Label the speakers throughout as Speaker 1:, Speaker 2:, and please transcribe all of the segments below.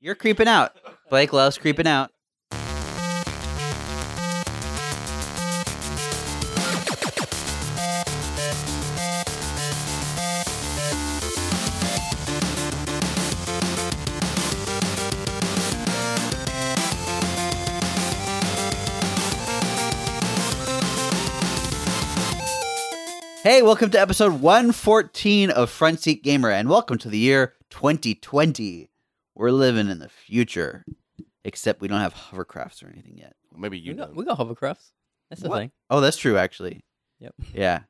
Speaker 1: You're creeping out. Blake loves creeping out. Hey, welcome to episode 114 of Front Seat Gamer, and welcome to the year 2020. We're living in the future, except we don't have hovercrafts or anything yet.
Speaker 2: Maybe you
Speaker 3: we
Speaker 2: know.
Speaker 3: got, we got hovercrafts. That's the
Speaker 1: What?
Speaker 3: thing.
Speaker 1: Oh, that's true, actually.
Speaker 3: Yep.
Speaker 1: Yeah,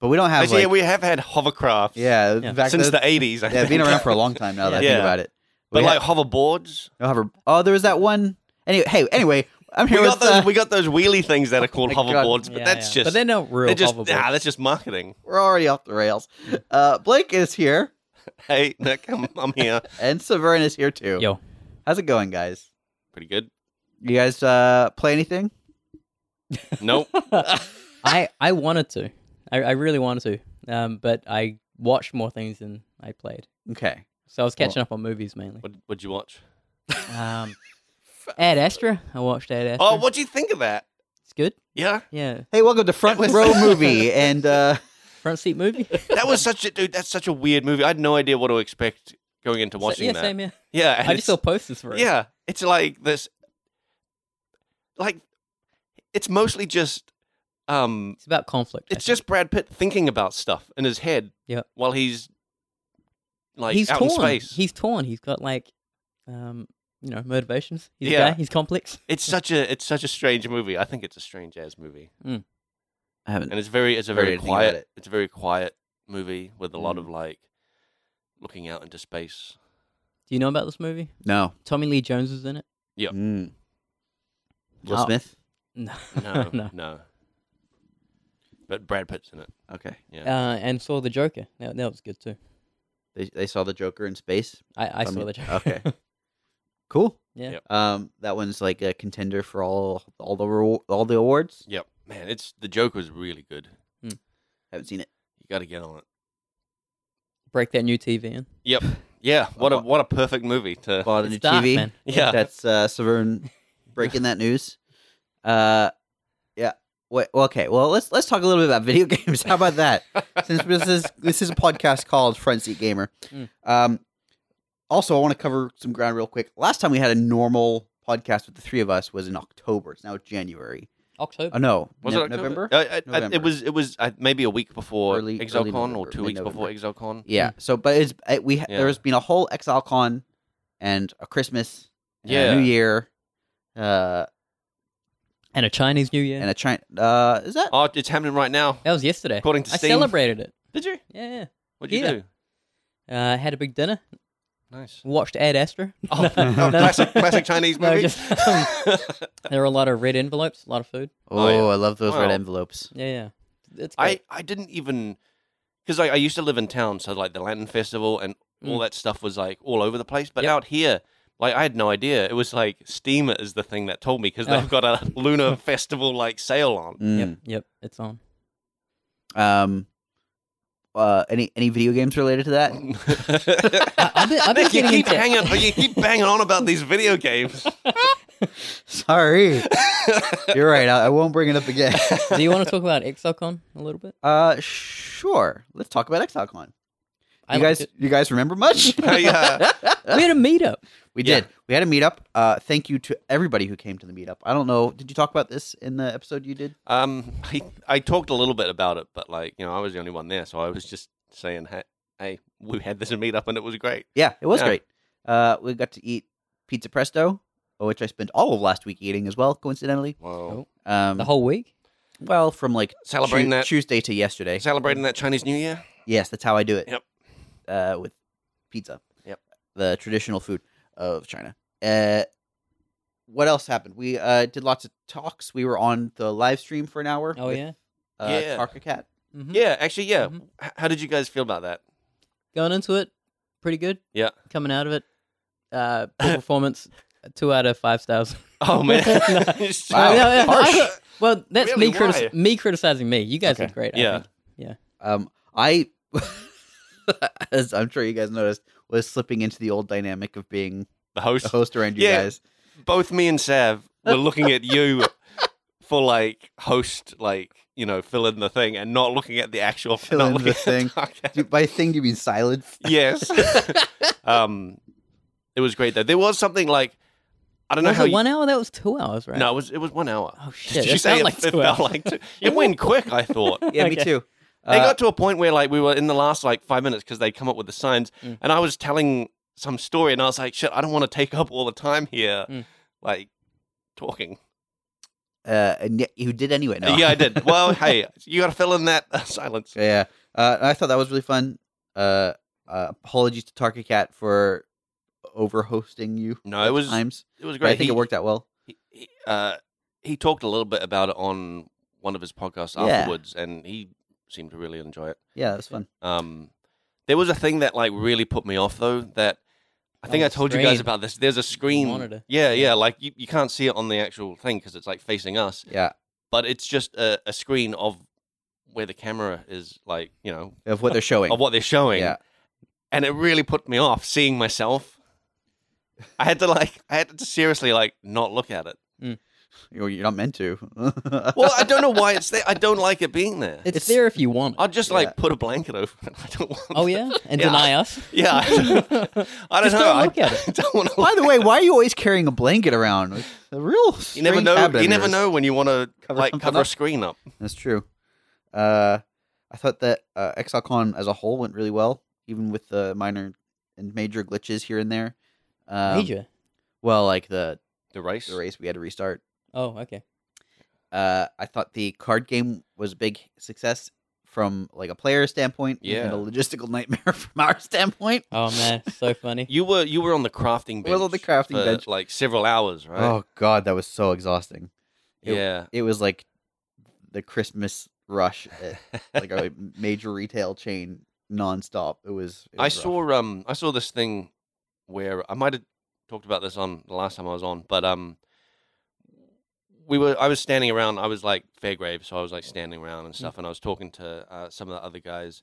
Speaker 1: but we don't have.
Speaker 2: Actually, yeah,
Speaker 1: like-
Speaker 2: we have had hovercrafts.
Speaker 1: yeah,
Speaker 3: Yeah.
Speaker 1: back
Speaker 2: since
Speaker 1: to-
Speaker 2: the eighties.
Speaker 1: yeah, they've been around for a long time now. That I
Speaker 2: Yeah.
Speaker 1: think about it.
Speaker 2: But
Speaker 1: We
Speaker 2: like hoverboards,
Speaker 1: ha- no hover. Oh, there was that one. Anyway, hey, anyway, I'm
Speaker 2: we
Speaker 1: here with.
Speaker 2: got those.
Speaker 1: uh,
Speaker 2: we got those wheelie things that are called
Speaker 1: my God.
Speaker 2: hoverboards, but
Speaker 3: Yeah,
Speaker 2: that's
Speaker 3: yeah.
Speaker 2: just
Speaker 3: But they're not real
Speaker 2: they're just
Speaker 3: hoverboards.
Speaker 2: nah, that's just marketing.
Speaker 1: we're already off the rails. Uh, Blake is here,
Speaker 2: Hey Nick, I'm, I'm here.
Speaker 1: and Severn is here too.
Speaker 3: Yo,
Speaker 1: How's it going, guys?
Speaker 2: Pretty good.
Speaker 1: You guys uh, play anything?
Speaker 2: Nope.
Speaker 3: I I wanted to. I, I really wanted to. Um, but I watched more things than I played.
Speaker 1: Okay.
Speaker 3: So I was catching up on movies mainly.
Speaker 2: what would you watch?
Speaker 3: Um, Ad Astra. I watched Ad Astra.
Speaker 2: Oh, what do you think of that?
Speaker 3: It's good.
Speaker 2: Yeah,
Speaker 3: Yeah.
Speaker 1: Hey, welcome to Front
Speaker 2: was-
Speaker 1: Row Movie, and uh,
Speaker 3: Front seat movie.
Speaker 2: that was such a dude. That's such a weird movie. I had no idea what to expect going into watching
Speaker 3: yeah,
Speaker 2: that.
Speaker 3: same here.
Speaker 2: Yeah, and
Speaker 3: I
Speaker 2: it's-
Speaker 3: just saw posters for it.
Speaker 2: Yeah, it's like this. Like, it's mostly just um
Speaker 3: It's about conflict. I
Speaker 2: It's just Brad Pitt thinking about stuff in his head
Speaker 3: Yep.
Speaker 2: while he's like
Speaker 3: think. he's
Speaker 2: out
Speaker 3: torn.
Speaker 2: in space.
Speaker 3: He's torn. He's got like, um, you know, motivations. He's
Speaker 2: Yeah.
Speaker 3: a guy. He's complex.
Speaker 2: It's such a it's such a strange movie. I think it's a strange ass movie,
Speaker 1: I
Speaker 3: Mm.
Speaker 1: haven't.
Speaker 2: and it's very it's a
Speaker 1: Heard
Speaker 2: very
Speaker 1: anything about
Speaker 2: quiet
Speaker 1: it.
Speaker 2: it's a very quiet movie with a
Speaker 3: Mm.
Speaker 2: lot of like looking out into space.
Speaker 3: Do you know about this movie?
Speaker 1: No.
Speaker 3: Tommy Lee Jones was in it.
Speaker 2: Yep.
Speaker 1: Mm. Will
Speaker 3: Oh.
Speaker 1: Smith.
Speaker 3: No,
Speaker 2: No,
Speaker 3: no.
Speaker 2: no, But Brad Pitt's in it.
Speaker 1: Okay.
Speaker 2: Yeah,
Speaker 3: Uh, and saw the Joker. That, that was good too.
Speaker 1: They they saw the Joker in space.
Speaker 3: I, I
Speaker 1: Tommy-
Speaker 3: saw the Joker.
Speaker 1: Okay. Cool.
Speaker 3: yeah.
Speaker 2: uh, Yep.
Speaker 1: Um, that one's like a contender for all all the rewa- all the awards.
Speaker 2: yep. Man, it's the Joker is really good.
Speaker 1: Haven't seen it.
Speaker 2: You got to get on it.
Speaker 3: Break that new TV in.
Speaker 2: Yep. Yeah. What a what a perfect movie to.
Speaker 1: Bought a new
Speaker 3: It's dark,
Speaker 1: TV.
Speaker 3: man.
Speaker 2: Yeah.
Speaker 1: That's uh, Severn breaking that news. Uh, yeah. Wait, well, okay. Well, let's let's talk a little bit about video games. How about that? Since this is this is a podcast called Front Seat Gamer.
Speaker 3: Mm.
Speaker 1: Um, also, I want to cover some ground real quick. Last time we had a normal podcast with the three of us was in October. It's now January.
Speaker 3: October.
Speaker 1: Oh no,
Speaker 2: Was
Speaker 1: No-
Speaker 2: it October?
Speaker 1: November?
Speaker 2: Uh, I- I-
Speaker 1: November.
Speaker 2: it was. It was uh, maybe a week before
Speaker 1: Early- early
Speaker 2: ExileCon
Speaker 1: November,
Speaker 2: or two weeks
Speaker 1: mid-November.
Speaker 2: before ExileCon.
Speaker 1: Yeah. So, but it's it, we
Speaker 2: Mm. Yeah.
Speaker 1: there's been a whole ExileCon and a Christmas, and a
Speaker 2: Yeah.
Speaker 1: New Year, uh,
Speaker 3: And a Chinese New Year.
Speaker 1: and a China. Uh, is that
Speaker 2: Oh, it's happening right now.
Speaker 3: that was yesterday.
Speaker 2: According to
Speaker 3: I
Speaker 2: Steam.
Speaker 3: celebrated it.
Speaker 2: Did you?
Speaker 3: Yeah.
Speaker 2: What did you
Speaker 3: Yeah.
Speaker 2: do?
Speaker 3: yeah. Uh, had a big dinner.
Speaker 2: Nice.
Speaker 3: Watched Ad Astra.
Speaker 2: Oh, classic, classic Chinese
Speaker 3: No,
Speaker 2: movie.
Speaker 3: just- there were a lot of red envelopes, a lot of food.
Speaker 1: Oh,
Speaker 2: Oh, yeah.
Speaker 1: I love those red
Speaker 2: Wow.
Speaker 1: envelopes.
Speaker 3: Yeah, yeah. It's
Speaker 2: I,
Speaker 3: great.
Speaker 2: I didn't even because I, I used to live in town, so like the Lantern Festival and all
Speaker 3: Mm.
Speaker 2: that stuff was like all over the place. But
Speaker 3: Yep.
Speaker 2: out here, like I had no idea. It was like Steam is the thing that told me because
Speaker 3: Oh.
Speaker 2: they've got a Lunar Festival like sale on.
Speaker 3: Yep, yep. It's on.
Speaker 1: Mm. Um. Uh, any any video games related to that?
Speaker 3: I've been- I've been
Speaker 2: Nick, you
Speaker 3: getting
Speaker 2: keep
Speaker 3: into-
Speaker 2: hanging, you keep banging on about these video games.
Speaker 1: Sorry, you're right. I, I won't bring it up again.
Speaker 3: Do you want to talk about Exocon a little bit?
Speaker 1: Uh, sure. Let's talk about ExileCon.
Speaker 3: I
Speaker 1: You
Speaker 3: liked
Speaker 1: guys, you guys remember much?
Speaker 2: I, uh,
Speaker 3: it. we had a meetup.
Speaker 1: We
Speaker 2: Yeah.
Speaker 1: did. We had a meetup. Uh, thank you to everybody who came to the meetup. I don't know. Did you talk about this in the episode you did?
Speaker 2: Um, I I talked a little bit about it, but like you know, I was the only one there, so I was just saying, hey, hey we had this meetup and it was great.
Speaker 1: Yeah, it was
Speaker 2: Yeah.
Speaker 1: great. Uh, we got to eat pizza presto, which I spent all of last week eating as well, coincidentally.
Speaker 2: Wow,
Speaker 1: Um,
Speaker 3: The whole week.
Speaker 1: well, from like
Speaker 2: celebrating
Speaker 1: Tu-
Speaker 2: that
Speaker 1: Tuesday to yesterday.
Speaker 2: celebrating that Chinese New Year.
Speaker 1: Yes, that's how I do it.
Speaker 2: Yep.
Speaker 1: Uh, with pizza.
Speaker 2: Yep.
Speaker 1: The traditional food of China. Uh, what else happened? We uh, did lots of talks. We were on the live stream for an hour.
Speaker 3: Oh
Speaker 1: with,
Speaker 3: yeah.
Speaker 1: Uh,
Speaker 2: Yeah.
Speaker 1: Tarka Cat.
Speaker 3: Mhm.
Speaker 2: Yeah, actually, yeah.
Speaker 1: Mm-hmm.
Speaker 3: Mhm.
Speaker 2: H- How did you guys feel about that?
Speaker 3: Going into it, pretty good.
Speaker 2: Yeah.
Speaker 3: Coming out of it, uh, poor performance. Two out of five stars.
Speaker 2: Oh man,
Speaker 3: No.
Speaker 2: It's-
Speaker 1: Wow.
Speaker 3: No, no, no, I-
Speaker 2: harsh.
Speaker 3: well, that's
Speaker 2: Really,
Speaker 3: me criti-
Speaker 2: why?
Speaker 3: me criticizing me. You guys
Speaker 1: Okay.
Speaker 3: did great. I
Speaker 2: Yeah.
Speaker 3: think.
Speaker 1: Um, I, as I'm sure you guys noticed, was slipping into the old dynamic of being
Speaker 2: the
Speaker 1: the
Speaker 2: host,
Speaker 1: host around you
Speaker 2: Yeah.
Speaker 1: guys.
Speaker 2: both me and Sav were looking at you for like host, like you know, fill in the thing, and not looking at the actual
Speaker 1: Fill
Speaker 2: not
Speaker 1: in the
Speaker 2: looking at
Speaker 1: thing.
Speaker 2: podcast.
Speaker 1: Do- By thing, you mean silence?
Speaker 2: yes. um, it was great though. There was something like I don't know
Speaker 3: was
Speaker 2: how
Speaker 3: it
Speaker 2: you,
Speaker 3: one hour? That was two hours, right?
Speaker 2: No, it was it was one hour.
Speaker 3: Oh shit!
Speaker 2: Did
Speaker 3: that
Speaker 2: you say
Speaker 3: sound
Speaker 2: it,
Speaker 3: like
Speaker 2: it
Speaker 3: two
Speaker 2: felt
Speaker 3: hours.
Speaker 2: like two? It went quick. I thought.
Speaker 1: Yeah, me
Speaker 3: Okay.
Speaker 1: too.
Speaker 2: They
Speaker 1: Uh,
Speaker 2: got to a point where like we were in the last like five minutes because they come up with the signs,
Speaker 3: Mm.
Speaker 2: and I was telling some story, and I was like, "Shit, I don't want to take up all the time here,
Speaker 3: Mm.
Speaker 2: like talking."
Speaker 1: uh, and yet you did anyway. No.
Speaker 2: Yeah, I did. Well, hey, you got to fill in that uh, silence.
Speaker 1: Yeah. Uh, I thought that was really fun. Uh, uh, apologies to Tarka Cat for overhosting you.
Speaker 2: No,
Speaker 1: at
Speaker 2: it was-
Speaker 1: times.
Speaker 2: It was
Speaker 1: but I
Speaker 2: great.
Speaker 1: think
Speaker 2: he,
Speaker 1: it worked out well.
Speaker 2: He, he, uh, he talked a little bit about it on one of his podcasts
Speaker 1: Yeah.
Speaker 2: afterwards, and he seemed to really enjoy it.
Speaker 1: Yeah, that was fun.
Speaker 2: Um, there was a thing that like really put me off though. That I
Speaker 3: Oh,
Speaker 2: think I
Speaker 3: the
Speaker 2: told you guys
Speaker 3: screen.
Speaker 2: about this. There's a screen
Speaker 3: monitor.
Speaker 2: Yeah, yeah. Like you, you can't see it on the actual thing because it's like facing us,
Speaker 1: Yeah,
Speaker 2: but it's just a, a screen of where the camera is, like you know,
Speaker 1: of what they're showing.
Speaker 2: of what they're showing.
Speaker 1: Yeah.
Speaker 2: And it really put me off seeing myself. I had to like, I had to seriously like not look at it.
Speaker 1: You're you're not meant to.
Speaker 2: Well, I don't know why it's there. I don't like it being there.
Speaker 3: It's,
Speaker 1: It's-
Speaker 3: there if you want. it.
Speaker 2: I'd just like put a blanket over it. I don't want.
Speaker 3: Oh yeah, and
Speaker 2: Yeah, I-
Speaker 3: deny us.
Speaker 2: Yeah, I don't, I don't
Speaker 3: Just
Speaker 2: know.
Speaker 3: don't
Speaker 2: I-
Speaker 3: look at it.
Speaker 2: I don't want to.
Speaker 1: By the way, why are you always carrying a blanket around? It's A real
Speaker 2: you never
Speaker 1: strange
Speaker 2: know.
Speaker 1: habit of
Speaker 2: You never
Speaker 1: yours.
Speaker 2: know when you want to
Speaker 1: Cover
Speaker 2: like
Speaker 1: something
Speaker 2: cover a
Speaker 1: up.
Speaker 2: screen up.
Speaker 1: That's true. Uh, I thought that uh, XLCon as a whole went really well, even with the minor and major glitches here and there. Um,
Speaker 3: Major.
Speaker 1: Well, like the
Speaker 2: The race.
Speaker 1: the race we had to restart.
Speaker 3: Oh okay.
Speaker 1: Uh, I thought the card game was a big success from like a player standpoint.
Speaker 2: Yeah.
Speaker 1: and a logistical nightmare from our standpoint.
Speaker 3: Oh man, so funny.
Speaker 2: You were you were on the crafting bench.
Speaker 1: We were on the crafting
Speaker 2: for,
Speaker 1: bench.
Speaker 2: like several hours, right?
Speaker 1: Oh god, that was so exhausting. it-
Speaker 2: yeah.
Speaker 1: It was like the Christmas rush at like oh, a major retail chain nonstop. It was. it
Speaker 2: I
Speaker 1: was rough.
Speaker 2: saw um I saw this thing where I might have talked about this on the last time I was on, but um we were I was standing around, I was like Fairgrave, so I was like standing around
Speaker 1: Mm.
Speaker 2: and stuff and I was talking to uh, some of the other guys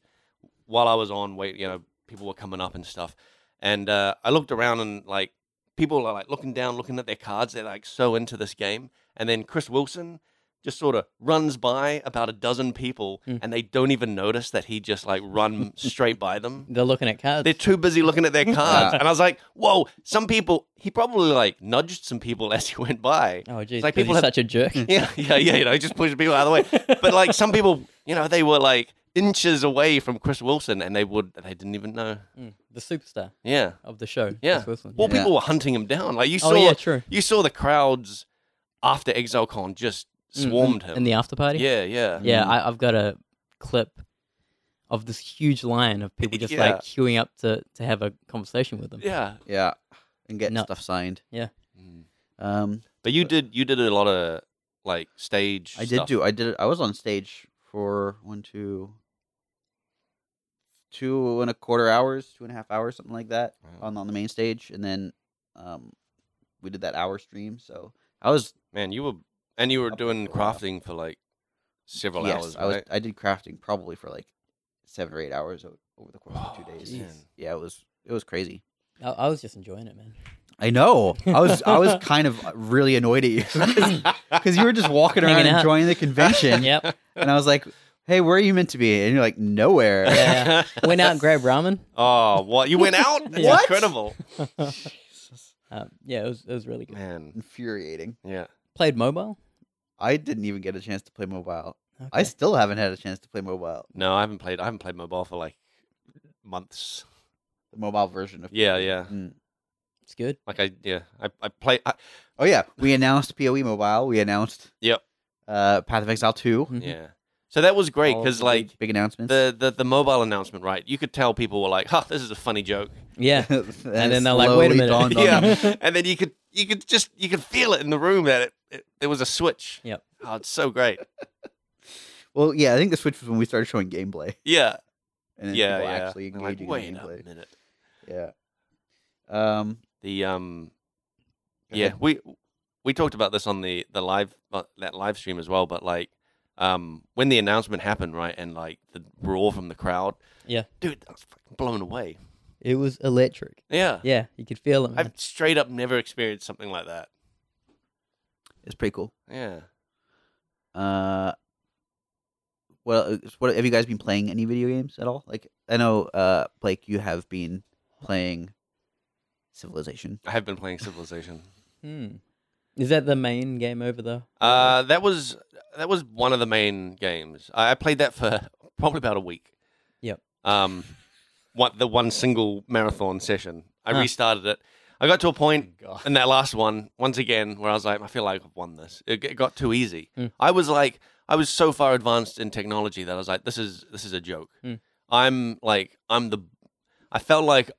Speaker 2: while I was on wait, you know, people were coming up and stuff. And uh, I looked around and like people are like looking down, looking at their cards, they're like so into this game. And then Chris Wilson just sort of runs by about a dozen people
Speaker 3: Mm.
Speaker 2: and they don't even notice that he just like run straight by them
Speaker 3: They're looking at cards.
Speaker 2: they're too busy looking at their cards.
Speaker 1: Yeah.
Speaker 2: And I was like, whoa, some people, he probably like nudged some people as he went by.
Speaker 3: oh geez,
Speaker 2: like
Speaker 3: like people
Speaker 2: people have- Hmm.
Speaker 3: such a jerk.
Speaker 2: Yeah, yeah, yeah, you know, he just pushed people out of the way. But like some people, you know, they were like inches away from Chris Wilson and they would, they didn't even know.
Speaker 3: Mm, the superstar
Speaker 2: Yeah.
Speaker 3: of the show.
Speaker 2: Yeah.
Speaker 3: Chris Wilson.
Speaker 2: Well,
Speaker 1: Yeah.
Speaker 2: people were hunting him down. Like you saw,
Speaker 3: oh yeah, true.
Speaker 2: you saw the crowds after ExileCon just swarmed him.
Speaker 3: in the after party.
Speaker 2: yeah, yeah.
Speaker 3: Yeah, I, I've got a clip of this huge line of people just
Speaker 2: Yeah.
Speaker 3: like queuing up to, to have a conversation with them.
Speaker 2: Yeah.
Speaker 1: Yeah, and get
Speaker 3: No.
Speaker 1: stuff signed.
Speaker 2: Mm.
Speaker 1: Um,
Speaker 2: But you did, you did a lot of like stage
Speaker 1: I did
Speaker 2: stuff.
Speaker 1: do. I did. I was on stage for one, two, two and a quarter hours, two and a half hours, something like that,
Speaker 2: Wow.
Speaker 1: on on the main stage, and then um, we did that hour stream. So I was
Speaker 2: Man, you were and you were
Speaker 1: Up
Speaker 2: doing
Speaker 1: until now.
Speaker 2: crafting for like several
Speaker 1: yes,
Speaker 2: hours,
Speaker 1: I was.
Speaker 2: right?
Speaker 1: I did crafting probably for like seven or eight hours o- over the course of two
Speaker 2: Oh,
Speaker 1: days.
Speaker 2: jeez.
Speaker 1: Yeah, it was. It was crazy.
Speaker 3: I, I was just enjoying it, man.
Speaker 1: I know. I was. I was kind of uh, really annoyed at you because you were just walking around
Speaker 3: Hanging out.
Speaker 1: enjoying the convention,
Speaker 3: yep.
Speaker 1: and I was like, "Hey, where are you meant to be?" And you're like, "Nowhere."
Speaker 3: Yeah, Went out and grabbed ramen.
Speaker 2: oh, what you went out? That's
Speaker 1: What?
Speaker 2: incredible,
Speaker 3: Um, yeah, it was it was really good.
Speaker 2: man.
Speaker 1: infuriating.
Speaker 2: Yeah,
Speaker 3: Played mobile.
Speaker 1: I didn't even get a chance to play mobile. I
Speaker 3: Okay.
Speaker 1: still haven't had a chance to play mobile,
Speaker 2: no, I haven't played. I haven't played mobile for like months.
Speaker 1: the mobile version of
Speaker 2: Yeah, yeah.
Speaker 1: Mm.
Speaker 3: it's good.
Speaker 2: Like I, yeah, I, I play. I,
Speaker 1: Oh yeah, we announced PoE mobile. We announced
Speaker 2: Yep.
Speaker 1: uh, Path of Exile two.
Speaker 3: Mhm.
Speaker 2: yeah. So that was great
Speaker 1: All
Speaker 2: because
Speaker 1: the big-
Speaker 2: like
Speaker 1: big announcements.
Speaker 2: the, the the mobile announcement, right? You could tell people were like, "Huh, this is a funny joke,"
Speaker 3: Yeah.
Speaker 1: and,
Speaker 3: And then they're like, wait a minute.
Speaker 2: yeah. and then you could you could just you could feel it in the room that it, it there was a switch.
Speaker 3: Yep.
Speaker 2: Oh, it's so great.
Speaker 1: Well, yeah, I think the switch was when we started showing gameplay,
Speaker 2: Yeah,
Speaker 1: and then
Speaker 2: yeah,
Speaker 1: people
Speaker 2: yeah.
Speaker 1: actually
Speaker 2: They're
Speaker 1: engaging
Speaker 2: like,
Speaker 1: in
Speaker 2: Wait
Speaker 1: the
Speaker 2: a
Speaker 1: gameplay.
Speaker 2: minute.
Speaker 1: Yeah. Um.
Speaker 2: The um,
Speaker 1: go
Speaker 2: yeah
Speaker 1: ahead.
Speaker 2: we we talked about this on the the live uh, that live stream as well but like um when the announcement happened right and like the roar from the crowd
Speaker 3: Yeah.
Speaker 2: dude i was fucking blown away
Speaker 3: It was electric.
Speaker 2: Yeah.
Speaker 3: Yeah, you could feel it. Man.
Speaker 2: I've straight up never experienced something like that.
Speaker 1: It's pretty cool.
Speaker 2: Yeah.
Speaker 1: Uh, well, uh, what have you guys been playing any video games at all? Like I know, uh, Blake, you have been playing Civilization.
Speaker 2: I have been playing Civilization.
Speaker 3: Hmm. Is that the main game over there?
Speaker 2: Uh, that was that was one of the main games. I I played that for probably about a week.
Speaker 3: Yep.
Speaker 2: Um, what the one single marathon session. I
Speaker 3: Huh. Oh
Speaker 2: restarted it. I got to a point
Speaker 3: God.
Speaker 2: in that last one once again where I was like, I feel like I've won this. It, g- it got too easy.
Speaker 3: Mm.
Speaker 2: I was like, I was so far advanced in technology that I was like, this is this is a joke.
Speaker 3: Mm.
Speaker 2: I'm like, I'm the. I felt like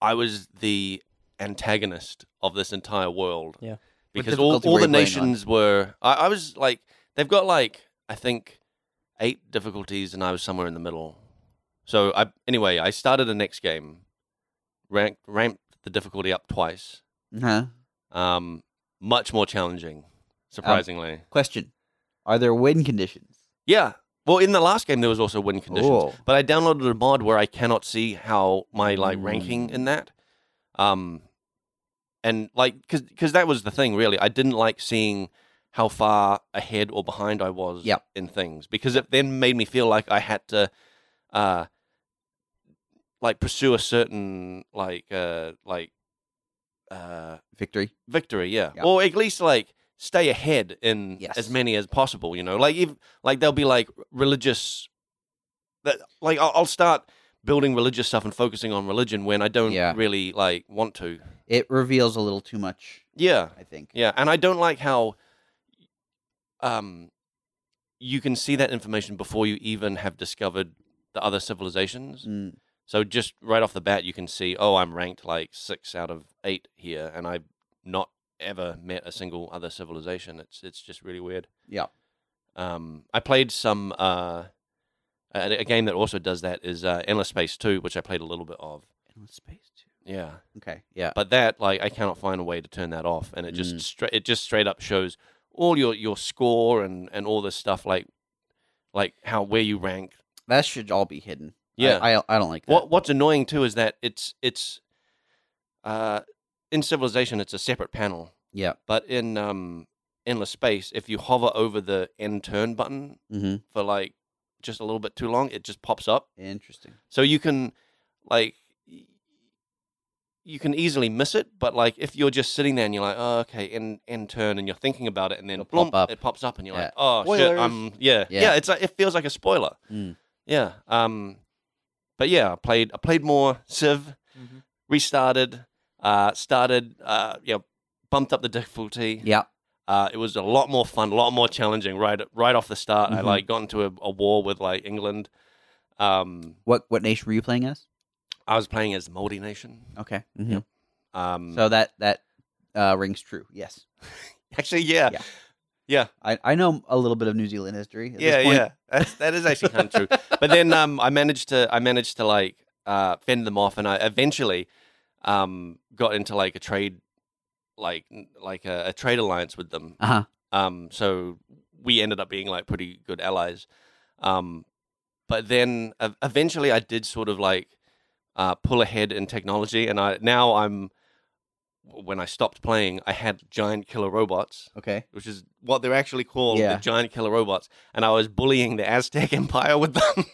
Speaker 2: I was the antagonist of this entire world.
Speaker 3: Yeah.
Speaker 1: What
Speaker 2: Because all,
Speaker 1: difficulty
Speaker 2: all
Speaker 1: were
Speaker 2: the
Speaker 1: you playing on?
Speaker 2: nations were. I, I was like, they've got like, I think eight difficulties, and I was somewhere in the middle. So I anyway, I started the next game, ranked ramped the difficulty up twice.
Speaker 1: Huh?
Speaker 2: Um, much more challenging, surprisingly.
Speaker 1: Question: Are there win conditions?
Speaker 2: yeah. Well, in the last game there was also win conditions,
Speaker 1: Oh.
Speaker 2: but I downloaded a mod where I cannot see how my like ranking in that. Um, and like because that was the thing really. I didn't like seeing how far ahead or behind I was
Speaker 1: Yep.
Speaker 2: in things because it then made me feel like I had to uh like pursue a certain like uh like uh
Speaker 1: Victory.
Speaker 2: victory, yeah.
Speaker 1: Yeah.
Speaker 2: Or at least like stay ahead in
Speaker 1: Yes.
Speaker 2: as many as possible. You know, like if like they'll be like religious, that like I'll, I'll start building religious stuff and focusing on religion when I don't
Speaker 1: Yeah.
Speaker 2: really like want to.
Speaker 1: It reveals a little too much,
Speaker 2: Yeah,
Speaker 1: I think.
Speaker 2: yeah, and I don't like how um you can see that information before you even have discovered the other civilizations.
Speaker 1: Mm,
Speaker 2: So just right off the bat, you can see, oh, I'm ranked like six out of eight here, and I've not ever met a single other civilization. It's it's just really weird.
Speaker 1: yeah.
Speaker 2: Um, I played some uh, a, a game that also does that is uh, Endless Space Two, which I played a little bit of.
Speaker 1: Endless space too.
Speaker 2: Yeah,
Speaker 1: Okay. Yeah.
Speaker 2: but that like I cannot find a way to turn that off, and it just
Speaker 1: Mm.
Speaker 2: stra- it just straight up shows all your your score and and all this stuff like like how where you rank uh,
Speaker 1: That should all be hidden. I-
Speaker 2: Yeah.
Speaker 1: I I, don't like that.
Speaker 2: What What's annoying too is that it's it's uh, in Civilization it's a separate panel,
Speaker 1: Yeah.
Speaker 2: but in um, Endless Space, if you hover over the end turn button
Speaker 1: hmm
Speaker 2: for like just a little bit too long, it just pops up,
Speaker 1: Interesting.
Speaker 2: so you can like y- you can easily miss it. But like if you're just sitting there and you're like, oh okay, end end turn, and you're thinking about it, and then
Speaker 1: It'll pop
Speaker 2: bloomp,
Speaker 1: up.
Speaker 2: it pops up, and you're
Speaker 1: Yeah.
Speaker 2: like, oh shit,
Speaker 1: Spoilers.
Speaker 2: um, yeah,
Speaker 1: Yeah.
Speaker 2: yeah, It's like it feels like a spoiler.
Speaker 1: Mm.
Speaker 2: Yeah. Um, but yeah, I played. I played more Civ.
Speaker 1: Mm-hmm.
Speaker 3: Mhm.
Speaker 2: Restarted. Uh, started. Uh, you know, bumped up the difficulty.
Speaker 1: Yeah.
Speaker 2: Uh, it was a lot more fun, a lot more challenging. Right, right off the start, I
Speaker 1: Mhm.
Speaker 2: like got into a, a war with like England. Um,
Speaker 1: What what nation were you playing as?
Speaker 2: I was playing as Maori Nation.
Speaker 1: Okay. hmm
Speaker 2: Yep. Um,
Speaker 1: So that that uh, rings true. Yes.
Speaker 2: actually, yeah,
Speaker 1: Yeah.
Speaker 2: yeah,
Speaker 1: I, I know a little bit of New Zealand history. At
Speaker 2: yeah,
Speaker 1: this point.
Speaker 2: yeah. That's, that is actually kind of true. but then um, I managed to I managed to like uh, fend them off, and I eventually um, got into like a trade, like like a, a trade alliance with them.
Speaker 1: Uh huh.
Speaker 2: Um, so we ended up being like pretty good allies. Um, but then ev- eventually, I did sort of like uh, pull ahead in technology, and I now I'm when I stopped playing, I had giant killer robots
Speaker 1: Okay.
Speaker 2: which is what they're actually called,
Speaker 1: Yeah.
Speaker 2: the giant killer robots. And I was bullying the Aztec Empire with them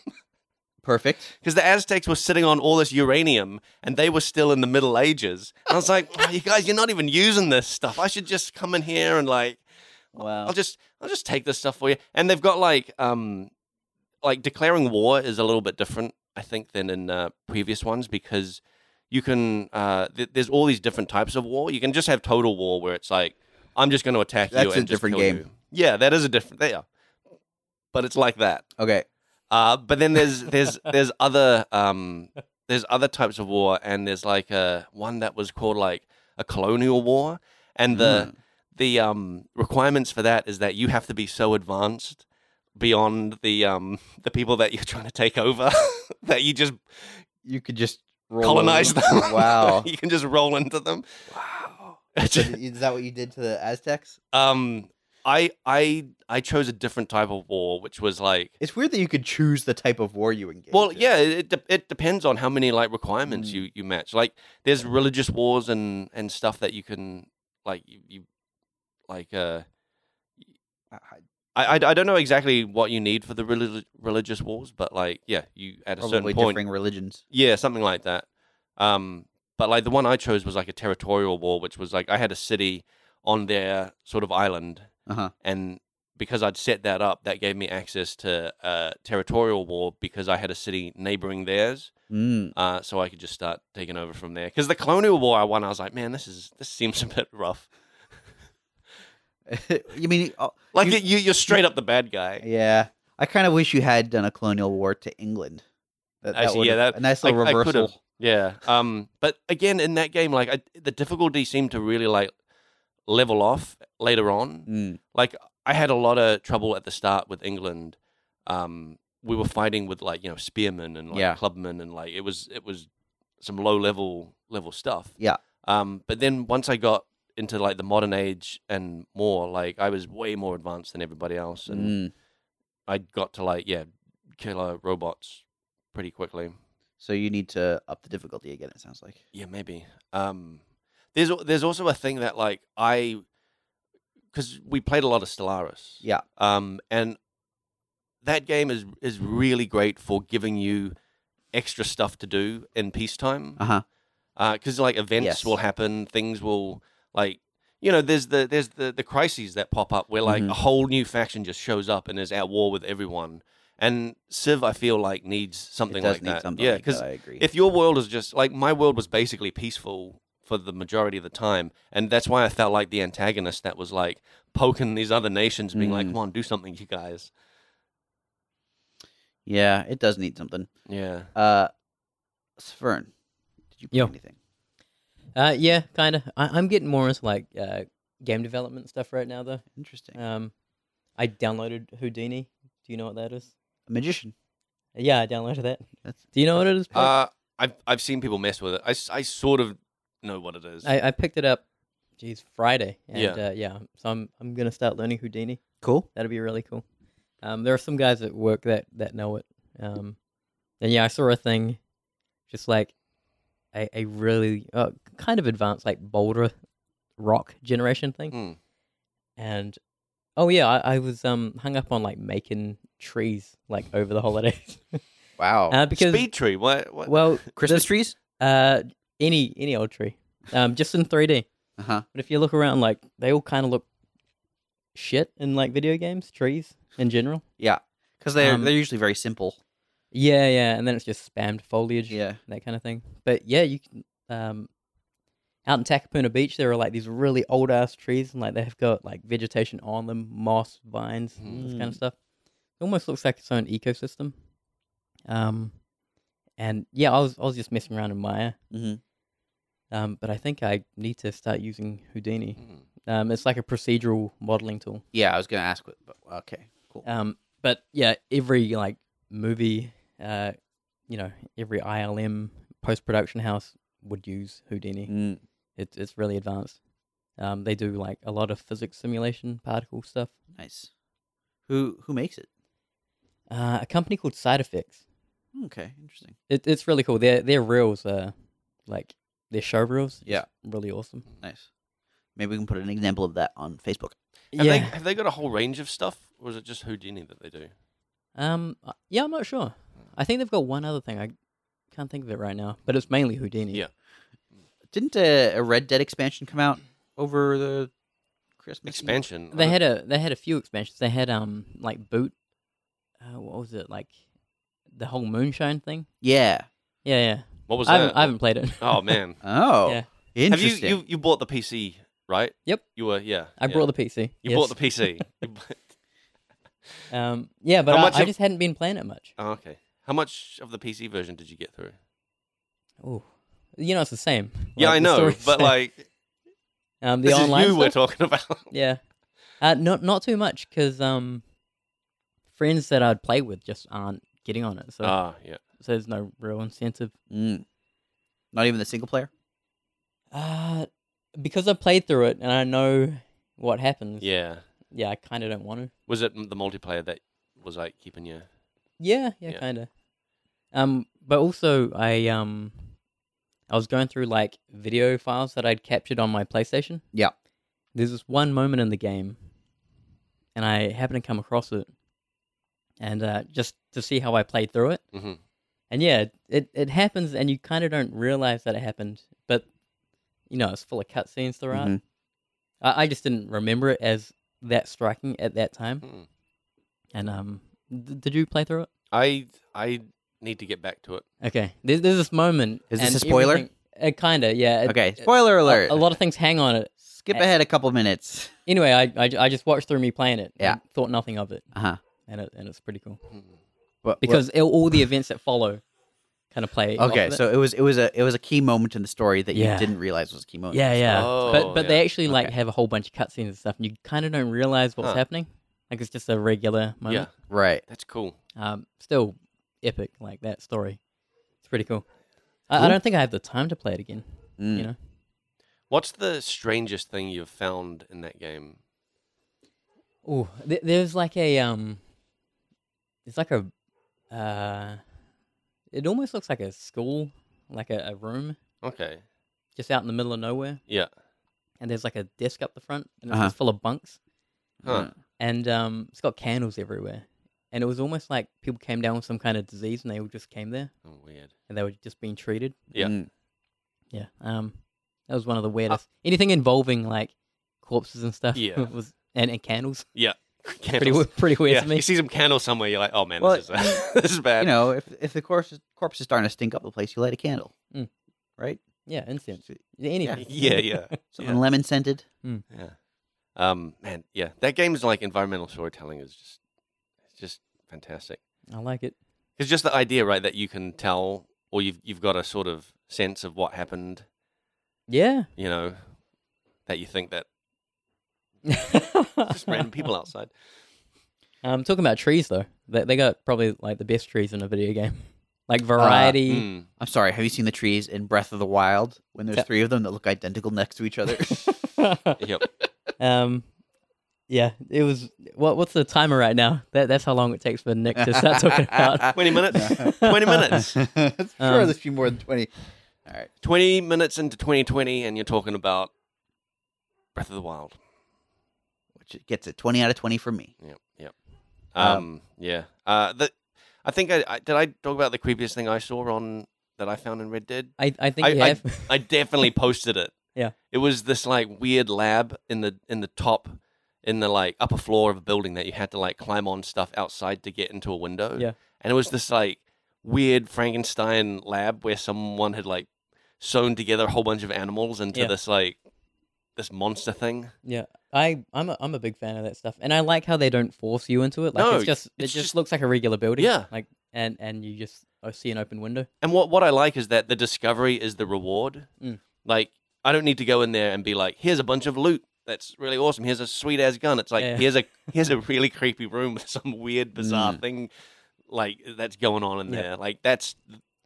Speaker 1: Perfect.
Speaker 2: because the Aztecs were sitting on all this uranium and they were still in the Middle Ages. And I was like, "Oh, you guys, you're not even using this stuff. I should just come in here and like,
Speaker 1: Wow.
Speaker 2: I'll just, I'll just take this stuff for you. And they've got like, um, like declaring war is a little bit different, I think, than in uh, previous ones because you can, uh, th- there's all these different types of war. You can just have total war where it's like, I'm just going to attack you.
Speaker 1: That's
Speaker 2: and
Speaker 1: a
Speaker 2: just
Speaker 1: different
Speaker 2: kill
Speaker 1: game.
Speaker 2: you. Yeah, that is a different. Yeah, but it's like that.
Speaker 1: Okay.
Speaker 2: Uh, but then there's there's there's other um there's other types of war, and there's like a one that was called like a colonial war, and the
Speaker 1: Hmm.
Speaker 2: the um requirements for that is that you have to be so advanced beyond the um the people that you're trying to take over that you just
Speaker 1: you could just roll
Speaker 2: colonize
Speaker 1: over.
Speaker 2: them.
Speaker 1: Wow.
Speaker 2: you can just roll into them.
Speaker 1: wow. So th- is that what you did to the Aztecs?
Speaker 2: Um, I I I chose a different type of war, which was like
Speaker 1: It's weird that you could choose the type of war you engage.
Speaker 2: well,
Speaker 1: in.
Speaker 2: yeah, it it, de- it depends on how many like requirements you you match. Like there's religious wars and and stuff that you can like you, you like uh I, I I don't know exactly what you need for the relig- religious wars, but like yeah, you at a
Speaker 1: probably
Speaker 2: certain point
Speaker 1: differing religions.
Speaker 2: yeah, something like that. Um, but like the one I chose was like a territorial war, which was like I had a city on their sort of island,
Speaker 1: Uh-huh.
Speaker 2: and because I'd set that up, that gave me access to uh, territorial war because I had a city neighboring theirs,
Speaker 1: Mm.
Speaker 2: uh, so I could just start taking over from there. Because the colonial war I won, I was like, man, this is this seems a bit rough.
Speaker 1: you mean oh,
Speaker 2: Like
Speaker 1: You-
Speaker 2: you, you you're straight up the bad guy.
Speaker 1: yeah. I kind of wish you had done a colonial war to England. That,
Speaker 2: I see,
Speaker 1: would've-
Speaker 2: yeah, that-
Speaker 1: a nice little
Speaker 2: I- I could've-
Speaker 1: reversal.
Speaker 2: Yeah. Um. But again, in that game, like I, the difficulty seemed to really like level off later on.
Speaker 1: Mm.
Speaker 2: like I had a lot of trouble at the start with England. Um, we were fighting with like you know spearmen and like
Speaker 1: Yeah.
Speaker 2: clubmen and like it was it was some low level level stuff.
Speaker 1: Yeah.
Speaker 2: Um, but then once I got into like the modern age and more, like I was way more advanced than everybody else, and
Speaker 1: Mm.
Speaker 2: I got to like yeah, killer robots pretty quickly.
Speaker 1: So you need to up the difficulty again. It sounds like.
Speaker 2: Yeah, maybe. Um, there's al- there's also a thing that like I, because we played a lot of Stellaris.
Speaker 1: Yeah.
Speaker 2: Um, and that game is is really great for giving you extra stuff to do in peacetime.
Speaker 1: Uh huh.
Speaker 2: Because like events
Speaker 1: Yes.
Speaker 2: will happen, things will like you know there's the there's the the crises that pop up where like
Speaker 1: Mhm.
Speaker 2: a whole new faction just shows up and is at war with everyone. And Civ, I feel like needs something
Speaker 1: it does
Speaker 2: like
Speaker 1: need
Speaker 2: that.
Speaker 1: something.
Speaker 2: yeah,
Speaker 1: like
Speaker 2: because
Speaker 1: that, I agree.
Speaker 2: if your world is just like my world was basically peaceful for the majority of the time, and that's why I felt like the antagonist that was like poking these other nations, being like,
Speaker 1: Mm.
Speaker 2: "Come on, do something, you guys."
Speaker 1: yeah, it does need something.
Speaker 2: Yeah,
Speaker 1: Uh, Svern, did you play
Speaker 3: Yo.
Speaker 1: anything?
Speaker 3: Uh, yeah, kind of. I'm getting more into like uh, game development stuff right now, though.
Speaker 1: Interesting.
Speaker 3: Um, I downloaded Houdini. Do you know what that is?
Speaker 1: a magician.
Speaker 3: Yeah, I downloaded that.
Speaker 1: That's-
Speaker 3: Do you know what it is? Paul?
Speaker 2: uh, I've I've seen people mess with it. I, s- I sort of know what it is.
Speaker 3: I, I picked it up. Geez, Friday. And,
Speaker 2: Yeah.
Speaker 3: Uh, yeah. So I'm I'm gonna start learning Houdini.
Speaker 1: Cool.
Speaker 3: That'll be really cool. Um, there are some guys at work that that know it. Um, and yeah, I saw a thing, just like a a really uh, kind of advanced like boulder rock generation thing.
Speaker 2: Mm.
Speaker 3: And oh yeah, I, I was um hung up on like making trees like over the holidays
Speaker 1: Wow.
Speaker 3: uh, because
Speaker 2: Oh, Speed tree. What? what?
Speaker 3: well
Speaker 1: Christmas trees.
Speaker 3: uh any any old tree um just in 3D.
Speaker 1: Uh huh.
Speaker 3: But if you look around, like they all kind of look shit in like video games, trees in general.
Speaker 1: Yeah, because they're
Speaker 3: Um,
Speaker 1: they're usually very simple.
Speaker 3: Yeah, yeah, and then it's just spammed foliage,
Speaker 1: Yeah.
Speaker 3: that kind of thing. But yeah, you can, um, out in Takapuna Beach, there are like these really old ass trees, and like they've got like vegetation on them, moss, vines, and this kind
Speaker 1: Mm.
Speaker 3: of stuff. It almost looks like its own ecosystem. Um, and yeah, I was I was just messing around in Maya,
Speaker 1: Mhm.
Speaker 3: um, but I think I need to start using Houdini.
Speaker 2: Mm.
Speaker 3: Um, it's like a procedural modeling tool.
Speaker 1: Yeah, I was gonna ask, what, but okay, cool.
Speaker 3: Um, but yeah, every like movie, uh, you know, every ILM post production house would use Houdini.
Speaker 1: Mm.
Speaker 3: It's it's really advanced. Um, they do like a lot of physics simulation, particle stuff.
Speaker 1: Nice. Who who makes it?
Speaker 3: Uh, a company called Side Effects.
Speaker 1: Hmm, Okay, interesting.
Speaker 3: It, it's really cool. Their their reels are like their show reels.
Speaker 1: Yeah.
Speaker 3: really awesome.
Speaker 1: Nice. Maybe we can put an example of that on Facebook.
Speaker 2: Have,
Speaker 3: yeah.
Speaker 2: they, have they got a whole range of stuff, or is it just Houdini that they do?
Speaker 3: Um. uh, Yeah, I'm not sure. I think they've got one other thing. I can't think of it right now, but it's mainly Houdini.
Speaker 2: Yeah.
Speaker 1: Didn't uh, a Red Dead expansion come out over the Christmas? Eve?
Speaker 2: Expansion. I
Speaker 3: They
Speaker 2: don't-
Speaker 3: had a they had a few expansions. They had um like boot, uh, what was it like, the whole moonshine thing.
Speaker 1: Yeah.
Speaker 3: Yeah, yeah.
Speaker 2: What was
Speaker 3: I haven't,
Speaker 2: that?
Speaker 3: I haven't played it.
Speaker 2: Oh man.
Speaker 1: Oh,
Speaker 3: Yeah.
Speaker 2: have you,
Speaker 1: interesting.
Speaker 2: you you bought the PC right?
Speaker 3: Yep.
Speaker 2: You were yeah.
Speaker 3: I
Speaker 2: yeah.
Speaker 3: brought the PC.
Speaker 2: You
Speaker 3: yes.
Speaker 2: bought the PC. You bu-
Speaker 3: Um, yeah, but
Speaker 2: How
Speaker 3: I,
Speaker 2: much
Speaker 3: I
Speaker 2: of-
Speaker 3: just hadn't been playing it much.
Speaker 2: oh, okay. How much of the PC version did you get through?
Speaker 3: Ooh, you know it's the same.
Speaker 2: yeah,
Speaker 3: Like,
Speaker 2: I
Speaker 3: the
Speaker 2: know,
Speaker 3: story's the
Speaker 2: but
Speaker 3: same.
Speaker 2: like
Speaker 3: um, the
Speaker 2: this
Speaker 3: online
Speaker 2: is you we're
Speaker 3: stuff?
Speaker 2: talking about.
Speaker 3: Yeah, uh, not not too much because um, friends that I'd play with just aren't getting on it, so
Speaker 2: Ah, yeah.
Speaker 3: so there's no real incentive.
Speaker 1: Mm. Not even the single player.
Speaker 3: Uh, because I played through it and I know what happens.
Speaker 2: Yeah.
Speaker 3: yeah, I kind of don't want to.
Speaker 2: Was it m- the multiplayer that was like keeping you?
Speaker 3: Yeah, yeah,
Speaker 2: Yeah.
Speaker 3: kind of. Um, but also I um, I was going through like video files that I'd captured on my PlayStation.
Speaker 1: Yeah.
Speaker 3: There's this one moment in the game, and I happened to come across it, and uh, just to see how I played through it.
Speaker 2: Mm-hmm.
Speaker 3: And yeah, it it happens, and you kind of don't realize that it happened, but you know it's full of cutscenes throughout.
Speaker 1: Mhm.
Speaker 3: I, I just didn't remember it as that striking at that time.
Speaker 2: Mm.
Speaker 3: And um, d- did you play through it?
Speaker 2: I I need to get back to it.
Speaker 3: Okay. There's, there's this moment.
Speaker 1: Is this
Speaker 3: and
Speaker 1: a spoiler?
Speaker 3: everything- It kind of, yeah. It-
Speaker 1: Okay,
Speaker 3: it-
Speaker 1: spoiler
Speaker 3: Uh, a-
Speaker 1: alert.
Speaker 3: A, lot Uh, of things hang on it.
Speaker 1: Skip ahead a couple minutes.
Speaker 3: Anyway, I, I, I just watched through me playing it.
Speaker 1: Yeah.
Speaker 3: and Thought nothing of it,
Speaker 1: Uh huh.
Speaker 3: and it, and it's pretty cool
Speaker 2: Mm.
Speaker 1: But
Speaker 3: Uh-huh. because it- all the events that follow kind of play. off
Speaker 1: okay,
Speaker 3: of it.
Speaker 1: so it was it was a it was a key moment in the story that
Speaker 3: Yeah.
Speaker 1: you didn't realize was a key moment.
Speaker 3: yeah, yeah.
Speaker 2: Oh,
Speaker 3: but but they
Speaker 2: yeah.
Speaker 3: actually like
Speaker 1: Okay.
Speaker 3: have a whole bunch of cutscenes and stuff, and you kind of don't realize what's
Speaker 2: Huh.
Speaker 3: happening. Like it's just a
Speaker 2: Yeah,
Speaker 3: regular moment.
Speaker 1: Right.
Speaker 2: that's cool.
Speaker 3: Um, still epic. Like that story. It's pretty cool. I, I
Speaker 1: Cool.
Speaker 3: don't think I have the time to play it again.
Speaker 1: Mm.
Speaker 3: You know.
Speaker 2: What's the strangest thing you've found in that game?
Speaker 3: Oh, th- there's like a um, it's like a, uh, it almost looks like a school, like a, a room
Speaker 2: Okay.
Speaker 3: just out in the middle of nowhere,
Speaker 2: Yeah.
Speaker 3: and there's like a desk up the front, and it's
Speaker 1: Uh-huh.
Speaker 3: just full of bunks,
Speaker 1: mm,
Speaker 2: Huh.
Speaker 3: and um, it's got candles everywhere, and it was almost like people came down with some kind of disease, and they all just came there,
Speaker 2: Oh, weird.
Speaker 3: and they were just being treated.
Speaker 2: Yeah.
Speaker 1: Mm.
Speaker 3: Yeah, um, that was one of the weirdest. Anything involving like corpses and stuff,
Speaker 2: Ah. Yeah.
Speaker 3: was and, and candles,
Speaker 2: Yeah.
Speaker 3: pretty
Speaker 2: Candles.
Speaker 3: we- pretty weird
Speaker 2: yeah.
Speaker 3: to me.
Speaker 2: You see some candle somewhere, you're like, oh man,
Speaker 1: Well,
Speaker 2: this is this is bad.
Speaker 1: You know, if if the corpse is, corpse is starting to stink up the place, you light a candle.
Speaker 3: Mm.
Speaker 1: Right.
Speaker 3: Yeah, incense, anything.
Speaker 2: yeah, yeah,
Speaker 1: Something lemon scented.
Speaker 2: yeah. Um, man, yeah, that game's like environmental storytelling is just, it's just fantastic.
Speaker 3: I like it.
Speaker 2: It's just the idea, right, that you can tell, or you've you've got a sort of sense of what happened,
Speaker 3: Yeah.
Speaker 2: you know, that you think that just
Speaker 3: Just
Speaker 2: random people outside.
Speaker 3: Um, talking about trees though, they, they got probably like the best trees in a video game,
Speaker 2: Ah,
Speaker 3: like variety.
Speaker 2: Mm.
Speaker 1: I'm sorry. Have you seen the trees in Breath of the Wild when there's
Speaker 3: Yeah.
Speaker 1: three of them that look identical next to each other?
Speaker 2: hmm. Yep.
Speaker 3: um, yeah, it was. What what's the timer right now? That that's how long it takes for Nick to start talking about.
Speaker 2: Twenty minutes. Twenty minutes.
Speaker 1: I'm sure
Speaker 3: Um,
Speaker 1: there's a few more than twenty. All right.
Speaker 2: Twenty minutes into 2020, and you're talking about Breath of the Wild.
Speaker 1: Which gets a twenty out of twenty for me.
Speaker 2: Yep, yep. Um,
Speaker 1: Um,
Speaker 2: yeah. Uh, the, I think I, I did. I talk about the creepiest thing I saw on that I found in Red Dead.
Speaker 3: I I think
Speaker 2: I-
Speaker 3: you have.
Speaker 2: I definitely posted it.
Speaker 3: Yeah.
Speaker 2: It was this like weird lab in the in the top in the like upper floor of a building that you had to like climb on stuff outside to get into a window.
Speaker 3: Yeah.
Speaker 2: And it was this like weird Frankenstein lab where someone had like sewn together a whole bunch of animals into
Speaker 3: Yeah.
Speaker 2: this like this monster thing.
Speaker 3: yeah, I I'm a, I'm a big fan of that stuff, and I like how they don't force you into it. Like
Speaker 2: No,
Speaker 3: it's just it
Speaker 2: it's
Speaker 3: just,
Speaker 2: just-
Speaker 3: looks like a regular building.
Speaker 2: Yeah.
Speaker 3: like and and you just oh, see an open window.
Speaker 2: And what what I like is that the discovery is the reward.
Speaker 3: Mm.
Speaker 2: Like I don't need to go in there and be like, here's a bunch of loot. That's really awesome. Here's a sweet ass gun. It's like
Speaker 3: Yeah.
Speaker 2: here's a here's a really creepy room with some weird bizarre
Speaker 1: Mm.
Speaker 2: thing like that's going on in
Speaker 3: Yeah.
Speaker 2: there. Like that's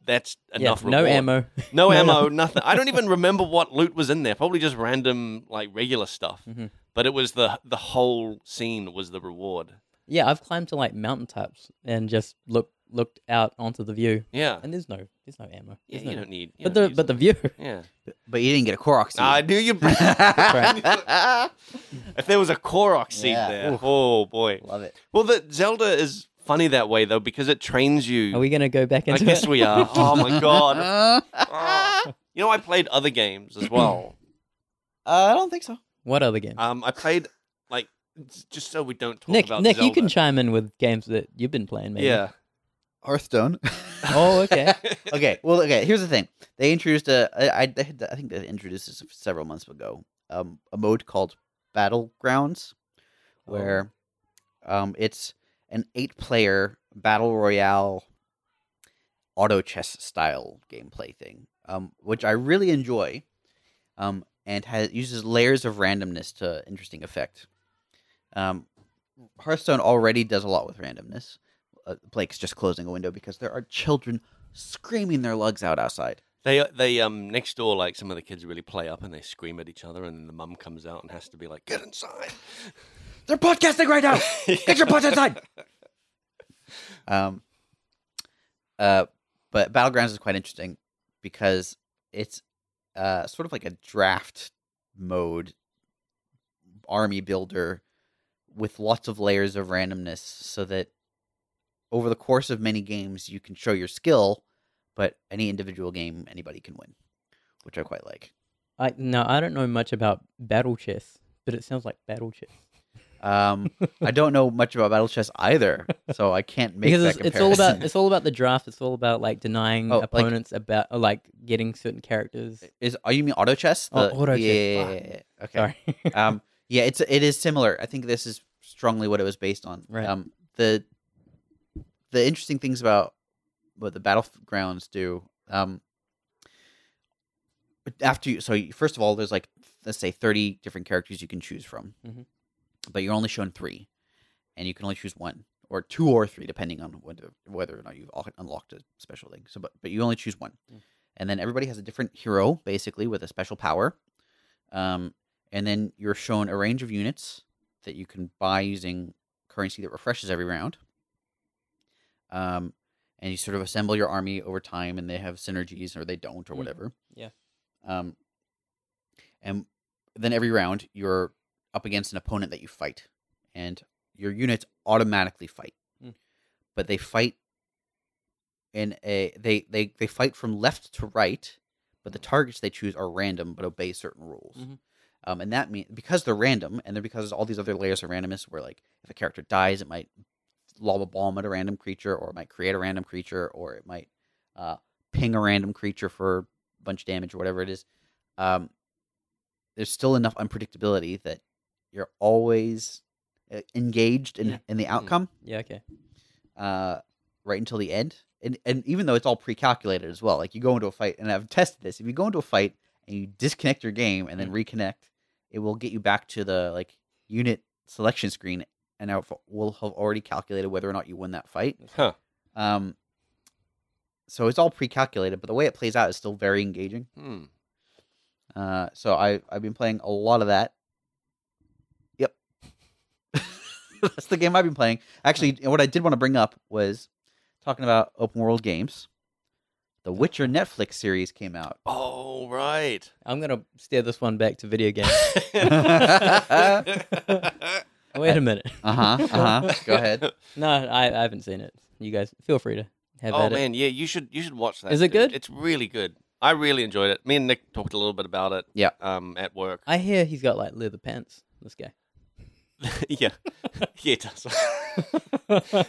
Speaker 2: that's
Speaker 3: Yeah,
Speaker 2: enough
Speaker 3: no
Speaker 2: reward.
Speaker 3: ammo.
Speaker 2: No,
Speaker 3: No,
Speaker 2: ammo, nothing. I don't even remember what loot was in there. Probably just random like regular stuff.
Speaker 3: Mhm.
Speaker 2: But it was the the whole scene was the reward.
Speaker 3: Yeah, I've climbed to like mountaintops and just look looked out onto the view,
Speaker 2: Yeah.
Speaker 3: and there's no there's no ammo.
Speaker 2: Yeah,
Speaker 3: There's no-
Speaker 2: you don't need you don't
Speaker 3: but the
Speaker 2: need
Speaker 3: but the view.
Speaker 2: Yeah.
Speaker 1: But you didn't get a Korok seed.
Speaker 2: I knew you If there was a Korok seed
Speaker 1: Yeah.
Speaker 2: there,
Speaker 1: Oof.
Speaker 2: oh boy.
Speaker 1: Love it.
Speaker 2: Well, the Zelda is funny that way though because it trains you.
Speaker 3: Are we gonna go back
Speaker 2: I
Speaker 3: into
Speaker 2: guess
Speaker 3: it?
Speaker 2: we are. Oh my god.
Speaker 1: uh,
Speaker 2: Oh. You know, I played other games as well.
Speaker 1: I don't think so.
Speaker 3: What other game?
Speaker 2: Um, I played like s- just so we don't talk
Speaker 3: Nick,
Speaker 2: about
Speaker 3: Nick, you
Speaker 2: Zelda.
Speaker 3: can chime in with games that you've been playing, maybe.
Speaker 2: yeah.
Speaker 1: Hearthstone.
Speaker 3: Oh, okay.
Speaker 1: okay. Well, okay. Here's the thing. They introduced a. I, I, they had- I think they introduced this several months ago. Um, a mode called Battlegrounds, where, um, it's an eight-player battle royale, auto chess style gameplay thing. Um, which I really enjoy. Um, and has uses layers of randomness to interesting effect. Um, Hearthstone already does a lot with randomness. Uh, Blake's just closing a window because there are children screaming their lugs out outside.
Speaker 2: They they um next door like some of the kids really play up and they scream at each other and then the mum comes out and has to be like get inside.
Speaker 1: They're podcasting right now. Get your butts inside. Um, uh, but Battlegrounds is quite interesting because it's uh, sort of like a draft mode army builder with lots of layers of randomness so that over the course of many games you can show your skill, but any individual game anybody can win, which I quite like.
Speaker 3: I no, I don't know much about battle chess, but it sounds like battle chess
Speaker 1: Um, I don't know much about battle chess either, so I can't make
Speaker 3: because
Speaker 1: that
Speaker 3: it's, it's all about
Speaker 1: comparison.
Speaker 3: it's all about the draft. It's all about like denying
Speaker 1: Oh, like-
Speaker 3: opponents about uh, like getting certain characters.
Speaker 1: Is oh, you mean auto chess?
Speaker 3: Oh, auto chess,
Speaker 1: yeah, yeah, yeah,
Speaker 3: fuck.
Speaker 1: yeah, yeah. Okay.
Speaker 3: Sorry,
Speaker 1: um, yeah, it's it is similar. I think this is strongly what it was based on.
Speaker 3: Right.
Speaker 1: Um, the the interesting things about what the battlegrounds do. Um, after you, so you- first of all, there's like let's say thirty different characters you can choose from,
Speaker 3: Mhm.
Speaker 1: but you're only shown three, and you can only choose one or two or three depending on whether whether or not you've al- unlocked a special thing. So, but but you only choose one,
Speaker 3: Mm.
Speaker 1: and then everybody has a different hero basically with a special power. Um, and then you're shown a range of units that you can buy using currency that refreshes every round. Um, and you sort of assemble your army over time, and they have synergies or they don't or
Speaker 3: Mm,
Speaker 1: whatever.
Speaker 3: yeah.
Speaker 1: Um, and then every round you're up against an opponent that you fight, and your units automatically fight,
Speaker 3: Mm.
Speaker 1: but they fight in a they they they fight from left to right, but the
Speaker 3: Mm.
Speaker 1: targets they choose are random but obey certain rules.
Speaker 3: Mhm.
Speaker 1: Um, and that means because they're random, and then because there's all these other layers of randomness, where like if a character dies, it might lob a bomb at a random creature, or it might create a random creature, or it might uh, ping a random creature for a bunch of damage or whatever it is. Um, there's still enough unpredictability that you're always uh, engaged in
Speaker 3: Yeah.
Speaker 1: in the outcome
Speaker 3: yeah, okay,
Speaker 1: uh, right until the end. And and even though it's all pre-calculated as well, like you go into a fight, and I've tested this. If you go into a fight and you disconnect your game and then reconnect, it will get you back to the like unit selection screen, and I will have already calculated whether or not you win that fight.
Speaker 2: Huh.
Speaker 1: Um, so it's all pre-calculated, but the way it plays out is still very engaging.
Speaker 2: Hmm.
Speaker 1: Uh, so I I've been playing a lot of that. Yep, that's the game I've been playing. Actually, what I did want to bring up was talking about open world games. The Witcher Netflix series came out.
Speaker 2: Oh right.
Speaker 3: I'm gonna steer this one back to video games. Wait a minute.
Speaker 1: Uh huh. Uh huh. Go ahead.
Speaker 3: No, I, I haven't seen it. You guys feel free to have
Speaker 2: oh
Speaker 3: at it.
Speaker 2: man, yeah, you should you should watch that.
Speaker 3: Is it
Speaker 2: dude.
Speaker 3: good?
Speaker 2: It's really good. I really enjoyed it. Me and Nick talked a little bit about it.
Speaker 1: Yeah.
Speaker 2: Um, at work.
Speaker 3: I hear he's got like leather pants. This guy.
Speaker 2: yeah, yeah, it does.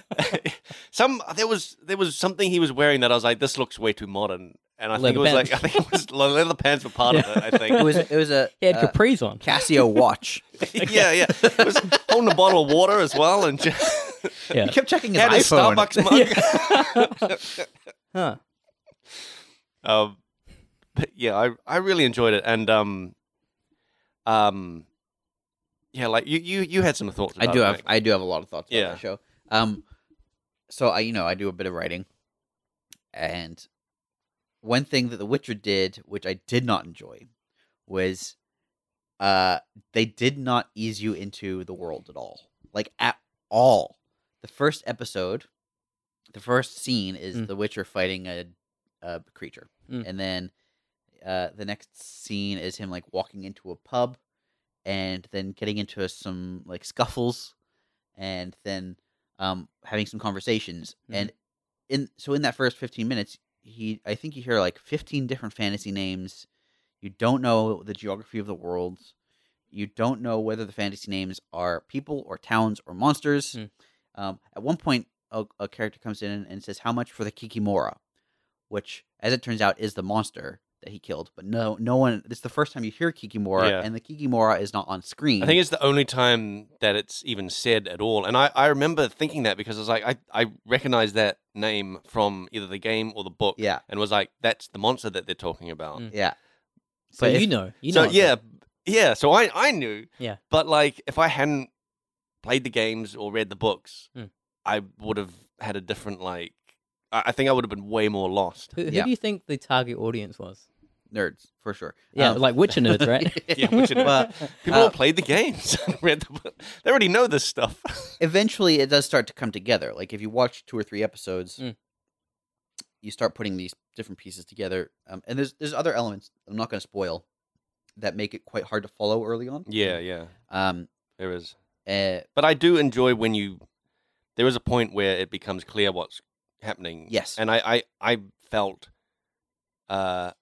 Speaker 2: Some there was there was something he was wearing that I was like, this looks way too modern, and I think
Speaker 3: Leather
Speaker 2: it was
Speaker 3: pants.
Speaker 2: like I think it was leather pants were part
Speaker 3: Yeah.
Speaker 2: of it. I
Speaker 1: It
Speaker 2: think.
Speaker 1: was it was a
Speaker 3: He had
Speaker 1: uh,
Speaker 3: capris on.
Speaker 1: Casio watch.
Speaker 2: yeah, yeah. It was holding a bottle of water as well, and just
Speaker 1: He kept checking his
Speaker 2: had his
Speaker 1: iPhone.
Speaker 2: Starbucks mug.
Speaker 3: Huh.
Speaker 2: Um, but yeah, I I really enjoyed it, and um, um, yeah, like you you you had some thoughts.
Speaker 1: I
Speaker 2: About
Speaker 1: do
Speaker 2: it,
Speaker 1: have
Speaker 2: Nick.
Speaker 1: I do have a lot of thoughts about
Speaker 2: Yeah.
Speaker 1: that show. Um, so I you know I do a bit of writing, and one thing that The Witcher did, which I did not enjoy, was uh they did not ease you into the world at all, like at all. The first episode, the first scene is
Speaker 3: Mm.
Speaker 1: The Witcher fighting a a creature,
Speaker 3: Mm.
Speaker 1: and then uh the next scene is him like walking into a pub and then getting into some like scuffles and then um having some conversations
Speaker 3: Mhm.
Speaker 1: and in so in that first 15 minutes he i think you hear like 15 different fantasy names you don't know the geography of the world you don't know whether the fantasy names are people or towns or monsters
Speaker 3: Hmm.
Speaker 1: um, at one point a, a character comes in and says how much for the kikimora which as it turns out is the monster that he killed but no no one it's the first time you hear kikimora
Speaker 2: Yeah.
Speaker 1: and the kikimora is not on screen
Speaker 2: I think it's the only time that it's even said at all, and I I remember thinking that because I was like I I recognize that name from either the game or the book,
Speaker 1: yeah
Speaker 2: and was like that's the monster that they're talking about.
Speaker 3: Mm.
Speaker 1: yeah
Speaker 3: So
Speaker 1: But
Speaker 3: you
Speaker 1: if-
Speaker 3: know, you
Speaker 2: so
Speaker 3: know. it's
Speaker 2: yeah,
Speaker 3: like-
Speaker 2: yeah. So I I knew.
Speaker 3: Yeah.
Speaker 2: But like, if I hadn't played the games or read the books,
Speaker 3: Hmm.
Speaker 2: I would have had a different like. I I think I would have been way more lost.
Speaker 3: Who, who
Speaker 1: yeah.
Speaker 3: do you think the target audience was?
Speaker 1: nerds for sure.
Speaker 3: Yeah,
Speaker 1: Um,
Speaker 3: like Witcher nerds, right?
Speaker 2: Yeah, Witcher nerds.
Speaker 1: Well,
Speaker 2: People
Speaker 1: Uh,
Speaker 2: have played the games, read the book. They already know this stuff.
Speaker 1: eventually it does start to come together. Like if you watch two or three episodes,
Speaker 2: Hmm.
Speaker 3: Mm.
Speaker 1: you start putting these different pieces together. Um, and there's there's other elements I'm not going to spoil that make it quite hard to follow early on.
Speaker 2: yeah, yeah,
Speaker 1: Um.
Speaker 2: there is.
Speaker 1: Uh,
Speaker 2: But I do enjoy when you. There is a point where it becomes clear what's happening.
Speaker 1: yes.
Speaker 2: and I, I, I felt, uh,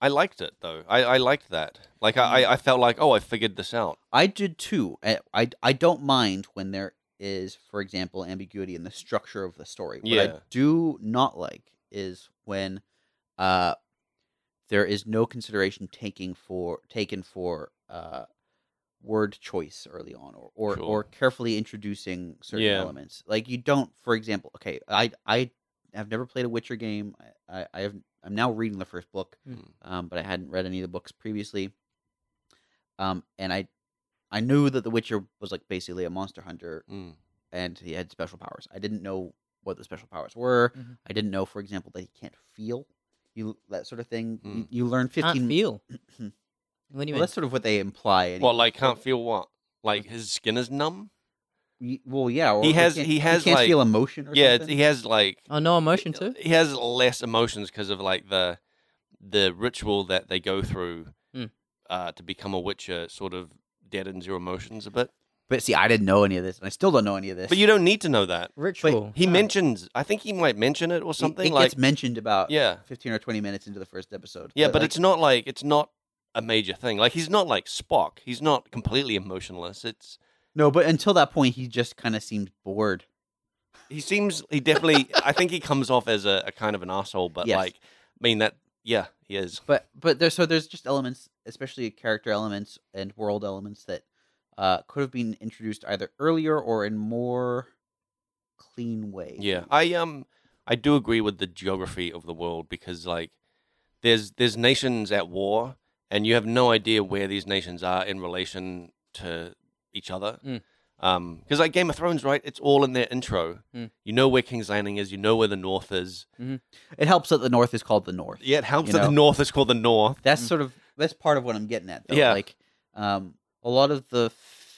Speaker 2: I liked it though. I, I liked that. Like I, I- I felt like, oh, I figured this out.
Speaker 1: I did too. I, I I don't mind when there is, for example, ambiguity in the structure of the story. What I
Speaker 2: Yeah.
Speaker 1: do not like is when uh there is no consideration taking for taken for uh word choice early on or or,
Speaker 2: Sure.
Speaker 1: or carefully introducing certain
Speaker 2: Yeah.
Speaker 1: elements. Like you don't, for example, okay, I I have never played a Witcher game. I, I, I have I'm now reading the first book
Speaker 2: Hmm.
Speaker 1: um, but I hadn't read any of the books previously. Um, and I, I knew that The Witcher was like basically a monster hunter,
Speaker 2: Mm.
Speaker 1: and he had special powers. I didn't know what the special powers were.
Speaker 3: Mhm.
Speaker 1: I didn't know, for example, that he can't feel. You that sort of thing. You,
Speaker 2: Mm.
Speaker 1: you learn
Speaker 3: Can't
Speaker 1: fifteen.
Speaker 3: feel. What do you
Speaker 1: Well,
Speaker 3: mean?
Speaker 1: that's sort of what they imply. and-
Speaker 2: Well, like can't feel what? Like his skin is numb.
Speaker 1: y- well, yeah. Or
Speaker 2: He has-
Speaker 1: can't-
Speaker 2: he has,
Speaker 1: can't
Speaker 2: like-
Speaker 1: feel emotion. Or
Speaker 2: Yeah, it's-
Speaker 1: something.
Speaker 2: he has like
Speaker 3: Oh, no emotion too.
Speaker 2: He has less emotions because of like the the ritual that they go through
Speaker 3: Mm.
Speaker 2: uh, to become a witcher. Sort of deadens your emotions a bit,
Speaker 1: But see, I didn't know any of this, and I still don't know any of this.
Speaker 2: but you don't need to know that.
Speaker 3: Ritual.
Speaker 2: He
Speaker 3: huh.
Speaker 2: mentions. I think he might mention it or
Speaker 1: It-
Speaker 2: something
Speaker 1: It,
Speaker 2: like.
Speaker 1: gets mentioned about
Speaker 2: yeah,
Speaker 1: fifteen or twenty minutes into the first episode.
Speaker 2: Yeah,
Speaker 1: like,
Speaker 2: but, it's not like it's not a major thing. Like he's not like Spock. He's not completely emotionless. It's
Speaker 1: no. But until that point, he just kind of seems bored.
Speaker 2: he seems he definitely. I think he comes off as a, a kind of an asshole, but
Speaker 1: Yes.
Speaker 2: like, I mean that. Yeah, he is.
Speaker 1: but but there's so there's just elements especially character elements and world elements that uh could have been introduced either earlier or in more clean way
Speaker 2: Yeah, I um, I do agree with the geography of the world because like, there's there's nations at war, and you have no idea where these nations are in relation to each other.
Speaker 3: Mm.
Speaker 2: Um, because like Game of Thrones, right? It's all in their intro.
Speaker 3: Mm.
Speaker 2: You know where King's Landing is. You know where the North is.
Speaker 1: it helps that the north is called the north
Speaker 2: Yeah, it helps
Speaker 1: You
Speaker 2: that
Speaker 1: know.
Speaker 2: the North is called the North.
Speaker 1: that's
Speaker 3: Mm.
Speaker 1: sort of that's part of what i'm getting at though
Speaker 2: Yeah.
Speaker 1: like um a lot of the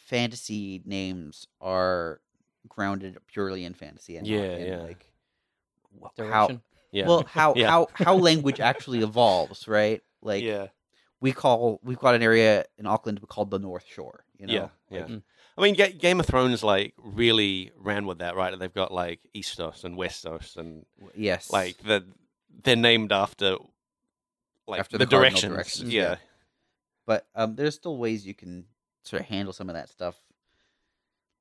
Speaker 1: fantasy names are grounded purely in fantasy and not
Speaker 2: Yeah,
Speaker 1: in,
Speaker 2: yeah.
Speaker 1: like wh- how
Speaker 3: Direction.
Speaker 2: Yeah.
Speaker 1: well how
Speaker 2: Yeah.
Speaker 1: how how language actually evolves right like
Speaker 2: yeah.
Speaker 1: we call we've got an area in Auckland we called the North Shore. You know,
Speaker 2: yeah. Yeah.
Speaker 3: Mm.
Speaker 2: I mean, Ga- Game of Thrones like really ran with that, right? They've got like Eastos and Westos, and
Speaker 1: W- yes,
Speaker 2: like the they're named after like
Speaker 1: After
Speaker 2: the,
Speaker 1: the cardinal
Speaker 2: directions.
Speaker 1: directions,
Speaker 2: Yeah.
Speaker 1: yeah. but um, there's still ways you can sort of handle some of that stuff,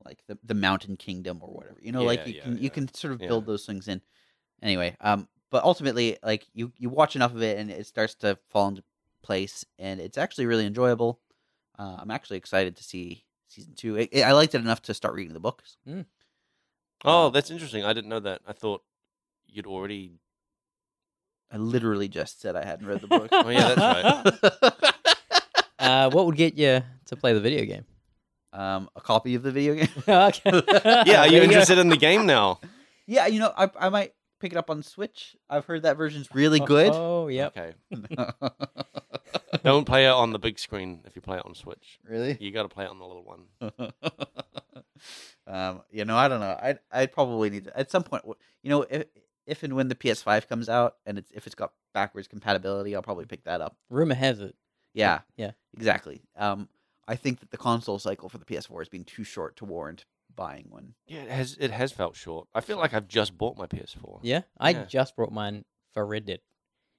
Speaker 1: like the the Mountain Kingdom or whatever. You know, like
Speaker 2: Yeah,
Speaker 1: you
Speaker 2: yeah,
Speaker 1: can you
Speaker 2: yeah.
Speaker 1: can sort of
Speaker 2: Yeah.
Speaker 1: build those things in. Anyway, um, but ultimately, like you you watch enough of it and it starts to fall into place, and it's actually really enjoyable. Uh, I'm actually excited to see season two. It, it- I liked it enough to start reading the books. Mm.
Speaker 2: Oh, that's interesting. I didn't know that. I thought you'd already.
Speaker 1: I literally just said I hadn't read the books.
Speaker 2: Oh yeah, that's right.
Speaker 3: Uh, what would get you to play the video game?
Speaker 1: um, a copy of the video game.
Speaker 3: okay.
Speaker 2: Yeah, are you
Speaker 3: There go.
Speaker 2: interested in the game now?
Speaker 1: Yeah, you know, I I might pick it up on Switch. I've heard that version's really good.
Speaker 3: Oh, yep.
Speaker 2: Okay.
Speaker 1: oh. really?
Speaker 2: Don't play it on the big screen if you play it on Switch. You got to play it on the little one.
Speaker 1: um, you know, I don't know. I I probably need to, at some point. w- You know, if if and when the PS5 comes out, and it's if it's got backwards compatibility, I'll probably pick that up.
Speaker 3: Rumor has it.
Speaker 1: Yeah,
Speaker 3: Yeah.
Speaker 1: exactly. Um, I think that the console cycle for the PS4 has been too short to warrant buying one.
Speaker 2: Yeah, it has. It has felt short. I feel like I've just bought my PS4.
Speaker 3: Yeah. I
Speaker 2: Yeah.
Speaker 3: just brought mine for Red Dead.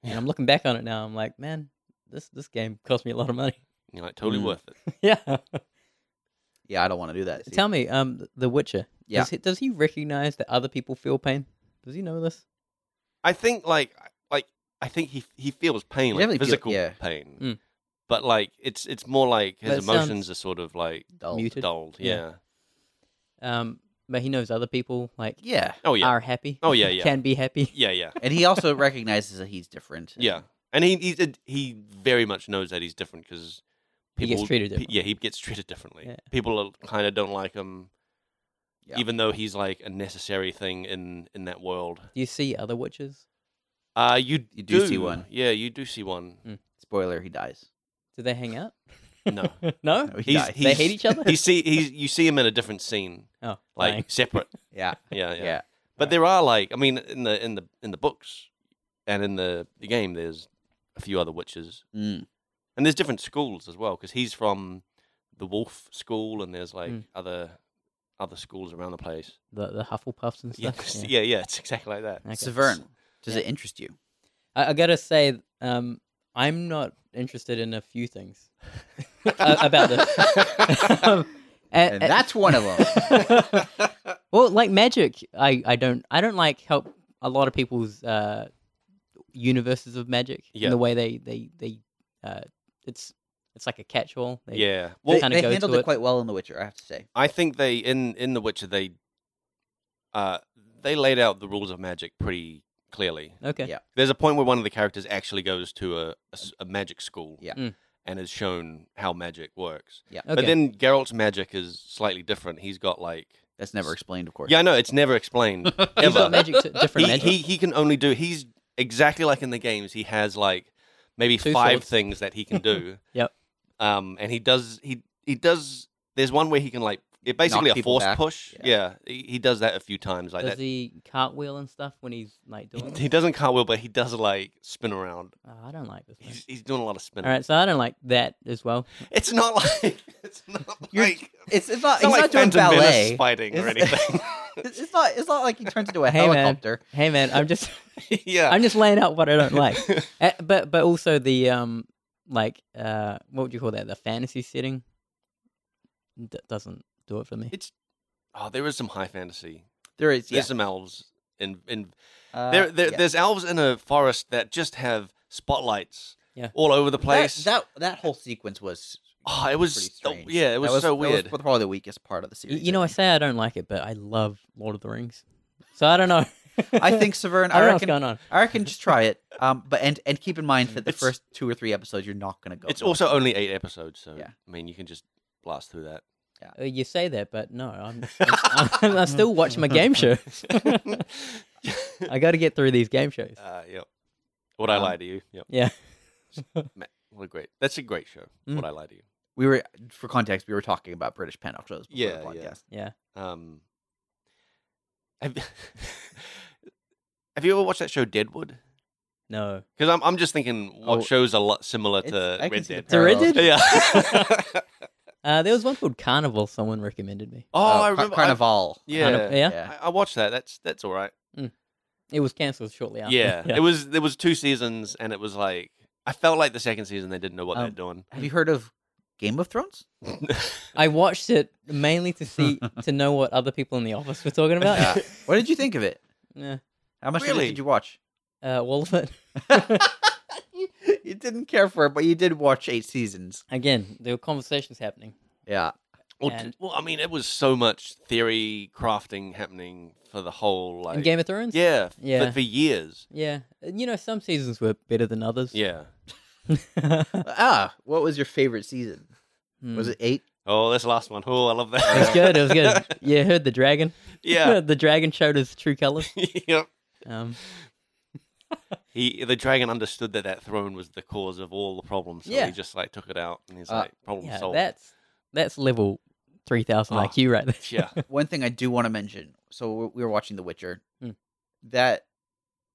Speaker 3: And
Speaker 2: Yeah.
Speaker 3: I'm looking back on it now. I'm like, man, this this game cost me a lot of money.
Speaker 2: You're like totally
Speaker 1: Mm.
Speaker 2: worth it.
Speaker 3: yeah.
Speaker 1: Yeah, I don't want to do that. see.
Speaker 3: Tell me, um, th- The Witcher.
Speaker 1: Yeah.
Speaker 3: Does he, does he recognize that other people feel pain? Does he know this?
Speaker 2: I think like like I think he he feels
Speaker 1: He
Speaker 2: pain, like
Speaker 1: definitely feel-
Speaker 2: physical
Speaker 1: yeah.
Speaker 2: pain.
Speaker 3: Mm.
Speaker 2: But like it's it's more like
Speaker 3: But
Speaker 2: his
Speaker 3: it
Speaker 2: emotions
Speaker 3: sounds-
Speaker 2: are sort of like
Speaker 1: Dull.
Speaker 3: Mute. Muted.
Speaker 2: dulled.
Speaker 3: Yeah.
Speaker 2: Yeah.
Speaker 3: Um, but he knows other people like
Speaker 1: Yeah,
Speaker 2: Oh yeah.
Speaker 3: are happy.
Speaker 2: Oh, yeah, yeah.
Speaker 3: Can be happy.
Speaker 2: yeah, yeah.
Speaker 1: and he also recognizes that he's different. and-
Speaker 2: Yeah. And he he's, a- he very much knows that he's different cuz
Speaker 3: He
Speaker 2: people
Speaker 3: gets treated
Speaker 2: pe-
Speaker 3: differently.
Speaker 2: Yeah, he gets treated differently.
Speaker 3: Yeah.
Speaker 2: People kind of don't like him
Speaker 1: Yeah.
Speaker 2: even though he's like a necessary thing in in that world.
Speaker 3: Do you see other witches?
Speaker 2: Uh you
Speaker 1: You do see one.
Speaker 2: Yeah, you do see one.
Speaker 3: Mm.
Speaker 1: Spoiler: He dies.
Speaker 3: Do they hang out?
Speaker 2: No.
Speaker 3: no?
Speaker 1: No, he
Speaker 2: He's-
Speaker 1: dies.
Speaker 2: he-
Speaker 3: They hate each other?
Speaker 2: You see, he's you see him in a different scene,
Speaker 3: oh,
Speaker 2: like
Speaker 3: dang.
Speaker 2: separate.
Speaker 1: yeah,
Speaker 2: Yeah, yeah.
Speaker 1: yeah.
Speaker 2: But there are like, I mean, in the in the in the books, and in the the game, there's a few other witches,
Speaker 1: Mm.
Speaker 2: and there's different schools as well. Because he's from the Wolf School, and there's like
Speaker 3: Mm.
Speaker 2: other other schools around the place.
Speaker 3: the the Hufflepuffs and
Speaker 2: Yeah,
Speaker 3: stuff.
Speaker 2: yeah, yeah. It's exactly like that.
Speaker 3: Okay.
Speaker 1: Severn, does
Speaker 3: Yeah.
Speaker 1: it interest you?
Speaker 3: I, I gotta say, um, I'm not interested in a few things uh, about this. um, and-
Speaker 1: And
Speaker 3: and-
Speaker 1: that's one of them.
Speaker 3: well, like magic, I, I don't I don't like help a lot of people's uh, universes of magic
Speaker 2: Yeah.
Speaker 3: and the way they they they uh, it's it's like a catch-all. They,
Speaker 2: yeah.
Speaker 1: Well,
Speaker 2: Well,
Speaker 3: kinda
Speaker 1: they
Speaker 3: go
Speaker 1: handled
Speaker 3: to
Speaker 1: it,
Speaker 3: it.
Speaker 1: quite well in The Witcher, I have to say.
Speaker 2: I think they in in The Witcher they uh they laid out the rules of magic pretty clearly.
Speaker 3: Okay.
Speaker 1: Yeah.
Speaker 2: There's a point where one of the characters actually goes to a, a s- a magic school,
Speaker 1: Yeah.
Speaker 3: Mm.
Speaker 2: and is shown how magic works.
Speaker 3: Okay.
Speaker 2: But then Geralt's magic is slightly different. He's got like
Speaker 1: That's never explained, of course.
Speaker 2: yeah, I know it's never explained
Speaker 3: He's got
Speaker 2: ever.
Speaker 3: magic to, different
Speaker 2: He,
Speaker 3: magic.
Speaker 2: he he can only do he's exactly like in the games. He has like maybe
Speaker 3: Two
Speaker 2: five
Speaker 3: swords.
Speaker 2: things that he can do.
Speaker 3: Yep.
Speaker 2: Um, and he does he he does. There's one where he can like it basically a
Speaker 1: people
Speaker 2: force
Speaker 1: back.
Speaker 2: push.
Speaker 1: Yeah.
Speaker 2: Yeah, he, he does that a few times like
Speaker 3: Does
Speaker 2: that.
Speaker 3: he cartwheel and stuff when he's like
Speaker 2: He,
Speaker 3: doing?
Speaker 2: he
Speaker 3: it?
Speaker 2: doesn't cartwheel, but he does like spin around.
Speaker 3: Oh, I don't like this. man.
Speaker 2: He's, he's doing a lot of spinning.
Speaker 3: All right, so I don't like that as well.
Speaker 2: It's not like it's not
Speaker 1: You're-
Speaker 2: like
Speaker 1: It's, it's not,
Speaker 2: it's not
Speaker 1: he's
Speaker 2: like
Speaker 1: not doing
Speaker 2: Phantom Menace
Speaker 1: ballet.
Speaker 2: fighting or
Speaker 1: It's-
Speaker 2: anything.
Speaker 1: It's, it's not. It's not like he turns into a
Speaker 3: Hey, man.
Speaker 1: helicopter.
Speaker 3: Hey man, I'm just
Speaker 2: yeah,
Speaker 3: I'm just laying out what I don't like. Uh, but but also the um like uh what would you call that? The fantasy setting D- doesn't do it for me.
Speaker 2: it's oh, there is some high fantasy.
Speaker 1: There is.
Speaker 2: There's
Speaker 1: Yeah.
Speaker 2: some elves in in
Speaker 1: Uh,
Speaker 2: there, there
Speaker 1: yeah.
Speaker 2: there's elves in a forest that just have spotlights
Speaker 3: Yeah.
Speaker 2: all over the place.
Speaker 1: That, that that whole sequence was.
Speaker 2: oh, it
Speaker 1: pretty
Speaker 2: was oh,
Speaker 1: strange.
Speaker 2: yeah, it was,
Speaker 1: That
Speaker 2: so
Speaker 1: that
Speaker 2: weird.
Speaker 1: probably the weakest part of the
Speaker 3: Y-
Speaker 1: series.
Speaker 3: You know, I say I don't like it, but I love Lord of the Rings, so I don't know.
Speaker 1: I think Severn.
Speaker 3: I
Speaker 1: I,
Speaker 3: don't know what's
Speaker 1: reckon.
Speaker 3: going on.
Speaker 1: I reckon just try it. Um, but and and keep in mind that the
Speaker 2: It's-
Speaker 1: first two or three episodes you're not gonna go.
Speaker 2: it's
Speaker 1: through.
Speaker 2: also only eight episodes, so
Speaker 1: Yeah.
Speaker 2: I mean you can just blast through that.
Speaker 3: Uh, You say that, but no, I'm I'm, I'm, I'm still watching my game show. I got to get through these game shows.
Speaker 2: uh, yep. Would I
Speaker 1: Um,
Speaker 2: lie to you? Yep.
Speaker 3: Yeah.
Speaker 2: What a great. That's a great show.
Speaker 3: Mm.
Speaker 2: Would I lie to you?
Speaker 1: we were for context we were talking about British pen-up shows. Before
Speaker 2: Yeah,
Speaker 1: the
Speaker 2: yeah.
Speaker 1: podcast.
Speaker 3: Yeah.
Speaker 2: Um. Have, have you ever watched that show Deadwood?
Speaker 3: No.
Speaker 2: Because I'm I'm just thinking what
Speaker 1: Oh,
Speaker 2: shows are lo- similar
Speaker 1: It's-
Speaker 2: to
Speaker 1: I can
Speaker 2: Red
Speaker 1: see the
Speaker 2: Dead.
Speaker 3: To Red
Speaker 1: parallels.
Speaker 3: Dead?
Speaker 2: Yeah.
Speaker 3: Uh, there was one called Carnival. Someone recommended me.
Speaker 2: oh,
Speaker 1: Uh,
Speaker 2: I
Speaker 1: Car-
Speaker 2: remember. I-
Speaker 1: Carnival.
Speaker 2: yeah.
Speaker 3: Carnival- yeah.
Speaker 2: I, I watched that. That's that's all right.
Speaker 3: It was cancelled shortly after.
Speaker 2: Yeah. It was there was two seasons and it was like I felt like the second season they didn't know what
Speaker 3: Um,
Speaker 2: they're doing.
Speaker 1: Have you heard of Game of Thrones?
Speaker 3: I watched it mainly to see to know what other people in the office were talking about.
Speaker 2: Yeah.
Speaker 1: What did you think of it?
Speaker 3: Yeah.
Speaker 1: How much of it
Speaker 2: Really?
Speaker 1: did you watch?
Speaker 3: Uh, all of it.
Speaker 1: you, you didn't care for it, but you did watch eight seasons.
Speaker 3: Again, there were conversations happening.
Speaker 1: Yeah,
Speaker 2: well, d-
Speaker 3: And-
Speaker 2: well, I mean, it was so much theory crafting happening for the whole like
Speaker 3: in Game of Thrones?
Speaker 2: yeah f-
Speaker 3: Yeah.
Speaker 2: for, for years.
Speaker 3: Yeah. Uh, You know, some seasons were better than others.
Speaker 2: Yeah.
Speaker 1: ah, what was your favorite season? Was it eight?
Speaker 2: Oh, this last one. Oh, I love that.
Speaker 3: Hmm. It was good. It was good. You heard the dragon.
Speaker 2: yeah.
Speaker 3: the dragon showed his true colors.
Speaker 2: yep.
Speaker 3: Um,
Speaker 2: He the dragon understood that that throne was the cause of all the problems, so
Speaker 3: Yeah.
Speaker 2: he just like took it out and he's
Speaker 1: Uh,
Speaker 2: like problem
Speaker 3: yeah,
Speaker 2: solved.
Speaker 3: that's that's level three thousand
Speaker 2: Oh.
Speaker 1: Ah.
Speaker 3: IQ right there.
Speaker 2: yeah.
Speaker 1: One thing I do want to mention. So we- we were watching The Witcher.
Speaker 3: Hmm.
Speaker 1: That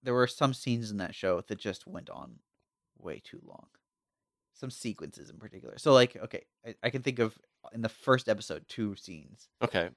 Speaker 1: there were some scenes in that show that just went on way too long. Some sequences in particular. So like, okay, I, I can think of in the first episode two scenes.
Speaker 2: Okay.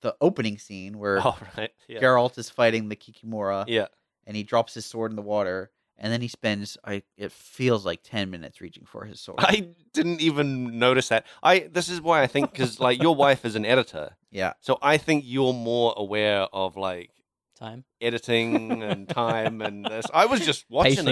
Speaker 1: The opening scene where
Speaker 2: All right. Oh, Yeah.
Speaker 1: Geralt is fighting the Kikimora.
Speaker 2: Yeah.
Speaker 1: and he drops his sword in the water and then he spends I it feels like 10 minutes reaching for his sword.
Speaker 2: I didn't even notice that. I this is why I think because like your wife is an editor,
Speaker 1: yeah.
Speaker 2: so I think you're more aware of like
Speaker 3: Time.
Speaker 2: editing and time and this. I was just watching
Speaker 3: Pacing.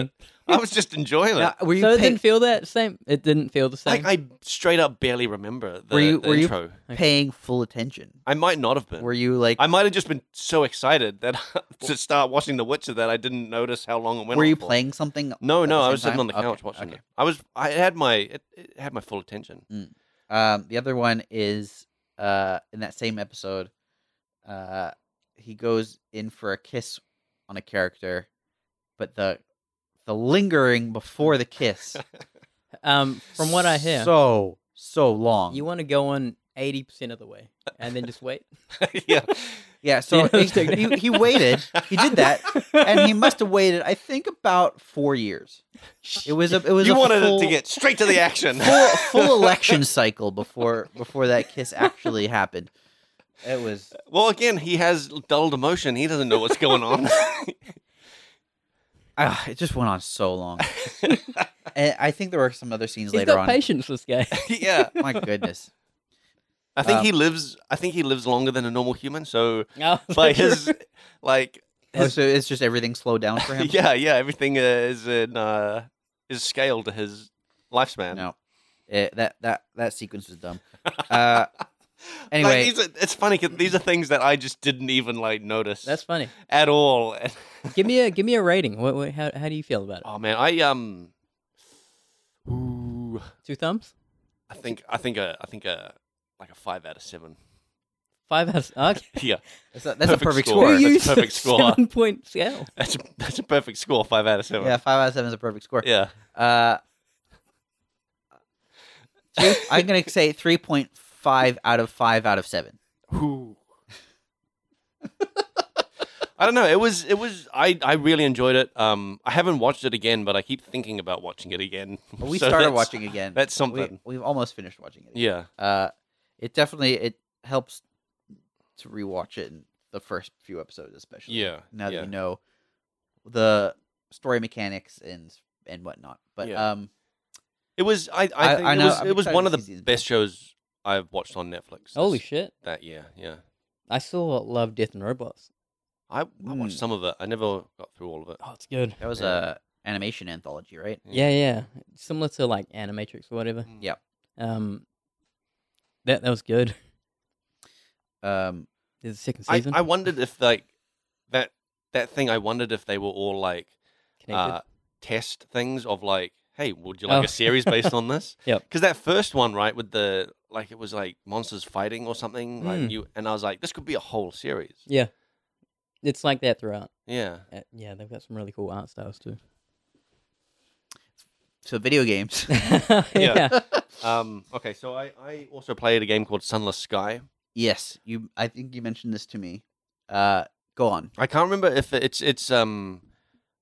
Speaker 2: it. I was just enjoying it.
Speaker 1: Now, were you
Speaker 3: So it
Speaker 1: pay-
Speaker 3: didn't feel that same. It didn't feel the
Speaker 2: Like
Speaker 3: same.
Speaker 2: I straight up barely remember the,
Speaker 1: Were you-
Speaker 2: the
Speaker 1: were you-
Speaker 2: intro.
Speaker 1: paying full attention?
Speaker 2: I might not have been.
Speaker 1: Were you like
Speaker 2: I might have just been so excited that to start watching The Witcher that I didn't notice how long it went.
Speaker 1: were
Speaker 2: on
Speaker 1: you
Speaker 2: for.
Speaker 1: playing something?
Speaker 2: No,
Speaker 1: at
Speaker 2: no,
Speaker 1: the
Speaker 2: I
Speaker 1: same
Speaker 2: was sitting
Speaker 1: time?
Speaker 2: on the
Speaker 1: Okay,
Speaker 2: couch watching
Speaker 1: okay.
Speaker 2: it. I was, I had my, it, it had my full attention.
Speaker 1: Um the other one is uh in that same episode uh he goes in for a kiss on a character but the the lingering before the kiss
Speaker 3: Um, from what I hear,
Speaker 1: so so long.
Speaker 3: you want to go on eighty percent of the way and then just wait.
Speaker 2: yeah.
Speaker 1: yeah, so
Speaker 3: Yeah,
Speaker 1: he, he, he waited. He did that, and he must have waited. I think about four years. It was a it was
Speaker 2: You
Speaker 1: a
Speaker 2: wanted
Speaker 1: full,
Speaker 2: it to get straight to the action.
Speaker 1: full full election cycle before before that kiss actually happened. It was
Speaker 2: well, again, he has dulled emotion. He doesn't know what's going on.
Speaker 1: ah, it just went on so long, and I think there were some other scenes
Speaker 3: He's
Speaker 1: later
Speaker 3: got
Speaker 1: on.
Speaker 3: patience. This guy.
Speaker 2: yeah.
Speaker 1: My goodness,
Speaker 2: I think
Speaker 1: Um,
Speaker 2: he lives. I think he lives longer than a normal human. So
Speaker 3: No,
Speaker 2: by his, like,
Speaker 1: oh, so it's just everything slowed down for him.
Speaker 2: yeah, yeah, everything uh, is in uh, is scaled to his lifespan.
Speaker 1: No, Eh, that that that sequence was dumb. Uh, anyway.
Speaker 2: like, these are, it's funny 'cause these are things that I just didn't even like notice
Speaker 3: that's funny.
Speaker 2: at all.
Speaker 3: Give me a give me a rating. What, what how how do you feel about it?
Speaker 2: oh man, I um, ooh,
Speaker 3: Two thumbs.
Speaker 2: I think I think a I think a like a five out of seven.
Speaker 3: Five out of okay.
Speaker 2: Yeah,
Speaker 1: That's a, that's a perfect
Speaker 2: Perfect score.
Speaker 1: score.
Speaker 2: Who
Speaker 3: used
Speaker 2: that's a perfect score.
Speaker 3: Seven point scale.
Speaker 2: that's a, that's a perfect score. Five out of seven.
Speaker 1: Yeah, five out of seven is a perfect score.
Speaker 2: yeah.
Speaker 1: Uh, two, I'm gonna say three point five out of five out of seven.
Speaker 2: Ooh. I don't know. It was it was I, I really enjoyed it. Um I haven't watched it again, but I keep thinking about watching it again.
Speaker 1: But we
Speaker 2: So
Speaker 1: started
Speaker 2: that's-
Speaker 1: watching again.
Speaker 2: That's something.
Speaker 1: we, we've almost finished watching it.
Speaker 2: yeah.
Speaker 1: Uh, it definitely it helps to rewatch it in the first few episodes, especially.
Speaker 2: Yeah.
Speaker 1: Now
Speaker 2: yeah.
Speaker 1: that you know the story mechanics and and whatnot, but
Speaker 2: Yeah.
Speaker 1: um,
Speaker 2: It was I I,
Speaker 1: I-
Speaker 2: think
Speaker 1: I
Speaker 2: it
Speaker 1: know,
Speaker 2: was
Speaker 1: I'm
Speaker 2: it was
Speaker 1: excited
Speaker 2: one
Speaker 1: to
Speaker 2: of the
Speaker 1: see these.
Speaker 2: best shows I've watched on Netflix.
Speaker 3: Holy
Speaker 2: this-
Speaker 3: shit!
Speaker 2: that year, yeah.
Speaker 3: I saw Love, Death, and Robots.
Speaker 2: I, I watched
Speaker 1: Mm.
Speaker 2: some of it. I never got through all of it.
Speaker 3: Oh, it's good.
Speaker 1: that was
Speaker 2: Yeah.
Speaker 1: a animation anthology, right?
Speaker 3: Yeah, yeah. Similar to like Animatrix or whatever.
Speaker 2: Mm.
Speaker 1: Yeah.
Speaker 3: Um, that that was good.
Speaker 1: Um,
Speaker 3: There's a second
Speaker 2: I,
Speaker 3: season.
Speaker 2: I wondered if like that that thing I wondered if they were all like
Speaker 3: Connected.
Speaker 2: uh, test things of like, hey, would you
Speaker 3: Oh.
Speaker 2: like a series based on this?
Speaker 3: Yep.
Speaker 2: Because that first one, right, with the like, it was like monsters fighting or something.
Speaker 3: Mm.
Speaker 2: Like you and I was like, this could be a whole series.
Speaker 3: yeah, it's like that throughout.
Speaker 2: Yeah.
Speaker 3: Uh, yeah, they've got some really cool art styles too.
Speaker 1: so video games.
Speaker 3: yeah.
Speaker 2: Um. Okay. So I I also played a game called Sunless Sky.
Speaker 1: Yes, you. I think you mentioned this to me. Uh, go on.
Speaker 2: I can't remember if it's it's um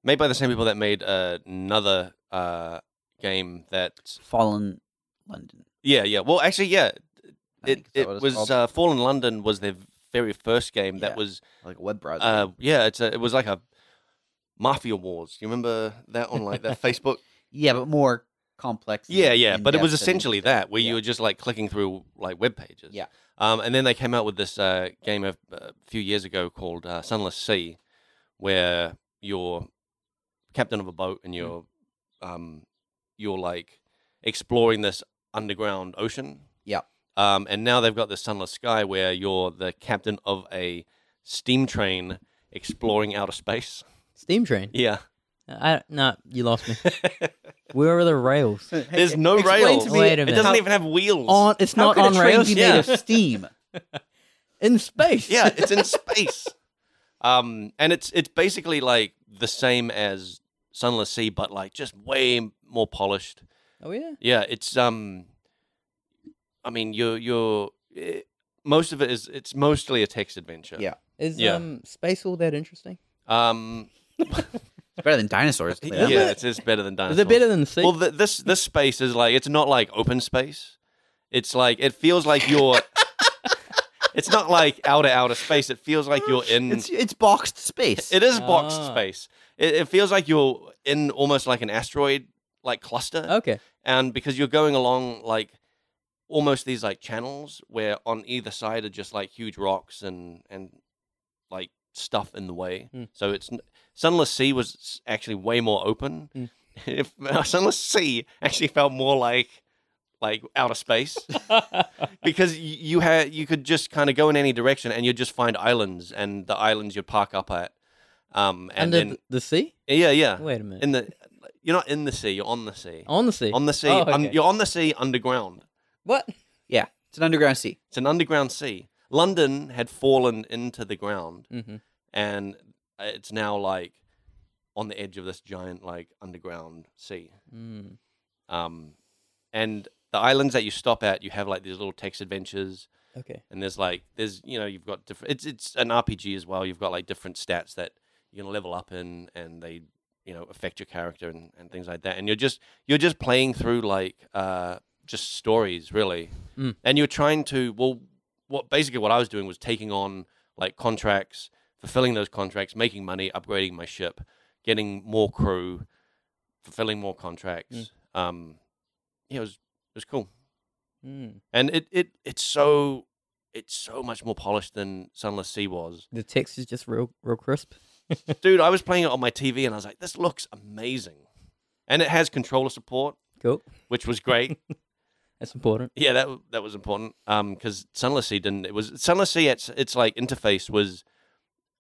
Speaker 2: made by the same people that made uh, another uh game that
Speaker 1: Fallen London.
Speaker 2: yeah yeah well actually yeah
Speaker 1: I
Speaker 2: it
Speaker 1: think. Is that
Speaker 2: it
Speaker 1: what it's
Speaker 2: was
Speaker 1: called?
Speaker 2: uh, Fallen London was their very first game
Speaker 1: Yeah.
Speaker 2: that was
Speaker 1: like a web browser.
Speaker 2: Uh, yeah, it's a, it was like a Mafia Wars. You remember that on like that Facebook?
Speaker 1: yeah, but more complex. and
Speaker 2: Yeah, yeah, but it was
Speaker 1: in-depth and-
Speaker 2: essentially that where
Speaker 1: yeah.
Speaker 2: you were just like clicking through like web pages.
Speaker 1: Yeah.
Speaker 2: Um, and then they came out with this uh, game a, a few years ago called uh, Sunless Sea, where you're captain of a boat
Speaker 1: Mm.
Speaker 2: and you're um, you're like exploring this underground ocean.
Speaker 1: Yeah.
Speaker 2: Um, and now they've got the Sunless Sky where you're the captain of a steam train exploring outer space.
Speaker 3: Steam Train.
Speaker 2: Yeah.
Speaker 3: I no, you lost me. Where are the rails?
Speaker 2: There's no
Speaker 1: e, explain
Speaker 2: rails.
Speaker 1: To me,
Speaker 3: Wait a
Speaker 2: It
Speaker 3: minute.
Speaker 2: doesn't
Speaker 1: How-
Speaker 2: even have wheels.
Speaker 3: On it's
Speaker 1: how
Speaker 3: not
Speaker 1: could
Speaker 3: on
Speaker 1: a train
Speaker 3: rails.
Speaker 1: Be made
Speaker 2: Yeah.
Speaker 1: of steam.
Speaker 3: In space.
Speaker 2: yeah, it's in space. Um, and it's it's basically like the same as Sunless Sea, but like just way m- more polished.
Speaker 3: Oh yeah.
Speaker 2: Yeah, it's um, I mean, you're you're eh, most of it is it's mostly a text adventure.
Speaker 1: Yeah.
Speaker 3: Is
Speaker 2: Yeah.
Speaker 3: um space all that interesting?
Speaker 2: Um.
Speaker 1: It's better than dinosaurs.
Speaker 2: Yeah,
Speaker 1: clearly.
Speaker 2: it's, it's better than
Speaker 3: Is
Speaker 2: dinosaurs.
Speaker 3: it better than sea?
Speaker 2: Well, th- this this space is like it's not like open space. It's like it feels like you're. it's not like outer outer space. It feels like you're in.
Speaker 1: It's it's boxed space.
Speaker 2: It is boxed
Speaker 3: Ah.
Speaker 2: space. It, it feels like you're in almost like an asteroid like cluster,
Speaker 3: okay.
Speaker 2: and because you're going along like almost these like channels where on either side are just like huge rocks and and like stuff in the way.
Speaker 3: Hmm.
Speaker 2: So it's n- Sunless Sea was s- actually way more open.
Speaker 3: Hmm.
Speaker 2: If Sunless Sea actually felt more like like outer space because y- you had you could just kind of go in any direction and you'd just find islands and the islands you'd park up at um and
Speaker 3: Under
Speaker 2: then
Speaker 3: th- the sea?
Speaker 2: yeah yeah
Speaker 3: Wait a minute.
Speaker 2: in the you're not in the sea you're on the sea
Speaker 3: on the sea.
Speaker 2: on the sea
Speaker 3: Oh,
Speaker 2: un-
Speaker 3: okay.
Speaker 2: you're on the sea underground
Speaker 3: what?
Speaker 1: yeah, it's an underground sea.
Speaker 2: it's an underground sea london had fallen into the ground
Speaker 3: Mm-hmm.
Speaker 2: and it's now like on the edge of this giant like underground sea
Speaker 3: Mm.
Speaker 2: Um, and the islands that you stop at, you have like these little text adventures,
Speaker 3: Okay.
Speaker 2: and there's like there's you know you've got different. It's it's an RPG as well. You've got like different stats that you can level up in, and they you know affect your character and, and things like that. And you're just you're just playing through like uh, just stories really,
Speaker 3: Mm.
Speaker 2: and you're trying to well, what basically what I was doing was taking on like contracts, fulfilling those contracts, making money, upgrading my ship, getting more crew, fulfilling more contracts. Um, yeah, it was it was cool,
Speaker 3: Mm.
Speaker 2: and it it it's so it's so much more polished than Sunless Sea was,
Speaker 3: The text is just real, real crisp.
Speaker 2: dude. I was playing it on my TV, and I was like, this looks amazing, and it has controller support,
Speaker 3: Cool.
Speaker 2: which was great.
Speaker 3: That's important.
Speaker 2: yeah, that w- that was important. Um, because Sunless Sea didn't. It was Sunless Sea. It's it's like interface was.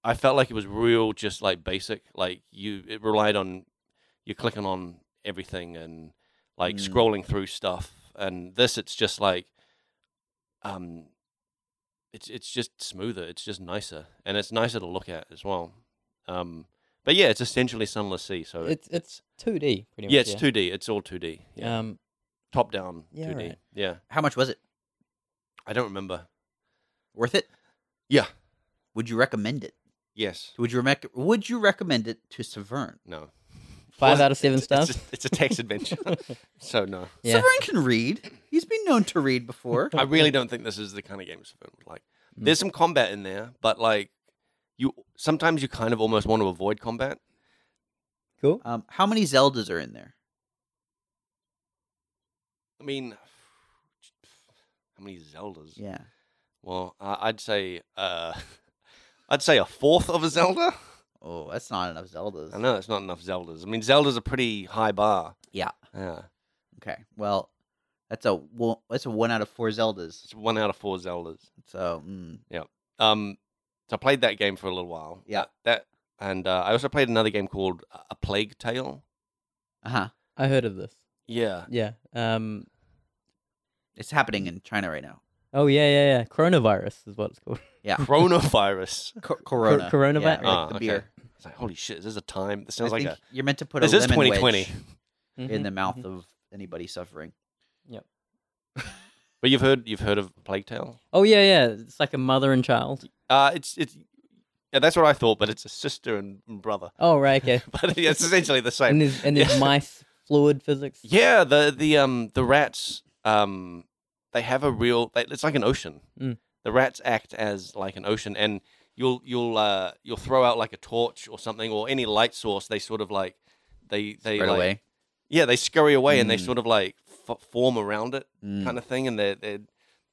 Speaker 2: I felt like it was real, just like basic. Like you, it relied on you clicking on everything and like
Speaker 1: Mm.
Speaker 2: scrolling through stuff. And this, it's just like, um, it's it's just smoother. It's just nicer, and it's nicer to look at as well. Um, but yeah, it's essentially Sunless Sea. So it-
Speaker 3: It's it's 2D pretty much.
Speaker 2: yeah, it's two D. It's all two D. Yeah,
Speaker 3: Um,
Speaker 2: top down
Speaker 3: yeah,
Speaker 2: two D.
Speaker 3: right.
Speaker 2: Yeah,
Speaker 1: How much was it?
Speaker 2: I don't remember.
Speaker 1: Worth it?
Speaker 2: Yeah.
Speaker 1: Would you recommend it?
Speaker 2: Yes.
Speaker 1: Would you rec- Would you recommend it to Severn?
Speaker 2: No.
Speaker 3: five
Speaker 2: Well,
Speaker 3: out of seven
Speaker 2: it's- it's
Speaker 3: stars.
Speaker 2: a- It's a text adventure, so no.
Speaker 3: Yeah.
Speaker 1: Severn can read. He's been known to read before.
Speaker 2: I really don't think this is the kind of game Savin would like.
Speaker 3: Mm.
Speaker 2: There's some combat in there, but like you sometimes you kind of almost want to avoid combat.
Speaker 3: Cool.
Speaker 1: Um, how many Zeldas are in there?
Speaker 2: I mean, how many Zeldas?
Speaker 1: Yeah.
Speaker 2: Well, I I'd say uh, I'd say a fourth of a Zelda.
Speaker 1: Oh, that's not enough Zeldas.
Speaker 2: I know that's not enough Zeldas. I mean, Zelda's a pretty high bar.
Speaker 1: Yeah.
Speaker 2: Yeah,
Speaker 1: Okay. Well, that's a wo- that's a one out of four Zeldas.
Speaker 2: it's one out of four Zeldas.
Speaker 1: So mm,
Speaker 2: Um, so I played that game for a little while.
Speaker 1: Yeah.
Speaker 2: that, and uh, I also played another game called uh, A Plague Tale.
Speaker 1: uh huh.
Speaker 3: I heard of this.
Speaker 2: Yeah,
Speaker 3: Yeah. Um.
Speaker 1: It's happening in China right now.
Speaker 3: Oh yeah, yeah, yeah. Coronavirus is what it's called.
Speaker 1: Yeah.
Speaker 2: coronavirus.
Speaker 1: Co- corona.
Speaker 3: coronavirus?
Speaker 1: Yeah, like
Speaker 2: Ah,
Speaker 1: the
Speaker 2: okay.
Speaker 1: beer.
Speaker 2: It's like holy shit, is this a time? This
Speaker 1: I
Speaker 2: sounds like
Speaker 1: think
Speaker 2: a
Speaker 1: you're meant to put
Speaker 2: This
Speaker 1: a
Speaker 2: is
Speaker 1: lemon
Speaker 2: 2020.
Speaker 1: wedge
Speaker 3: Mm-hmm.
Speaker 1: in the mouth of anybody suffering.
Speaker 2: But you've heard you've heard of Plague Tale?
Speaker 3: Oh yeah, yeah. It's like a mother and child.
Speaker 2: Uh it's it's yeah, that's what I thought, but it's a sister and brother.
Speaker 3: Oh right, okay.
Speaker 2: But it's essentially the
Speaker 3: and
Speaker 2: same.
Speaker 3: there's and there's
Speaker 2: Yeah.
Speaker 3: mice fluid physics.
Speaker 2: Yeah, the the um the rats um they have a real they, it's like an ocean.
Speaker 3: Mm.
Speaker 2: The rats act as like an ocean and you'll you'll uh you'll throw out like a torch or something or any light source they sort of like they they
Speaker 1: Right
Speaker 2: like
Speaker 1: away.
Speaker 2: yeah, they scurry away and they
Speaker 1: Mm.
Speaker 2: sort of like f- form around it
Speaker 1: Mm.
Speaker 2: kind of thing, and they're, they're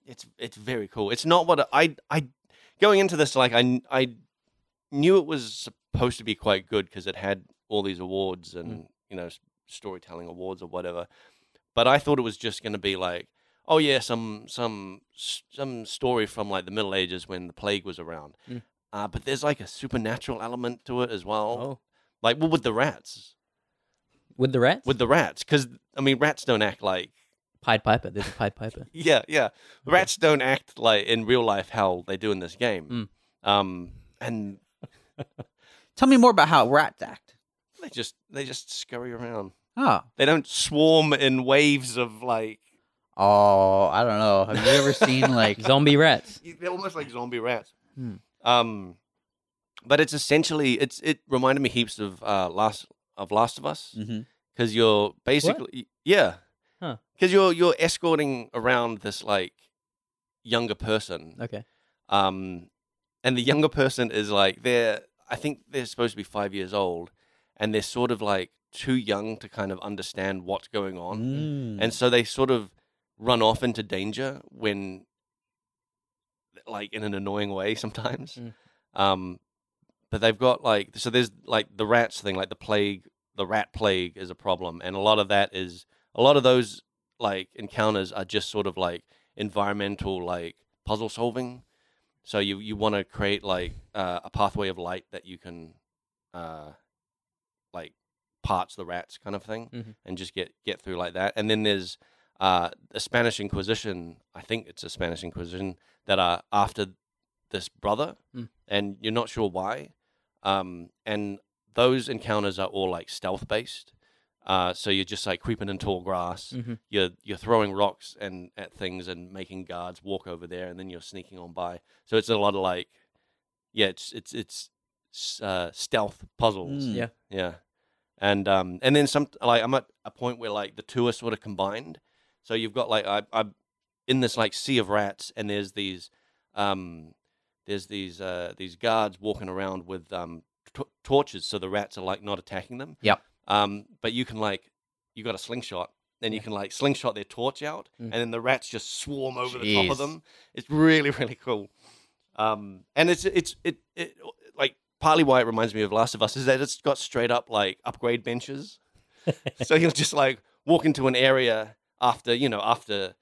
Speaker 2: it's it's very cool. It's not what I I going into this like I kn- I knew it was supposed to be quite good because it had all these awards and
Speaker 3: Mm.
Speaker 2: you know s- storytelling awards or whatever, but I thought it was just going to be like oh yeah some some s- some story from like the Middle Ages when the plague was around,
Speaker 3: Mm.
Speaker 2: uh, but there's like a supernatural element to it as well,
Speaker 3: Oh,
Speaker 2: like well, with the rats
Speaker 3: with the rats?
Speaker 2: with the rats because i mean rats don't act like
Speaker 3: Pied Piper. There's a Pied Piper.
Speaker 2: yeah yeah
Speaker 3: Okay.
Speaker 2: rats don't act like in real life how they do in this game
Speaker 3: Mm.
Speaker 2: um and
Speaker 1: Tell me more about how rats act.
Speaker 2: they just they just scurry around
Speaker 1: Oh.
Speaker 2: they don't swarm in waves of like
Speaker 1: Oh, I don't know. Have you ever seen like
Speaker 3: Zombie rats.
Speaker 2: they're almost like zombie rats
Speaker 3: Hmm.
Speaker 2: um but it's essentially it's it reminded me heaps of uh last of last of us
Speaker 1: Mhm.
Speaker 2: because you're basically yeah
Speaker 3: Mm. Huh.
Speaker 2: because you're you're escorting around this like younger person
Speaker 3: Okay.
Speaker 2: Um, and the younger person is like they're I think they're supposed to be five years old, and they're sort of like too young to kind of understand what's going on,
Speaker 1: Mm.
Speaker 2: and so they sort of run off into danger when, like, in an annoying way sometimes.
Speaker 3: Mm.
Speaker 2: Um, but they've got like so there's like the rats thing, like the plague, the rat plague is a problem, and a lot of that is a lot of those like encounters are just sort of like environmental like puzzle solving. So you you want to create like uh, a pathway of light that you can, uh, like, parts the rats kind of thing,
Speaker 3: Mhm.
Speaker 2: and just get get through like that. And then there's uh, a Spanish Inquisition. I think it's a Spanish Inquisition that are after this brother,
Speaker 3: Mm.
Speaker 2: and you're not sure why. Um, and those encounters are all like stealth based. Uh, so you're just like creeping in tall grass.
Speaker 3: Mhm.
Speaker 2: You're you're throwing rocks and at things and making guards walk over there, and then you're sneaking on by. So it's a lot of like, yeah, it's it's it's s- uh, stealth puzzles.
Speaker 1: Mm.
Speaker 3: Yeah.
Speaker 2: Yeah, and um and then some like I'm at a point where like the two are sort of combined. So you've got like I I'm in this like sea of rats, and there's these um there's these uh these guards walking around with um t- torches, so the rats are like not attacking them.
Speaker 1: Yep.
Speaker 2: Um, but you can like you got a slingshot. Then you
Speaker 3: Yeah.
Speaker 2: can like slingshot their torch out,
Speaker 3: Mm.
Speaker 2: and then the rats just swarm over the top
Speaker 1: Jeez.
Speaker 2: of them. It's really really cool. Um, and it's it's it, it like partly why it reminds me of Last of Us is that it's got straight up like upgrade benches. so you'll just like walk into an area after you know after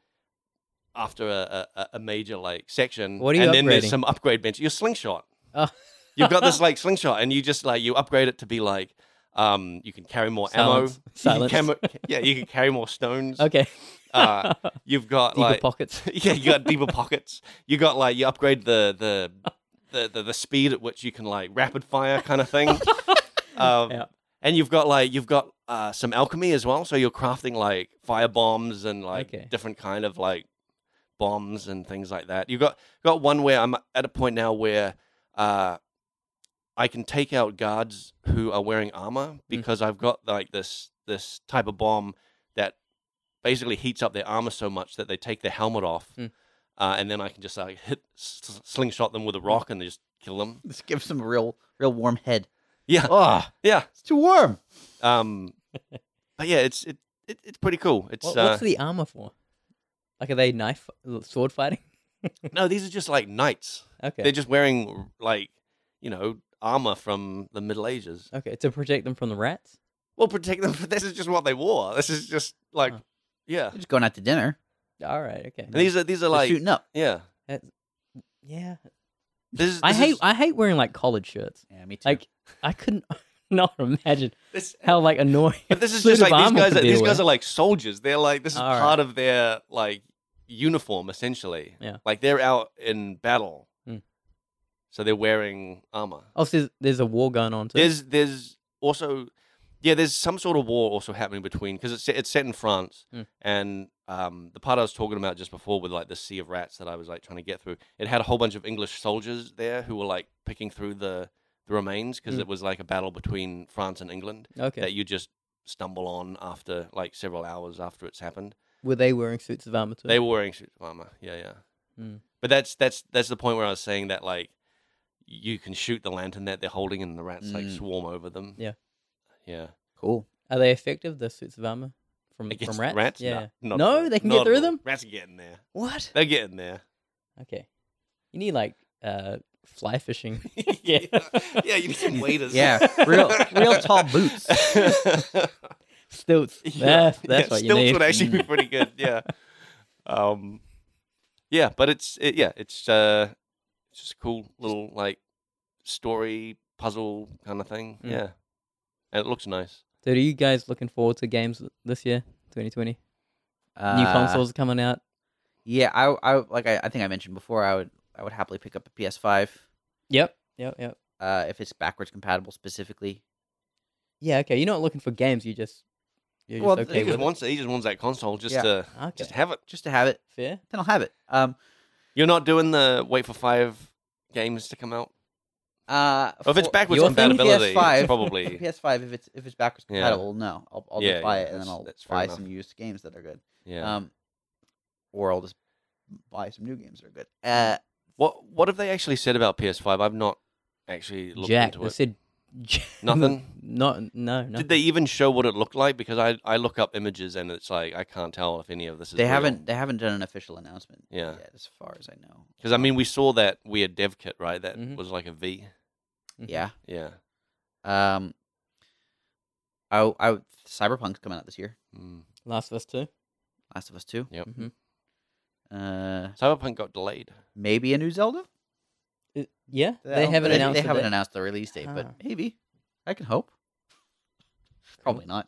Speaker 2: after a, a, a major like section,
Speaker 3: What are you
Speaker 2: and then
Speaker 3: upgrading?
Speaker 2: there's some upgrade bench. Your slingshot.
Speaker 3: Oh.
Speaker 2: You've got this like slingshot, and you just like you upgrade it to be like um you can carry more
Speaker 3: Silence.
Speaker 2: ammo.
Speaker 3: Silence.
Speaker 2: You can camo- yeah, you can carry more stones.
Speaker 3: Okay.
Speaker 2: Uh, You've got
Speaker 3: Deeper
Speaker 2: like
Speaker 3: pockets.
Speaker 2: yeah, you got deeper pockets. You got like you upgrade the the the, the, the speed at which you can like rapid fire kind of thing. Um,
Speaker 3: Yeah.
Speaker 2: And you've got like you've got uh, some alchemy as well, so you're crafting like fire bombs and like
Speaker 3: Okay.
Speaker 2: different kind of like bombs and things like that. You got got one where I'm at a point now where uh, I can take out guards who are wearing
Speaker 3: Mm.
Speaker 2: armor because I've got like this this type of bomb that basically heats up their armor so much that they take their helmet off,
Speaker 3: Mm.
Speaker 2: uh, and then I can just like hit s- slingshot them with a rock and they just kill them.
Speaker 1: Just give some real, real warm head.
Speaker 2: Yeah,
Speaker 1: Oh,
Speaker 3: Ah.
Speaker 2: yeah.
Speaker 1: it's too warm.
Speaker 2: Um, but yeah, it's it, it it's pretty cool. It's
Speaker 3: What,
Speaker 2: uh,
Speaker 3: what's the armor for? Like, are they knife, sword fighting?
Speaker 2: no, these are just like knights.
Speaker 3: Okay.
Speaker 2: They're just wearing like you know armor from the Middle Ages.
Speaker 3: Okay, to protect them from the rats.
Speaker 2: Well, protect them. This is just what they wore. This is just like
Speaker 3: Huh.
Speaker 2: yeah.
Speaker 1: You're just going out to dinner.
Speaker 3: All right. Okay.
Speaker 2: And these are these are
Speaker 1: You're
Speaker 2: like
Speaker 1: shooting up.
Speaker 2: yeah.
Speaker 3: yeah.
Speaker 2: This is,
Speaker 3: I
Speaker 2: this
Speaker 3: hate
Speaker 2: is-
Speaker 3: I hate wearing like collared shirts.
Speaker 1: Yeah, me too.
Speaker 3: Like I couldn't not imagine
Speaker 2: this.
Speaker 3: how like annoying.
Speaker 2: But this is
Speaker 3: suit
Speaker 2: just
Speaker 3: of
Speaker 2: like these
Speaker 3: armor
Speaker 2: guys.
Speaker 3: could
Speaker 2: Are,
Speaker 3: be
Speaker 2: these
Speaker 3: with.
Speaker 2: guys are like soldiers. They're like this is
Speaker 3: All right.
Speaker 2: part of their like uniform essentially.
Speaker 3: Yeah.
Speaker 2: Like they're out in battle,
Speaker 3: Hmm.
Speaker 2: so they're wearing armor.
Speaker 3: Oh, so there's, there's a war going on too.
Speaker 2: There's there's also yeah there's some sort of war also happening between because it's set- it's set in France
Speaker 3: Mm.
Speaker 2: and um, the part I was talking about just before with like the sea of rats that I was like trying to get through it had a whole bunch of English soldiers there who were like picking through the the remains because
Speaker 3: Mm.
Speaker 2: it was like a battle between France and England
Speaker 3: okay.
Speaker 2: that you just stumble on after like several hours after it's happened.
Speaker 3: Were they wearing suits of armor too?
Speaker 2: They were wearing suits of armor. Yeah, yeah.
Speaker 3: Mm.
Speaker 2: But that's that's that's the point where I was saying that like you can shoot the lantern that they're holding and the rats like
Speaker 1: Mm.
Speaker 2: swarm over them.
Speaker 3: Yeah.
Speaker 2: Yeah.
Speaker 1: cool.
Speaker 3: Are they effective? The suits of armor from
Speaker 2: Against
Speaker 3: Mm, from
Speaker 2: rats? rats?
Speaker 3: rats. Yeah.
Speaker 2: No, not
Speaker 3: No,
Speaker 2: at all.
Speaker 3: they can
Speaker 2: Not
Speaker 3: get
Speaker 2: at
Speaker 3: through
Speaker 2: all.
Speaker 3: them?
Speaker 2: Rats are getting there.
Speaker 3: What?
Speaker 2: They're getting there.
Speaker 3: Okay. You need like uh fly fishing.
Speaker 2: yeah. yeah, you need some waders.
Speaker 1: Yeah, real, real tall boots.
Speaker 3: Stilts. That's, that's
Speaker 2: yeah,
Speaker 3: what you
Speaker 2: stilts
Speaker 3: need.
Speaker 2: would actually be pretty good. Yeah. um, yeah, but it's it, yeah, it's uh, it's just a cool little like story puzzle kind of thing.
Speaker 3: Mm.
Speaker 2: Yeah, and it looks nice.
Speaker 3: So, are you guys looking forward to games this year, 2020? New
Speaker 1: Uh,
Speaker 3: consoles coming out.
Speaker 1: Yeah, I, I like I, I think I mentioned before. I would, I would happily pick up a PS5
Speaker 3: Yep. Yep. Yep.
Speaker 1: uh, if it's backwards compatible specifically.
Speaker 3: Yeah. Okay. You're not looking for games. You just. You're just
Speaker 1: Well,
Speaker 3: okay Ah,
Speaker 2: he
Speaker 1: with
Speaker 2: just wants it. He just wants that console just
Speaker 1: Yeah.
Speaker 2: to
Speaker 3: Okay.
Speaker 2: just have it.
Speaker 1: Just to have it,
Speaker 3: Fair.
Speaker 1: then I'll have it. Um,
Speaker 2: You're not doing the wait for five games to come out.
Speaker 1: uh,
Speaker 2: Or if it's
Speaker 1: for-
Speaker 2: backwards
Speaker 3: your thing?
Speaker 2: compatibility, it's
Speaker 1: PS5. for
Speaker 2: probably
Speaker 1: PS5, if it's if it's backwards
Speaker 2: Yeah.
Speaker 1: compatible, no, I'll, I'll
Speaker 2: Yeah,
Speaker 1: just buy
Speaker 2: yeah,
Speaker 1: it and then
Speaker 2: that's-
Speaker 1: I'll
Speaker 2: that's fair
Speaker 1: buy
Speaker 2: enough.
Speaker 1: some used games that are good.
Speaker 2: yeah.
Speaker 1: Um, or I'll just buy some new games that are good. Uh,
Speaker 2: what what have they actually said about PS5? I've not actually looked
Speaker 3: Jack.
Speaker 2: into
Speaker 3: They
Speaker 2: it.
Speaker 3: said.
Speaker 2: Nothing?
Speaker 3: Not. No. No.
Speaker 2: Did they even show what it looked like? Because I, I look up images and it's like I can't tell if any of this is.
Speaker 1: they
Speaker 2: real.
Speaker 1: haven't they haven't done an official announcement
Speaker 2: Yeah.
Speaker 1: yet, as far as I know.
Speaker 2: Because I mean, we saw that weird dev kit, right? That
Speaker 3: Mhm.
Speaker 2: was like a V.
Speaker 3: Mhm.
Speaker 2: Mm-hmm.
Speaker 1: Yeah.
Speaker 2: Yeah.
Speaker 1: Um, I, I Cyberpunk's coming out this year.
Speaker 2: Mm.
Speaker 3: Last of Us Two.
Speaker 1: Last of Us Two.
Speaker 2: Yep.
Speaker 3: Mm-hmm.
Speaker 1: Uh,
Speaker 2: Cyberpunk got delayed.
Speaker 1: maybe a new Zelda.
Speaker 3: yeah.
Speaker 1: I
Speaker 3: They
Speaker 1: don't-
Speaker 3: haven't
Speaker 1: they,
Speaker 3: announced.
Speaker 1: They
Speaker 3: the
Speaker 1: haven't
Speaker 3: date.
Speaker 1: announced the release date,
Speaker 3: Ah.
Speaker 1: but maybe. I can hope. Probably not.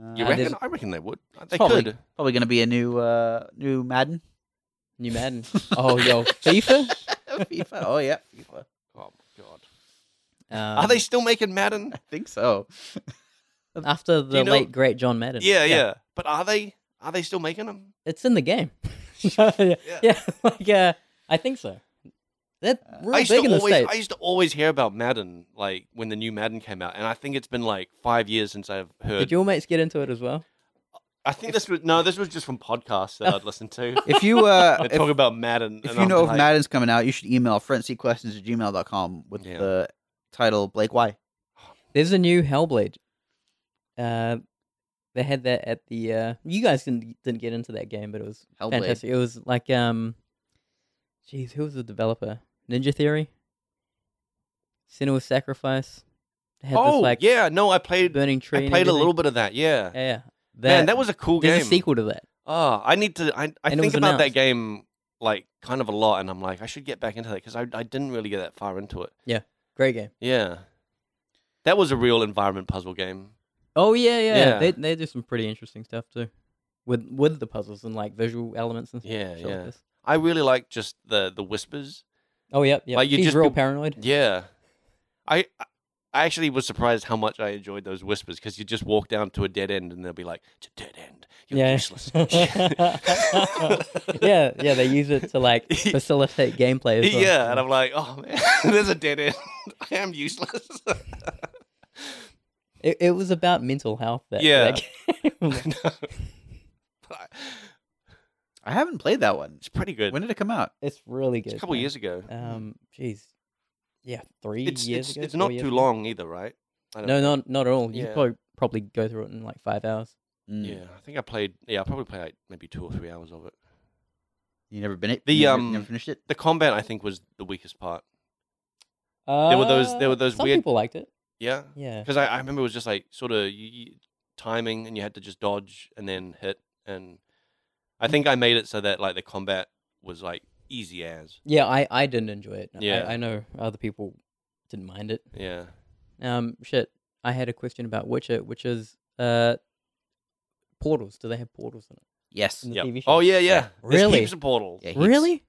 Speaker 1: Uh,
Speaker 2: You
Speaker 3: Uh,
Speaker 2: reckon?
Speaker 3: there's-
Speaker 2: I reckon they would. They
Speaker 1: probably-
Speaker 2: could.
Speaker 1: Probably going to be a new uh, new Madden.
Speaker 3: New Madden. oh, yo, FIFA.
Speaker 1: FIFA. Oh yeah, FIFA.
Speaker 2: Oh my god.
Speaker 3: Um,
Speaker 2: Are they still making Madden?
Speaker 1: I think so.
Speaker 3: after the
Speaker 2: you know-
Speaker 3: late great John Madden.
Speaker 2: Yeah, yeah, But are they are they still making them?
Speaker 3: It's in the game. yeah, yeah, like uh, I think so. They're real
Speaker 2: Uh, I
Speaker 3: big
Speaker 2: used to
Speaker 3: in the
Speaker 2: always
Speaker 3: states.
Speaker 2: I used to always hear about Madden like when the new Madden came out, and I think it's been like five years since I've heard.
Speaker 3: Did your mates get into it as well?
Speaker 2: I think this was no, this was just from podcasts
Speaker 3: Oh.
Speaker 2: that I'd listened to.
Speaker 1: If you uh,
Speaker 2: They
Speaker 1: if,
Speaker 2: talk about Madden.
Speaker 1: if
Speaker 2: and
Speaker 1: you
Speaker 2: I'm
Speaker 1: know if
Speaker 2: like,
Speaker 1: Madden's coming out, you should email frontseatquestions at gmail.com with
Speaker 2: Yeah.
Speaker 1: the title Blake Why.
Speaker 3: There's a new Hellblade. Uh, they had that at the. Uh, you guys didn't didn't get into that game, but it was
Speaker 1: Hellblade.
Speaker 3: fantastic. It was like um, jeez, who was the developer? Ninja Theory. Sinner with Sacrifice. They had
Speaker 2: oh
Speaker 3: this, like,
Speaker 2: yeah, no, I played
Speaker 3: Burning Tree.
Speaker 2: I
Speaker 3: and
Speaker 2: played a
Speaker 3: everything.
Speaker 2: little bit of that. Yeah,
Speaker 3: Yeah, yeah.
Speaker 2: man, that was a cool
Speaker 3: there's
Speaker 2: game.
Speaker 3: a sequel to that.
Speaker 2: Oh, I need to. I, I
Speaker 3: And it
Speaker 2: think
Speaker 3: was
Speaker 2: about that
Speaker 3: announced.
Speaker 2: game like kind of a lot, and I'm like, I should get back into that because I I didn't really get that far into it.
Speaker 3: Great game.
Speaker 2: Yeah, that was a real environment puzzle game.
Speaker 3: Oh yeah, yeah.
Speaker 2: Yeah.
Speaker 3: They they do some pretty interesting stuff too, with with the puzzles and like visual elements and
Speaker 2: Yeah,
Speaker 3: shit like
Speaker 2: yeah.
Speaker 3: this.
Speaker 2: I really like just the the whispers.
Speaker 3: Oh yeah, yeah.
Speaker 2: Like, you'd
Speaker 3: He's
Speaker 2: just
Speaker 3: real
Speaker 2: be-
Speaker 3: paranoid.
Speaker 2: Yeah, I I actually was surprised how much I enjoyed those whispers because you just walk down to a dead end and they'll be like, "It's a dead end. You're
Speaker 3: Yeah.
Speaker 2: useless."
Speaker 3: yeah, yeah. They use it to like facilitate gameplay. As well.
Speaker 2: Yeah, and I'm like, oh man, there's a dead end. I am useless.
Speaker 3: it, it was about mental health. That,
Speaker 2: Yeah.
Speaker 3: that game.
Speaker 1: I haven't played that one.
Speaker 2: it's pretty good.
Speaker 1: When did it come out?
Speaker 3: it's really good.
Speaker 2: it's a couple
Speaker 3: man.
Speaker 2: years ago. Mm.
Speaker 3: Um, jeez, yeah, three
Speaker 2: it's
Speaker 3: years
Speaker 2: it's,
Speaker 3: ago.
Speaker 2: it's
Speaker 3: four
Speaker 2: not
Speaker 3: years
Speaker 2: too
Speaker 3: ago.
Speaker 2: long either, right? I don't
Speaker 3: No,
Speaker 2: think-
Speaker 3: not not at all. You
Speaker 2: Yeah.
Speaker 3: could probably probably go through it in like five hours.
Speaker 1: Mm.
Speaker 2: Yeah, I think I played. Yeah, I probably played like maybe two or three hours of it.
Speaker 1: You never been it?
Speaker 2: The,
Speaker 1: you never-
Speaker 2: um,
Speaker 1: never finished it?
Speaker 2: The combat, I think, was the weakest part.
Speaker 3: Uh,
Speaker 2: were those- there were those
Speaker 3: some
Speaker 2: weird-
Speaker 3: people liked it.
Speaker 2: Yeah,
Speaker 3: Yeah,
Speaker 2: because I, I remember it was just like sort of you, you- timing, and you had to just dodge and then hit. And I think I made it so that like the combat was like easy as.
Speaker 3: yeah. I I didn't enjoy it.
Speaker 2: Yeah.
Speaker 3: I, I know other people didn't mind it.
Speaker 2: Yeah,
Speaker 3: Um, shit. I had a question about Witcher, which is uh, portals. Do they have portals in it?
Speaker 1: Yes.
Speaker 3: In the
Speaker 2: Yep.
Speaker 3: TV show?
Speaker 2: Oh yeah, yeah. There's
Speaker 3: Really?
Speaker 2: heaps of portals.
Speaker 1: Yeah, heaps.
Speaker 3: really?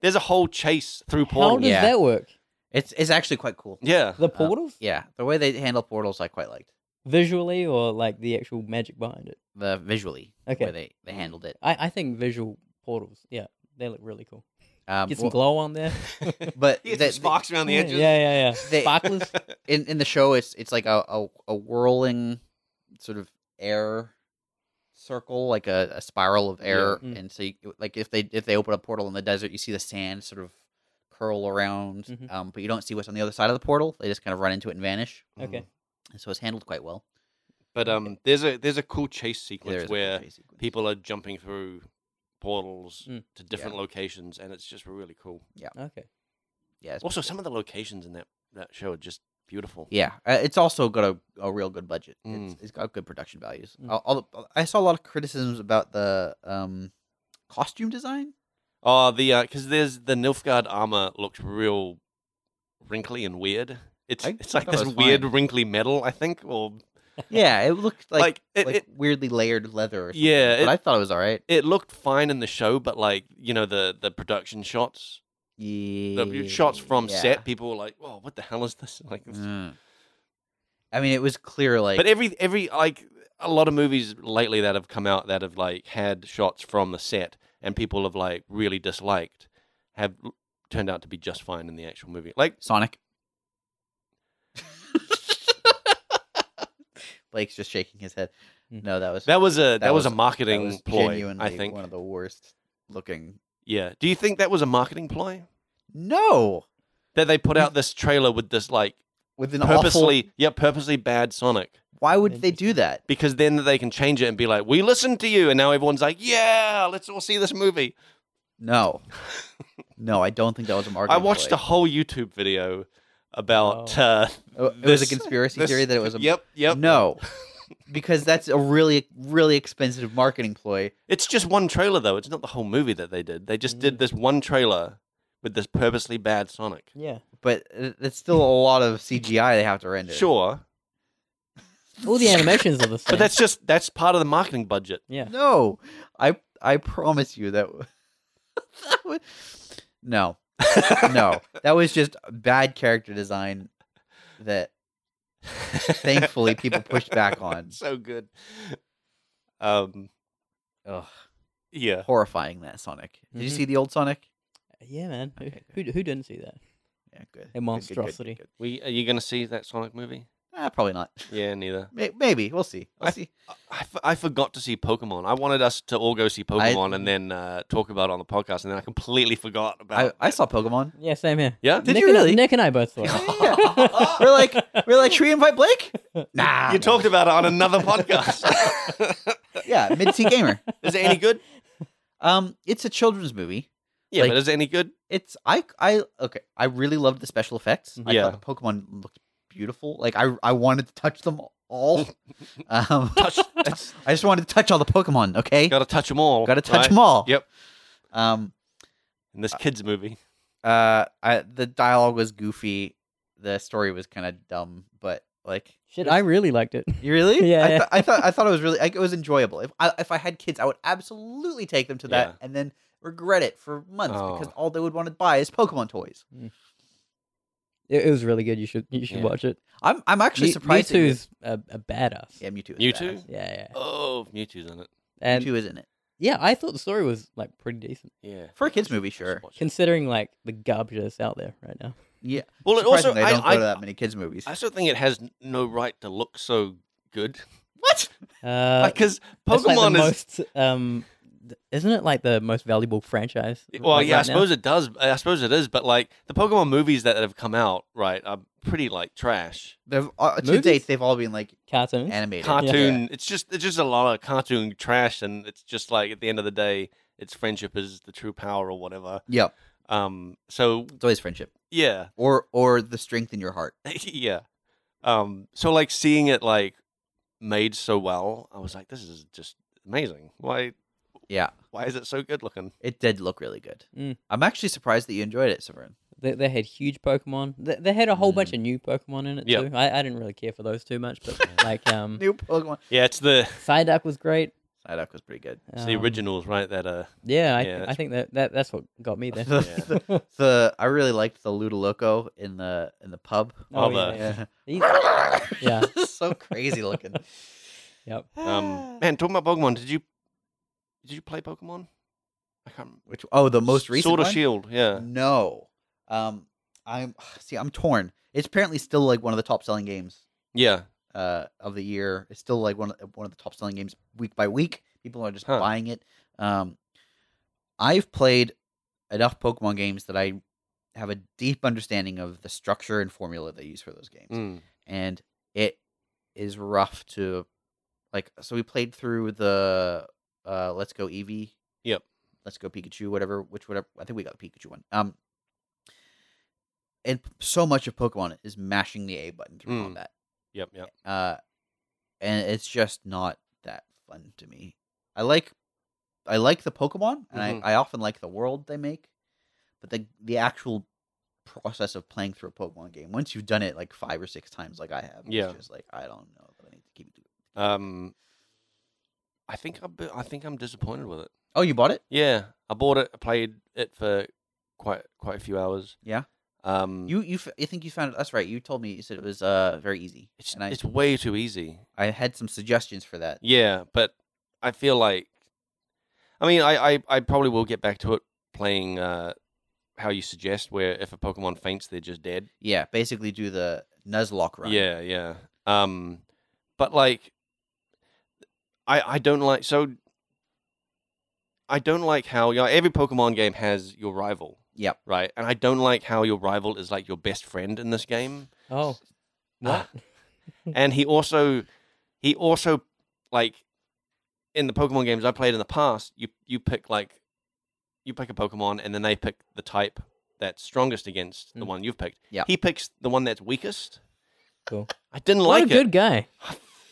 Speaker 2: There's a whole chase through
Speaker 3: How
Speaker 2: portals.
Speaker 3: does
Speaker 1: Yeah.
Speaker 3: that work?
Speaker 1: It's it's actually quite cool.
Speaker 2: yeah.
Speaker 3: The
Speaker 1: Uh,
Speaker 3: portals,
Speaker 1: Yeah, the way they handle portals, I quite liked.
Speaker 3: visually or like the actual magic behind it?
Speaker 1: The visually, the
Speaker 3: Okay.
Speaker 1: way they, they handled it.
Speaker 3: I I think visual portals. Yeah, they look really cool.
Speaker 1: Um,
Speaker 3: Get some
Speaker 1: well,
Speaker 3: glow on there.
Speaker 1: but
Speaker 2: There's
Speaker 1: the-
Speaker 2: some sparks around the
Speaker 3: yeah,
Speaker 2: edges.
Speaker 3: yeah, yeah, yeah.
Speaker 1: They-
Speaker 3: Sparklers.
Speaker 1: in in the show, it's it's like a, a, a whirling sort of air circle, like a, a spiral of air.
Speaker 3: Mm.
Speaker 1: And so, you, like if they if they open a portal in the desert, you see the sand sort of curl around,
Speaker 3: Mhm.
Speaker 1: um, but you don't see what's on the other side of the portal. They just kind of run into it and vanish.
Speaker 3: Okay.
Speaker 1: And so it's handled quite well.
Speaker 2: Mm-hmm. But um, there's a there's a cool chase sequence
Speaker 1: There is a
Speaker 2: where
Speaker 1: chase sequence.
Speaker 2: people are jumping through portals
Speaker 3: Mm.
Speaker 2: to different locations, and it's just really cool.
Speaker 1: Mm.
Speaker 3: Okay.
Speaker 1: yeah, it's-
Speaker 2: Also, some of the locations in that that show are just beautiful.
Speaker 1: Yeah, uh, it's also got a, a real good budget.
Speaker 2: Mm.
Speaker 1: It's, it's got good production values.
Speaker 3: Mm.
Speaker 1: Al- Although I saw a lot of criticisms about the um, costume design.
Speaker 2: Oh, the because there's the Nilfgaard armor looks real wrinkly and weird. It's
Speaker 1: I
Speaker 2: it's like
Speaker 1: thought it
Speaker 2: this
Speaker 1: was
Speaker 2: weird
Speaker 1: fine.
Speaker 2: wrinkly metal, I think, or
Speaker 1: Yeah, it looked like
Speaker 2: like,
Speaker 1: like,
Speaker 2: it, it
Speaker 1: weirdly layered leather. Or something,
Speaker 2: yeah.
Speaker 1: but
Speaker 2: It,
Speaker 1: I thought it was all right.
Speaker 2: it looked fine in the show, but like you know the the production shots,
Speaker 1: Yeah,
Speaker 2: the shots from
Speaker 1: yeah.
Speaker 2: set, people were like, "Whoa, what the hell is this?" Like, it's-
Speaker 1: Mm. I mean, it was clear. Like,
Speaker 2: but every every like a lot of movies lately that have come out that have like had shots from the set and people have like really disliked have l- turned out to be just fine in the actual movie. Like
Speaker 1: Sonic. Blake's just shaking his head.
Speaker 3: Mm.
Speaker 1: No, that was
Speaker 2: that was a that,
Speaker 1: That
Speaker 2: was, a
Speaker 1: was-
Speaker 2: marketing
Speaker 1: was
Speaker 2: ploy,
Speaker 1: genuinely
Speaker 2: I think.
Speaker 1: one of the worst looking.
Speaker 2: Yeah. Do you think that was a marketing ploy?
Speaker 1: No,
Speaker 2: That they put out this trailer with this like
Speaker 1: with an awful
Speaker 2: purposely yeah, purposely bad Sonic.
Speaker 1: Why would they do that?
Speaker 2: Because then they can change it and be like, We listened to you and now everyone's like, Yeah, let's all see this movie.
Speaker 1: No, no, I don't think that was a marketing.
Speaker 2: I watched
Speaker 1: ploy.
Speaker 2: a whole YouTube video about
Speaker 3: Oh.
Speaker 2: uh,
Speaker 1: Oh, It was a
Speaker 2: this-
Speaker 1: conspiracy
Speaker 2: this-
Speaker 1: theory that it was a.
Speaker 2: Yep, yep.
Speaker 1: No, because that's a really, really expensive marketing ploy.
Speaker 2: It's just one trailer though. It's not the whole movie that they did. They just did
Speaker 3: Mm.
Speaker 2: this one trailer with this purposely bad Sonic.
Speaker 3: Yeah.
Speaker 1: But it- it's still a lot of CGI they have to render.
Speaker 2: Sure,
Speaker 3: All the animations are the same.
Speaker 2: but that's just that's part of the marketing budget.
Speaker 3: yeah.
Speaker 1: No, I, I promise you that. that was, no, no, that was just bad character design. That Thankfully, people pushed back on.
Speaker 2: so good. Um,
Speaker 1: Ugh,
Speaker 2: yeah.
Speaker 1: horrifying that Sonic. Did you
Speaker 3: Mhm.
Speaker 1: see the old Sonic?
Speaker 3: Yeah, man. Who,
Speaker 1: Okay,
Speaker 3: who who didn't see that?
Speaker 1: Yeah, good. Good, good,
Speaker 3: A
Speaker 1: good,
Speaker 3: monstrosity.
Speaker 1: good.
Speaker 2: We are you gonna see that Sonic movie?
Speaker 1: Ah, probably not.
Speaker 2: Yeah, neither.
Speaker 1: May- Maybe we'll see. We'll
Speaker 2: I-
Speaker 1: see.
Speaker 2: I- I, f- I forgot to see Pokemon. I wanted us to all go see Pokemon and then uh, talk about it on the podcast, and then I completely forgot
Speaker 1: I,
Speaker 2: about.
Speaker 1: I saw Pokemon.
Speaker 3: Yeah, same here.
Speaker 2: yeah,
Speaker 1: Did
Speaker 3: Nick
Speaker 1: you
Speaker 3: and-
Speaker 1: really?
Speaker 3: Nick and I both saw
Speaker 1: Yeah.
Speaker 3: it.
Speaker 1: we're like, we're like, should we invite Blake? Nah.
Speaker 2: you talked about it on another podcast.
Speaker 1: Yeah, mid T gamer.
Speaker 2: is it any good?
Speaker 1: Um, it's a children's movie.
Speaker 2: Yeah,
Speaker 1: Like-
Speaker 2: but is it any good?
Speaker 1: It's I I okay. I really loved the special effects. I
Speaker 2: Yeah.
Speaker 1: thought the Pokemon looked beautiful. Like I I wanted to touch them all. um,
Speaker 2: Touch, that's,
Speaker 1: I just wanted to touch all the Pokemon. Okay,
Speaker 2: gotta touch them all.
Speaker 1: got to touch them all.
Speaker 2: Yep.
Speaker 1: Um.
Speaker 2: In this kids movie,
Speaker 1: Uh. I the dialogue was goofy. The story was kind of dumb, but like
Speaker 3: Shit, I really liked it.
Speaker 1: You really?
Speaker 3: Yeah,
Speaker 1: I,
Speaker 3: yeah.
Speaker 1: thought I thought I thought it was really like, it was enjoyable. If I if I had kids, I would absolutely take them to that
Speaker 2: Yeah.
Speaker 1: and then regret it for months
Speaker 2: Oh.
Speaker 1: because all they would want to buy is Pokemon toys.
Speaker 3: It, it was really good. You should you should
Speaker 2: Yeah.
Speaker 3: watch it.
Speaker 1: I'm I'm actually
Speaker 3: Mew-
Speaker 1: surprised. that you-
Speaker 3: Mewtwo's a, a badass.
Speaker 1: yeah, Mewtwo. Is
Speaker 2: Mewtwo?
Speaker 1: badass.
Speaker 3: Yeah, yeah.
Speaker 2: oh, Mewtwo's in it.
Speaker 3: And
Speaker 1: Mewtwo is in it
Speaker 3: yeah, I thought the story was like pretty decent
Speaker 2: Yeah,
Speaker 1: for a kids movie, sure.
Speaker 2: Watch it.
Speaker 3: considering like the garbage that's out there right now.
Speaker 1: Yeah.
Speaker 2: Well, it also
Speaker 1: Surprisingly, I don't
Speaker 2: I,
Speaker 1: go to
Speaker 2: I,
Speaker 1: that many kids movies.
Speaker 2: I also think it has n- no right to look so good
Speaker 1: what?
Speaker 3: Uh,
Speaker 2: because
Speaker 3: it's like
Speaker 2: Pokemon
Speaker 3: the
Speaker 2: is
Speaker 3: most um, th- isn't it like the most valuable franchise?
Speaker 2: Well,
Speaker 3: like,
Speaker 2: yeah, I
Speaker 3: right now?
Speaker 2: suppose it does. I suppose it is, but like the Pokemon movies that have come out, right, are pretty like trash.
Speaker 1: They've, uh, to
Speaker 3: Movies?
Speaker 1: date, they've all been like
Speaker 3: cartoons.
Speaker 1: animated.
Speaker 2: Cartoon.
Speaker 1: Yeah.
Speaker 2: It's just it's just a lot of cartoon trash, and it's just like at the end of the day, it's friendship is the true power or whatever.
Speaker 1: Yep.
Speaker 2: Um. So
Speaker 1: It's always friendship
Speaker 2: yeah,
Speaker 1: or or the strength in your heart.
Speaker 2: yeah. Um. So like seeing it like made so well, I was like, this is just amazing. Why
Speaker 1: Yeah,
Speaker 2: why is it so good looking?
Speaker 1: it did look really good.
Speaker 3: Mm.
Speaker 1: I'm actually surprised that you enjoyed it, Severin.
Speaker 3: They, they had huge Pokemon. They, they had a whole
Speaker 1: Mm.
Speaker 3: bunch of new Pokemon in it
Speaker 2: Yep.
Speaker 3: too. I, I didn't really care for those too much, but like um,
Speaker 1: New Pokemon.
Speaker 2: Yeah, it's the
Speaker 3: Psyduck was great.
Speaker 1: Psyduck was pretty good.
Speaker 2: it's the
Speaker 3: Um,
Speaker 2: originals, right? That uh,
Speaker 3: Yeah, I,
Speaker 2: Yeah,
Speaker 3: thi- I
Speaker 2: that's-
Speaker 3: think that, that that's what got me there.
Speaker 1: The- the I really liked the Ludoloco in the in the pub.
Speaker 2: Oh,
Speaker 3: yeah,
Speaker 2: the-
Speaker 3: yeah. These-
Speaker 1: yeah.
Speaker 3: Yeah.
Speaker 1: so crazy looking.
Speaker 3: Yep.
Speaker 2: Um, man, talking about Pokemon, did you did you play Pokemon? I can't. Remember.
Speaker 1: Which oh, the most recent
Speaker 2: Sword or
Speaker 1: one? Mm.
Speaker 2: Shield, yeah.
Speaker 1: No. Um I'm see I'm torn. It's apparently still like one of the top selling games
Speaker 2: Yeah.
Speaker 1: uh of the year. It's still like one of, one of the top selling games week by week. People are just
Speaker 2: Huh.
Speaker 1: buying it. Um I've played enough Pokemon games that I have a deep understanding of the structure and formula they use for those games.
Speaker 2: Mm.
Speaker 1: and it is rough to like so we played through the uh let's go Eevee.
Speaker 2: Yep.
Speaker 1: Let's go Pikachu, whatever, which whatever I think we got the Pikachu one. Um and so much of Pokemon is mashing the A button through
Speaker 2: Mm.
Speaker 1: combat.
Speaker 2: Yep, yep.
Speaker 1: Uh and it's just not that fun to me. I like I like the Pokemon and
Speaker 2: Mhm.
Speaker 1: I, I often like the world they make, but the the actual process of playing through a Pokemon game, once you've done it like five or six times like I have,
Speaker 2: Yeah.
Speaker 1: it's just like I don't know that I need to keep doing.
Speaker 2: Um, I think I'm, I think I'm disappointed with it.
Speaker 1: Oh, you bought it?
Speaker 2: Yeah, I bought it. I played it for quite quite a few hours.
Speaker 1: Yeah.
Speaker 2: Um,
Speaker 1: You you f- I think you found it. That's right. You told me you said it was uh very easy,
Speaker 2: it's
Speaker 1: and I
Speaker 2: it's way too easy.
Speaker 1: I had some suggestions for that.
Speaker 2: Yeah, but I feel like, I mean, I, I, I probably will get back to it playing uh, how you suggest, where if a Pokemon faints, they're just dead.
Speaker 1: Yeah, basically do the Nuzlocke run.
Speaker 2: Yeah, yeah. Um, but like, I I don't like so. I don't like how you know, every Pokemon game has your rival,
Speaker 1: Yep.
Speaker 2: right? And I don't like how your rival is like your best friend in this game.
Speaker 3: Oh, what? Hmm.
Speaker 2: and he also, he also, like, in the Pokemon games I played in the past, you you pick like, you pick a Pokemon and then they pick the type that's strongest against the
Speaker 3: Mm.
Speaker 2: one you've picked.
Speaker 1: Yeah.
Speaker 2: He picks the one that's weakest.
Speaker 3: Cool.
Speaker 2: I didn't
Speaker 3: what
Speaker 2: like
Speaker 3: a
Speaker 2: it.
Speaker 3: good guy.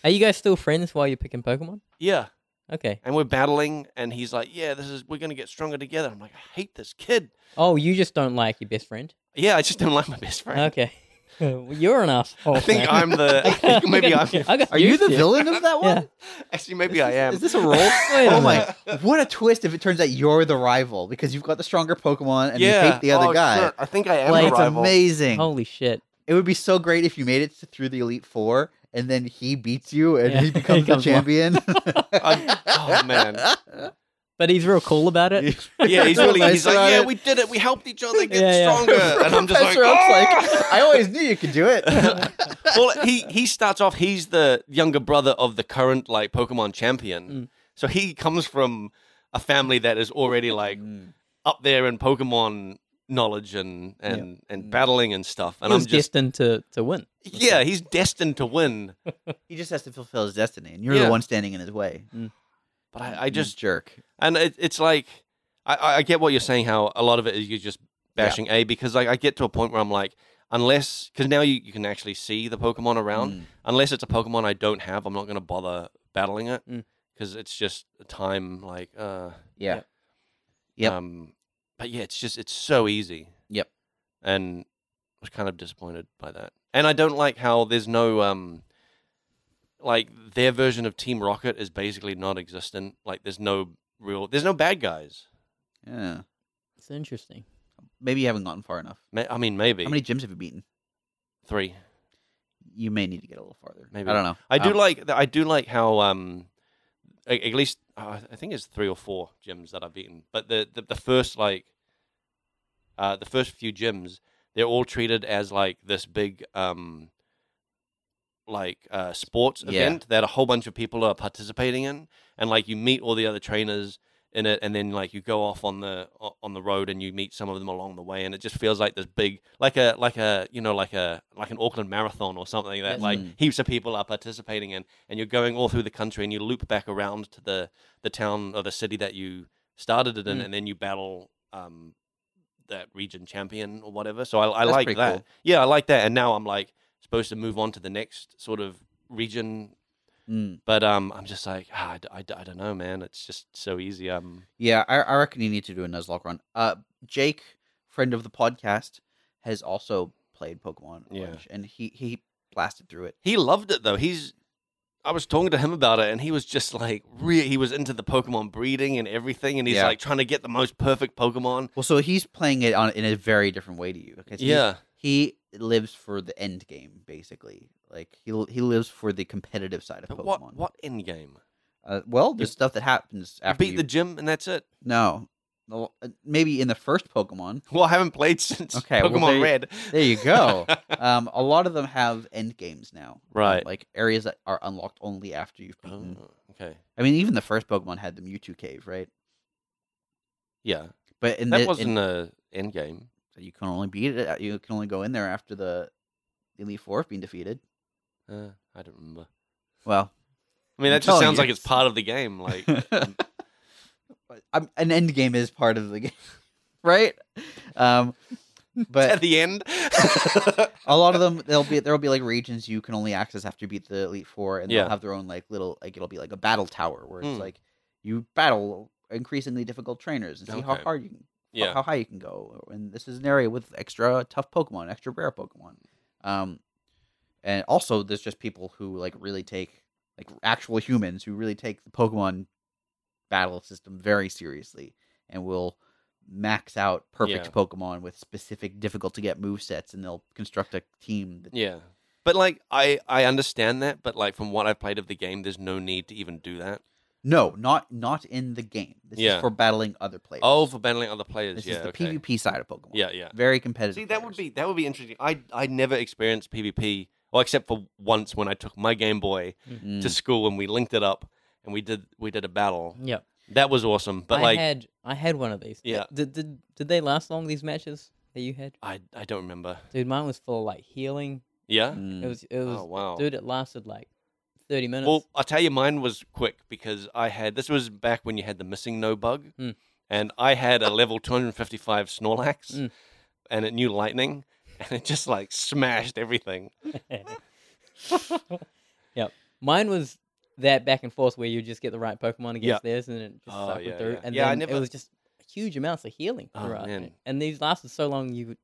Speaker 3: Are you guys still friends while you're picking Pokemon?
Speaker 2: Yeah.
Speaker 3: Okay.
Speaker 2: And we're battling and he's like, Yeah, this is we're gonna get stronger together. I'm like, I hate this kid.
Speaker 3: Oh, you just don't like your best friend.
Speaker 2: Yeah, I just don't like my best friend.
Speaker 3: Okay. Well, you're an asshole.
Speaker 2: I think
Speaker 3: man.
Speaker 2: I'm the I think maybe I'm
Speaker 3: I got
Speaker 1: Are you
Speaker 3: used
Speaker 1: the
Speaker 3: to it.
Speaker 1: villain of that one?
Speaker 3: Yeah.
Speaker 2: actually
Speaker 1: Is
Speaker 2: maybe I
Speaker 1: this-
Speaker 2: am.
Speaker 1: Is this a role?
Speaker 3: Wait a
Speaker 1: oh my! What a twist if it turns out you're the rival because you've got the stronger Pokemon and you
Speaker 2: yeah.
Speaker 1: hate the other
Speaker 2: Oh,
Speaker 1: guy.
Speaker 2: shit, I think I am
Speaker 3: Like,
Speaker 2: the
Speaker 1: It's
Speaker 2: rival.
Speaker 1: amazing.
Speaker 3: Holy shit!
Speaker 1: It would be so great if you made it to- through the Elite Four and then he beats you and
Speaker 3: Yeah,
Speaker 1: he
Speaker 3: he
Speaker 1: becomes the
Speaker 3: comes along.
Speaker 1: champion.
Speaker 2: I- oh, man.
Speaker 3: But he's real cool about it.
Speaker 2: Yeah, he's really. He's like, yeah,
Speaker 1: Professor-
Speaker 2: we did it. We helped each other get
Speaker 3: Yeah, yeah.
Speaker 2: stronger. And I'm just like,
Speaker 1: Professor Oak's
Speaker 2: "Ah!"
Speaker 1: like, I always knew you could do it.
Speaker 2: well, he he starts off. He's the younger brother of the current like Pokemon champion.
Speaker 3: Mm.
Speaker 2: So he comes from a family that is already like
Speaker 1: Mm.
Speaker 2: up there in Pokemon knowledge and and and battling and stuff. And
Speaker 3: Mm. he was
Speaker 2: I'm just
Speaker 3: destined to, to win.
Speaker 2: yeah, he's destined to win.
Speaker 1: he just has to fulfill his destiny, and you're the
Speaker 2: Yeah.
Speaker 1: one standing in his way. Mm.
Speaker 2: But I, I
Speaker 1: You
Speaker 3: Mm.
Speaker 2: just
Speaker 1: jerk.
Speaker 2: and it, it's like I- I, I get what you're saying. How a lot of it is you're just bashing A because like I get to a point where I'm like. Unless, because now you, you can actually see the Pokemon around.
Speaker 1: Mm.
Speaker 2: Unless it's a Pokemon I don't have, I'm not going to bother battling it
Speaker 3: Mm.
Speaker 2: because it's just a time like uh,
Speaker 1: Yeah.
Speaker 3: Yep.
Speaker 1: Yep.
Speaker 2: Um, but yeah, it's just it's so easy.
Speaker 1: Yep.
Speaker 2: And I was kind of disappointed by that. And I don't like how there's no um like their version of Team Rocket is basically non existent. Like there's no real there's no bad guys.
Speaker 1: Yeah.
Speaker 3: It's interesting.
Speaker 1: Maybe you haven't gotten far enough.
Speaker 2: Ma- I mean maybe
Speaker 1: How many gyms have you beaten?
Speaker 2: three.
Speaker 1: You may need to get a little farther.
Speaker 2: Maybe.
Speaker 1: I don't know.
Speaker 2: I do
Speaker 1: Um,
Speaker 2: like I do like how um a- at least uh, I think it's three or four gyms that I've beaten, but the the, the first like uh, the first few gyms they're all treated as like this big um like uh, sports
Speaker 1: Yeah.
Speaker 2: event that a whole bunch of people are participating in, and like you meet all the other trainers in it, and then like you go off on the o- on the road and you meet some of them along the way, and it just feels like this big like a like a you know like a like an Auckland marathon or something that
Speaker 3: Yes.
Speaker 2: like
Speaker 1: Mm.
Speaker 2: heaps of people are participating in, and you're going all through the country and you loop back around to the the town or the city that you started it in,
Speaker 3: Mm.
Speaker 2: and then you battle um that region champion or whatever. So I, I
Speaker 1: That's
Speaker 2: like
Speaker 1: pretty
Speaker 2: that.
Speaker 1: cool.
Speaker 2: Yeah, I like that. And now I'm like supposed to move on to the next sort of region
Speaker 1: Mm.
Speaker 2: but um, I'm just like, ah, I d- I, d- I don't know, man. It's just so easy. Um,
Speaker 1: Yeah, I, I reckon you need to do a Nuzlocke run. Uh, Jake, friend of the podcast, has also played Pokemon
Speaker 2: Yeah.
Speaker 1: Orange, and he he blasted through it.
Speaker 2: he loved it though. He's, I was talking to him about it, and he was just like, really, he was into the Pokemon breeding and everything, and he's
Speaker 1: Yeah.
Speaker 2: like trying to get the most perfect Pokemon.
Speaker 1: Well, so he's playing it on in a very different way to you. Okay, so he's-
Speaker 2: yeah,
Speaker 1: he lives for the end game basically. Like he he lives for the competitive side of
Speaker 2: but
Speaker 1: Pokemon.
Speaker 2: what what end game?
Speaker 1: Uh, well, the stuff that happens
Speaker 2: You
Speaker 1: after
Speaker 2: beat
Speaker 1: you
Speaker 2: the gym, and that's it.
Speaker 1: No. The l- uh, Maybe in the first Pokemon.
Speaker 2: Well, I haven't played since
Speaker 1: Okay, well,
Speaker 2: Pokemon
Speaker 1: there you-
Speaker 2: Red.
Speaker 1: There you go. um, a lot of them have end games now. um,
Speaker 2: Right.
Speaker 1: Like areas that are unlocked only after you've beaten.
Speaker 2: Oh, okay.
Speaker 1: I mean, even the first Pokemon had the Mewtwo cave, right?
Speaker 2: Yeah,
Speaker 1: But in
Speaker 2: that
Speaker 1: the,
Speaker 2: wasn't
Speaker 1: in,
Speaker 2: a end game.
Speaker 1: you can only beat it. uh, You can only go in there after the Elite Four have been defeated.
Speaker 2: Uh, I don't remember.
Speaker 1: Well,
Speaker 2: I mean,
Speaker 1: I'm
Speaker 2: that just
Speaker 1: telling
Speaker 2: sounds
Speaker 1: you.
Speaker 2: like it's part of the game. Like,
Speaker 1: I'm, um, an end game is part of the game, right? Um, but
Speaker 2: at the end.
Speaker 1: a lot of them there'll be there'll be like regions you can only access after you beat the elite four and
Speaker 2: Yeah.
Speaker 1: they'll have their own like little like it'll be like a battle tower where it's
Speaker 2: Hmm.
Speaker 1: like you battle increasingly difficult trainers and see how
Speaker 2: Okay.
Speaker 1: hard you can
Speaker 2: yeah.
Speaker 1: how high you can go and this is an area with extra tough pokemon extra rare pokemon um and also there's just people who like really take like actual humans who really take the pokemon battle system very seriously and will max out perfect
Speaker 2: Yeah.
Speaker 1: pokemon with specific difficult to get move sets and they'll construct a team that
Speaker 2: Yeah. But like I I understand that, but like from what I've played of the game, there's no need to even do that.
Speaker 1: No, not not in the game. This
Speaker 2: Yeah.
Speaker 1: is for battling other players.
Speaker 2: Oh, for battling other players.
Speaker 1: this
Speaker 2: yeah.
Speaker 1: is the
Speaker 2: okay.
Speaker 1: PvP side of Pokemon.
Speaker 2: Yeah, yeah.
Speaker 1: very competitive.
Speaker 2: See, that would
Speaker 1: players.
Speaker 2: be that would be interesting. I I never experienced PvP, well, except for once when I took my Game Boy
Speaker 1: Mm.
Speaker 2: to school and we linked it up and we did we did a battle.
Speaker 3: Yeah.
Speaker 2: That was awesome. But
Speaker 3: I
Speaker 2: like
Speaker 3: had I had one of these. Th-
Speaker 2: Yeah.
Speaker 3: Did, did did they last long these matches that you had?
Speaker 2: I I don't remember.
Speaker 3: Dude, mine was full of like healing.
Speaker 2: Yeah.
Speaker 1: Mm.
Speaker 3: It was it was
Speaker 2: Oh wow.
Speaker 3: dude, it lasted like thirty minutes.
Speaker 2: Well, I'll tell you, mine was quick because I had this was back when you had the missing no bug,
Speaker 3: Hmm.
Speaker 1: Mm.
Speaker 2: and I had a level 255 Snorlax,
Speaker 1: Mm.
Speaker 3: Hmm.
Speaker 2: and it knew lightning, and it just like smashed everything.
Speaker 3: yep. Mine was that back and forth where you just get the right Pokemon against
Speaker 2: Yeah.
Speaker 3: theirs and then it just
Speaker 2: Oh,
Speaker 3: cycled
Speaker 2: yeah,
Speaker 3: through.
Speaker 2: yeah.
Speaker 3: And
Speaker 2: Yeah, I
Speaker 3: then
Speaker 2: never-
Speaker 3: it was just huge amounts of healing
Speaker 2: Oh,
Speaker 3: throughout.
Speaker 2: man.
Speaker 3: And these lasted so long you would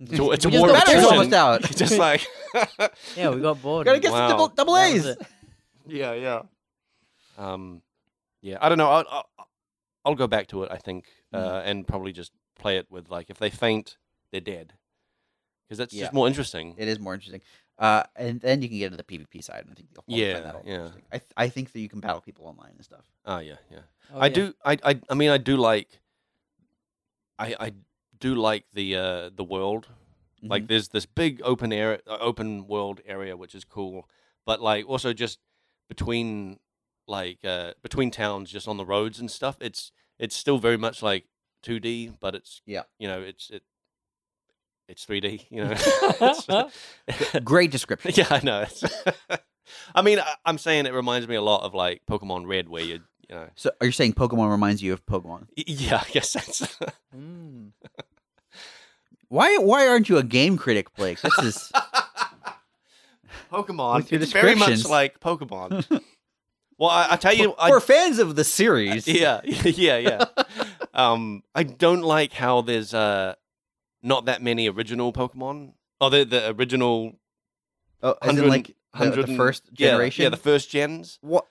Speaker 2: It's a, it's a
Speaker 3: We just
Speaker 2: war
Speaker 1: the
Speaker 2: of
Speaker 1: battery's
Speaker 2: attrition.
Speaker 1: almost out.
Speaker 2: It's just like,
Speaker 3: Yeah, we got bored.
Speaker 1: Gotta
Speaker 3: and
Speaker 1: get
Speaker 2: Wow.
Speaker 1: some double double
Speaker 3: That was
Speaker 1: A's.
Speaker 3: it.
Speaker 2: yeah, yeah, um, yeah. I don't know. I'll, I'll, I'll go back
Speaker 1: Mm.
Speaker 2: to it. I think, uh, and probably just play it with like if they faint, they're dead. because that's
Speaker 1: Yeah.
Speaker 2: just more interesting.
Speaker 1: It is more interesting. Uh, and then you can get into the PvP side, and I think you'll find
Speaker 2: Yeah,
Speaker 1: that all
Speaker 2: yeah.
Speaker 1: interesting. I th- I think that you can battle people online and stuff.
Speaker 2: Oh yeah, yeah.
Speaker 3: Oh,
Speaker 2: I
Speaker 3: yeah.
Speaker 2: do. I, I. I mean, I do like. I I do like the uh the world. Like,
Speaker 3: Mm-hmm.
Speaker 1: Mhm.
Speaker 2: there's this big open air, uh, open world area which is cool, but like also just between like uh between towns, just on the roads and stuff. It's it's still very much like 2D, but it's
Speaker 1: Yeah.
Speaker 2: You know, it's it. It's 3D. You know. It's-
Speaker 1: great description.
Speaker 2: yeah, I know. It's I mean, I, I'm saying it reminds me a lot of like Pokemon Red, where you you know.
Speaker 1: So are you saying Pokemon reminds you of Pokemon?
Speaker 2: Y- Yeah, I guess that's.
Speaker 3: Mm.
Speaker 1: Why why aren't you a game critic, Blake? This is
Speaker 2: Pokemon.
Speaker 1: With your
Speaker 2: It's very much
Speaker 1: descriptions.
Speaker 2: like Pokemon. well, I, I tell you, I,
Speaker 1: we're fans of the series.
Speaker 2: yeah, yeah, yeah. um, I don't like how there's uh, not that many original Pokemon. Oh, the the original
Speaker 1: Oh, as
Speaker 2: hundred
Speaker 1: in like
Speaker 2: hundred
Speaker 1: the first
Speaker 2: yeah,
Speaker 1: generation?
Speaker 2: the first gens.
Speaker 1: what?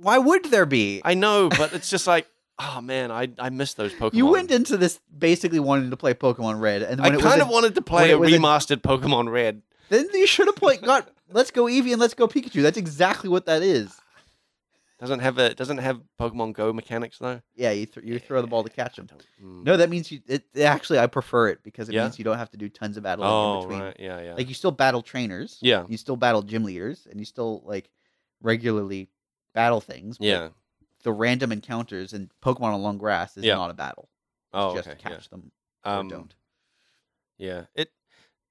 Speaker 1: Why would there be?
Speaker 2: I know, but it's just like, oh man, I I miss those Pokemon.
Speaker 1: you went into this basically wanting to play Pokemon Red, and when
Speaker 2: I
Speaker 1: it was
Speaker 2: kind of
Speaker 1: a-
Speaker 2: wanted to play
Speaker 1: it
Speaker 2: a
Speaker 1: was a-
Speaker 2: remastered Pokemon Red.
Speaker 1: then you should have played. Got Let's Go Eevee and Let's Go Pikachu. That's exactly what that is.
Speaker 2: Doesn't have a doesn't have Pokemon Go mechanics though.
Speaker 1: Yeah, you th- you throw the ball to catch them.
Speaker 2: Mm.
Speaker 1: No, that means you. It, actually, I prefer it because it
Speaker 2: Yeah?
Speaker 1: means you don't have to do tons of battling in
Speaker 2: Oh
Speaker 1: between.
Speaker 2: right, yeah, yeah,
Speaker 1: Like you still battle trainers.
Speaker 2: yeah,
Speaker 1: You still battle gym leaders, and you still like regularly battle things. but
Speaker 2: yeah.
Speaker 1: the random encounters in Pokemon on long grass is
Speaker 2: Yeah.
Speaker 1: not a battle. It's
Speaker 2: Oh,
Speaker 1: just
Speaker 2: okay,
Speaker 1: catch
Speaker 2: yeah.
Speaker 1: them or
Speaker 2: Um,
Speaker 1: don't.
Speaker 2: Yeah, it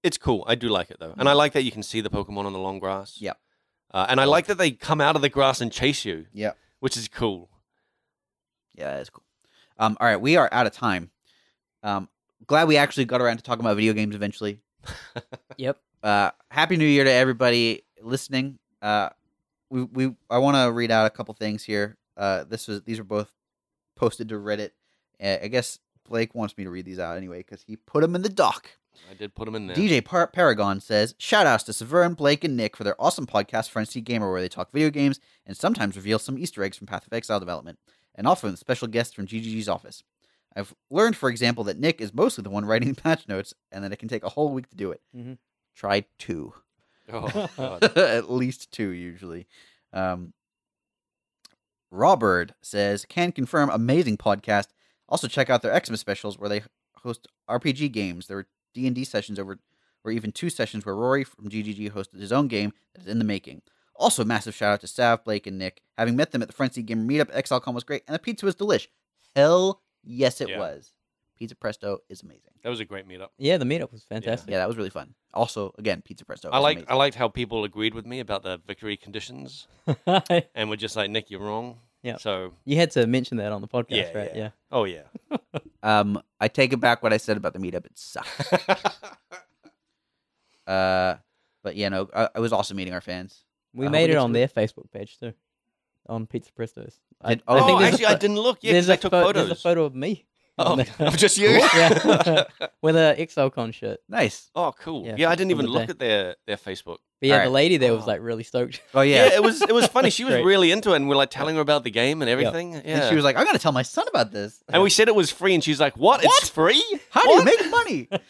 Speaker 2: it's cool. I do like it though,
Speaker 3: Mm.
Speaker 2: and I like that you can see the Pokemon on the long grass.
Speaker 1: Yeah.
Speaker 2: uh, and I like that they come out of the grass and chase you.
Speaker 1: Yeah.
Speaker 2: which is cool.
Speaker 1: Yeah, that's cool. Um, all right, we are out of time. Um, glad we actually got around to talking about video games eventually.
Speaker 3: Yep.
Speaker 1: Uh, happy New Year to everybody listening. Uh, we we I want to read out a couple things here. Uh, this was these are both posted to Reddit. Uh, I guess Blake wants me to read these out anyway because he put them in the doc.
Speaker 2: I did put them in there.
Speaker 1: DJ Par- Paragon says, shout outs to Severn, Blake, and Nick for their awesome podcast, Front Seat Gamer, where they talk video games and sometimes reveal some Easter eggs from Path of Exile development, and often special guests from GGG's office. I've learned, for example, that Nick is mostly the one writing the patch notes, and that it can take a whole week to do it.
Speaker 3: Mhm.
Speaker 1: Try two.
Speaker 2: Oh, God.
Speaker 1: At least two, usually. Um, Robert says, can confirm amazing podcast. Also check out their Xmas specials where they host RPG games. There were D and D sessions over, or even two sessions where Rory from GGG hosted his own game that is in the making. Also, massive shout out to Sav, Blake, and Nick. Having met them at the Front Seat Gamer Meetup, XLCon was great, and the pizza was delish. Hell yes, it
Speaker 2: Yeah.
Speaker 1: was. Pizza Presto is amazing.
Speaker 2: that was a great meetup.
Speaker 3: Yeah, the meetup was fantastic.
Speaker 1: Yeah, that was really fun. Also, again, Pizza Presto.
Speaker 2: I
Speaker 1: is
Speaker 2: like
Speaker 1: amazing.
Speaker 2: I liked how people agreed with me about the victory conditions, and were just like, Nick, you're wrong.
Speaker 3: Yeah.
Speaker 2: So,
Speaker 3: you had to mention that on the podcast,
Speaker 2: Yeah,
Speaker 3: right?
Speaker 2: yeah. oh yeah.
Speaker 1: Um, I take it back what I said about the meetup. It
Speaker 3: Oh,
Speaker 1: sucked. Uh, but yeah, no, I, it was awesome meeting our fans.
Speaker 3: We
Speaker 1: I
Speaker 2: Uh,
Speaker 1: hope it
Speaker 3: made it
Speaker 1: gets
Speaker 3: on
Speaker 1: re-
Speaker 3: their Facebook page too, on Pizza Prestos. I,
Speaker 1: Did-
Speaker 2: oh,
Speaker 1: I think there's a
Speaker 2: actually, I
Speaker 3: pho-
Speaker 2: didn't look. Yeah, 'cause
Speaker 3: there's a
Speaker 2: I took
Speaker 3: pho-
Speaker 2: photos.
Speaker 3: There's a photo of me. on
Speaker 2: Oh,
Speaker 3: there.
Speaker 2: of just you.
Speaker 3: yeah, with a XLCon shirt.
Speaker 1: Nice.
Speaker 2: oh, cool.
Speaker 3: Yeah,
Speaker 2: Yeah, I didn't
Speaker 3: from
Speaker 2: even
Speaker 3: the
Speaker 2: look
Speaker 3: day.
Speaker 2: at their their Facebook.
Speaker 3: But yeah,
Speaker 1: All right.
Speaker 3: the lady there
Speaker 2: Oh.
Speaker 3: was like really stoked.
Speaker 1: Oh
Speaker 2: Yeah,
Speaker 1: yeah.
Speaker 2: it was it was funny. She was
Speaker 3: Great.
Speaker 2: really into it, and we're like telling her about the game and everything. Yeah,
Speaker 1: And she was like, "I'm gonna tell my son about this.
Speaker 2: And we said it was free, and she's like, "What? It's free?
Speaker 1: How
Speaker 2: what?
Speaker 1: do you make money?"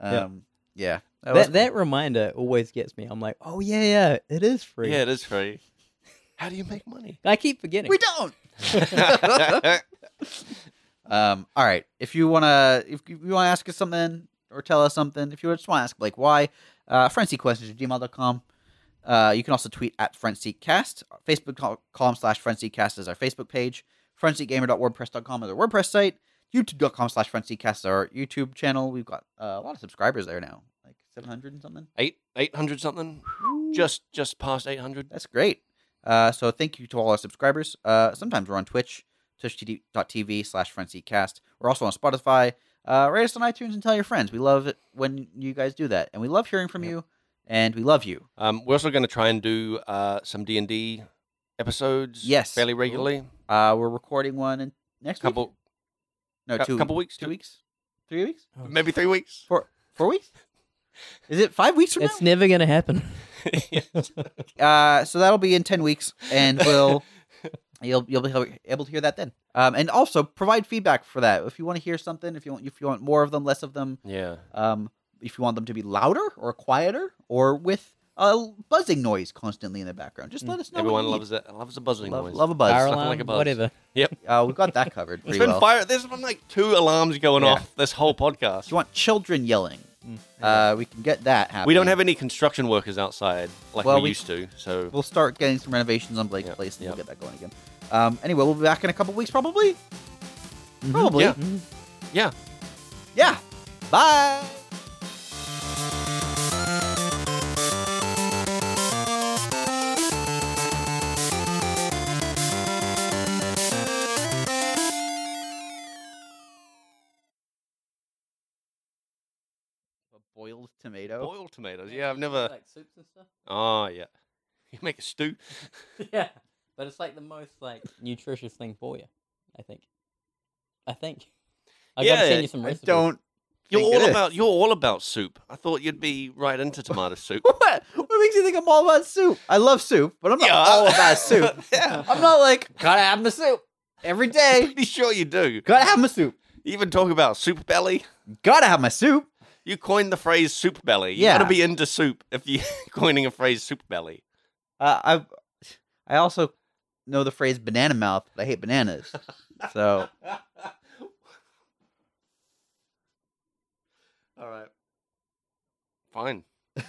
Speaker 1: um, yeah.
Speaker 3: That
Speaker 1: was
Speaker 3: that, reminder always gets me. I'm like, oh yeah, yeah, it is free.
Speaker 2: Yeah, it is free. How do you make money?
Speaker 3: I keep
Speaker 1: cool.
Speaker 3: forgetting.
Speaker 1: we don't.
Speaker 2: yeah,
Speaker 1: Um, all right. If you wanna, if you wanna ask us something or tell us something, if you just wanna ask Blake why, uh, frontseatquestions at gmail.com. Uh, you can also tweet at frontseatcast. Facebook.com slash frontseatcast is our Facebook page. Frontseatgamer.wordpress.com is our WordPress site. YouTube.com slash frontseatcast is our YouTube channel. We've got uh, a lot of subscribers there now, like 700 and something.
Speaker 2: eight eight hundred something. Just just past eight hundred.
Speaker 1: That's great. Uh, so thank you to all our subscribers. Uh, sometimes we're on Twitch, twitch.tv slash frontseatcast. We're also on Spotify. Uh, rate us on iTunes and tell your friends. We love it when you guys do that. And we love hearing from
Speaker 2: Yep.
Speaker 1: you. And we love you.
Speaker 2: Um, we're also going to try and do uh, some D and D episodes.
Speaker 1: Yes.
Speaker 2: fairly regularly.
Speaker 1: Uh, we're recording one in next week.
Speaker 2: Couple
Speaker 1: No,
Speaker 2: cou-
Speaker 1: two
Speaker 2: couple weeks,
Speaker 1: Two
Speaker 2: two-
Speaker 1: weeks? Three weeks?
Speaker 3: Oh,
Speaker 2: maybe three weeks.
Speaker 1: Four four weeks? Is it five weeks from
Speaker 3: It's
Speaker 1: now?
Speaker 3: never gonna happen.
Speaker 1: uh, so that'll be in ten weeks, and we'll you'll you'll be able to hear that then. Um, and also provide feedback for that if you want to hear something, if you want if you want more of them, less of them,
Speaker 2: yeah,
Speaker 1: Um, if you want them to be louder or quieter or with a buzzing noise constantly in the background. Just let us know. what
Speaker 2: Mm. Everyone
Speaker 1: you need.
Speaker 2: loves that. Loves a buzzing
Speaker 1: love,
Speaker 2: noise.
Speaker 1: love a buzz.
Speaker 3: Fire
Speaker 2: Nothing
Speaker 3: alarm,
Speaker 2: like a buzz.
Speaker 3: whatever.
Speaker 1: Uh, we've got that covered pretty
Speaker 2: There's been
Speaker 1: well.
Speaker 2: fire. There's been like two alarms going
Speaker 1: Yeah.
Speaker 2: off this whole
Speaker 1: If
Speaker 2: podcast.
Speaker 1: you want children yelling,
Speaker 3: Mm,
Speaker 1: uh, we can get that happening.
Speaker 2: We don't have any construction workers outside like
Speaker 1: Well,
Speaker 2: we,
Speaker 1: we-
Speaker 2: used to. So
Speaker 1: We'll start getting some renovations on Blake's
Speaker 2: Yeah,
Speaker 1: place, and
Speaker 2: yeah.
Speaker 1: we'll get that going again. Um, anyway, we'll be back in a couple weeks, probably. Probably.
Speaker 2: Mm-hmm. Yeah.
Speaker 3: Mhm.
Speaker 2: yeah,
Speaker 1: yeah. Bye. A boiled tomato.
Speaker 2: boiled tomatoes. Yeah, I've never.
Speaker 3: Like soups and stuff.
Speaker 2: Oh yeah, you make a stew.
Speaker 3: yeah, but it's like the most like nutritious thing for you. I think. I think. I gotta
Speaker 2: Yeah,
Speaker 3: send you some
Speaker 1: I
Speaker 3: recipes.
Speaker 1: don't.
Speaker 2: You're
Speaker 1: think it
Speaker 2: all
Speaker 1: is.
Speaker 2: about you're all about soup. I thought you'd be right into tomato soup.
Speaker 1: What? What makes you think I'm all about soup? I love soup, but I'm not
Speaker 2: Yeah.
Speaker 1: all about soup.
Speaker 2: yeah,
Speaker 1: I'm not like gotta have my soup every day.
Speaker 2: pretty sure you do.
Speaker 1: Gotta have my soup.
Speaker 2: You even talk about soup belly.
Speaker 1: Gotta have my soup.
Speaker 2: You coined the phrase soup belly. You
Speaker 1: Yeah.
Speaker 2: gotta be into soup if you're coining a phrase soup belly.
Speaker 1: Uh, I I also know the phrase banana mouth, but I hate bananas. So
Speaker 2: All right. Fine.
Speaker 1: all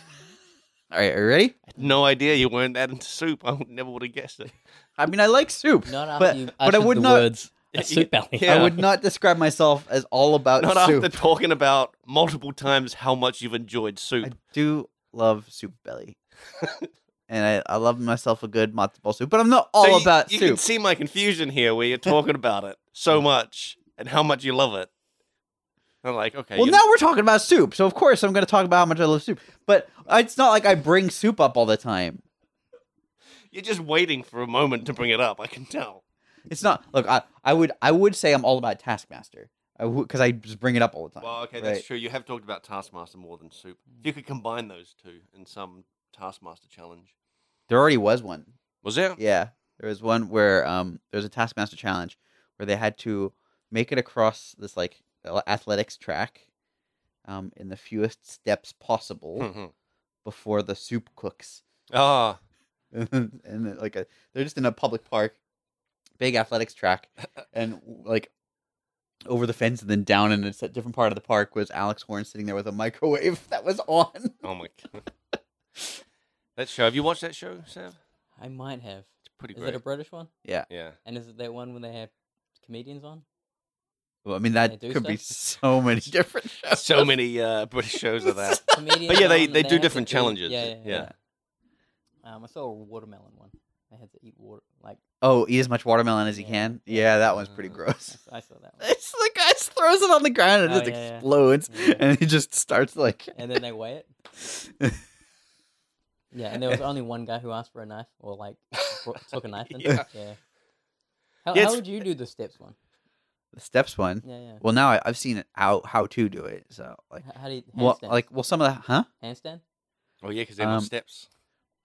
Speaker 1: right, are you ready?
Speaker 2: I had no idea you weren't that into soup. I would- never would have guessed it.
Speaker 1: I mean, I like soup.
Speaker 3: Not after
Speaker 1: But-
Speaker 3: you
Speaker 1: but I
Speaker 3: uttered
Speaker 1: would
Speaker 3: the
Speaker 1: not-
Speaker 3: words a soup belly.
Speaker 2: Yeah.
Speaker 1: I would not describe myself as all about
Speaker 2: Not
Speaker 1: soup.
Speaker 2: after talking about multiple times how much you've enjoyed soup.
Speaker 1: I do love soup belly. and I, I love myself a good matzo ball soup, but I'm not all
Speaker 2: So you-
Speaker 1: about
Speaker 2: you can
Speaker 1: soup.
Speaker 2: see my confusion here where you're talking about it so much and how much you love it. I'm like, okay.
Speaker 1: Well,
Speaker 2: you-
Speaker 1: now we're talking about soup, so of course I'm going to talk about how much I love soup. But it's not like I bring soup up all the time.
Speaker 2: You're just waiting for a moment to bring it up. I can tell.
Speaker 1: It's not. Look, I, I would I would say I'm all about Taskmaster because I just bring it up all the time.
Speaker 2: Well, okay,
Speaker 1: right?
Speaker 2: that's true. You have talked about Taskmaster more than soup. If you could combine those two in some Taskmaster challenge.
Speaker 1: There already was one.
Speaker 2: Was there?
Speaker 1: Yeah, there was one where um there was a Taskmaster challenge where they had to make it across this like a- athletics track, um in the fewest steps possible
Speaker 2: Mhm.
Speaker 1: before the soup cooks,
Speaker 2: Ah,
Speaker 1: and then, like a they're just in a public park, big athletics track, and like. Over the fence and then down in a s- different part of the park was Alex Horn sitting there with a microwave that was on.
Speaker 2: oh my god. that show. Have you watched that show, Sam?
Speaker 3: I might have.
Speaker 2: It's pretty
Speaker 3: Is
Speaker 2: great.
Speaker 3: it a British one?
Speaker 2: yeah.
Speaker 3: And is it that one when they have comedians on?
Speaker 1: Well, I mean
Speaker 3: They
Speaker 1: that
Speaker 3: do
Speaker 1: could be
Speaker 3: stuff?
Speaker 1: so many different shows.
Speaker 2: So many uh, British shows of that.
Speaker 3: Comedians
Speaker 2: But yeah,
Speaker 3: on
Speaker 2: they,
Speaker 3: and
Speaker 2: they
Speaker 3: have
Speaker 2: do
Speaker 3: to
Speaker 2: different
Speaker 3: eat-
Speaker 2: challenges.
Speaker 3: Yeah, yeah. yeah. Um, I saw a watermelon one. They had to eat water. Like
Speaker 1: Oh, eat as much watermelon as you
Speaker 3: Yeah. Mm.
Speaker 1: can. Yeah, that one's pretty
Speaker 2: Uh,
Speaker 3: I
Speaker 1: gross.
Speaker 3: s- I saw that one.
Speaker 1: It's the guy just throws it on the ground and it
Speaker 3: Oh,
Speaker 1: just
Speaker 3: yeah, yeah.
Speaker 1: explodes,
Speaker 3: Yeah.
Speaker 1: and he just starts like.
Speaker 3: and then they weigh it. Yeah, and there was only one guy who asked for a knife or like bro- took a knife. In.
Speaker 2: Yeah.
Speaker 3: How,
Speaker 2: Yeah,
Speaker 3: how
Speaker 2: it's-
Speaker 3: would you do the steps one?
Speaker 1: The steps one.
Speaker 3: Yeah, yeah.
Speaker 1: Well, now I, I've seen it how how to do it. So like,
Speaker 3: H- How do you handstand?
Speaker 1: well, like well, some of the huh?
Speaker 3: handstand?
Speaker 2: Oh yeah, because they're not
Speaker 1: Um,
Speaker 2: steps.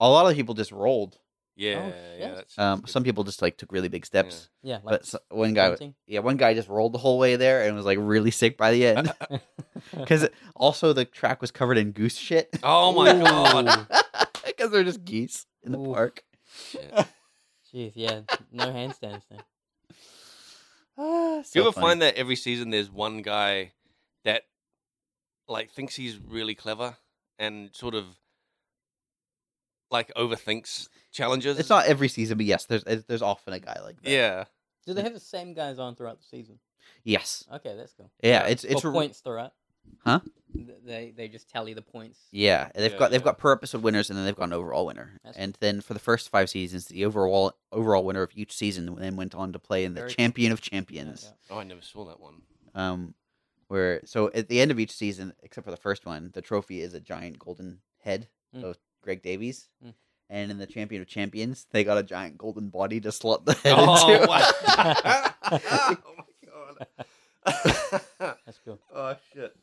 Speaker 1: A lot of people just rolled.
Speaker 2: Yeah, yeah.
Speaker 3: shit.
Speaker 2: That's,
Speaker 1: Um,
Speaker 2: that's
Speaker 1: some people just like took really big steps,
Speaker 3: Yeah, like
Speaker 1: but so, one guy,
Speaker 3: planting?
Speaker 1: yeah, one guy just rolled the whole way there and was like really sick by the end because also the track was covered in goose shit.
Speaker 2: good. Oh my
Speaker 3: Ooh.
Speaker 2: god.
Speaker 1: because they're just geese in the
Speaker 3: Ooh.
Speaker 1: park.
Speaker 2: Shit.
Speaker 3: Jeez, yeah, no handstands then.
Speaker 1: Ah,
Speaker 2: Do you
Speaker 1: so
Speaker 2: ever
Speaker 1: funny.
Speaker 2: find that every season there's one guy that like thinks he's really clever and sort of like overthinks challenges?
Speaker 1: It's not every season, but yes, there's there's there's often a guy like that.
Speaker 2: Yeah.
Speaker 3: Do they have the same guys on throughout the season?
Speaker 1: Yes.
Speaker 3: Okay, that's cool.
Speaker 1: Yeah.
Speaker 2: Yeah.
Speaker 1: It's it's
Speaker 3: Or
Speaker 1: a-
Speaker 3: points throughout.
Speaker 1: Huh?
Speaker 3: Th- They they just tally the points.
Speaker 1: Yeah, and they've
Speaker 2: Yeah,
Speaker 1: got they've
Speaker 2: yeah.
Speaker 1: got per episode winners, and then they've got an overall winner.
Speaker 3: That's-
Speaker 1: and then for the first five seasons, the overall overall winner of each season then went on to play in the
Speaker 3: Very-
Speaker 1: Champion of
Speaker 3: Yeah,
Speaker 1: Champions.
Speaker 3: yeah.
Speaker 2: Oh, I never saw that one.
Speaker 1: Um, where so at the end of each season, except for the first one, the trophy is a giant golden head
Speaker 2: Hmm.
Speaker 3: Mm.
Speaker 1: of Greg Davies.
Speaker 3: Mm.
Speaker 1: And in the Champion of Champions, they got a giant golden body to slot the head
Speaker 2: Oh,
Speaker 1: into.
Speaker 2: wow. oh my god.
Speaker 3: That's cool.
Speaker 2: oh shit.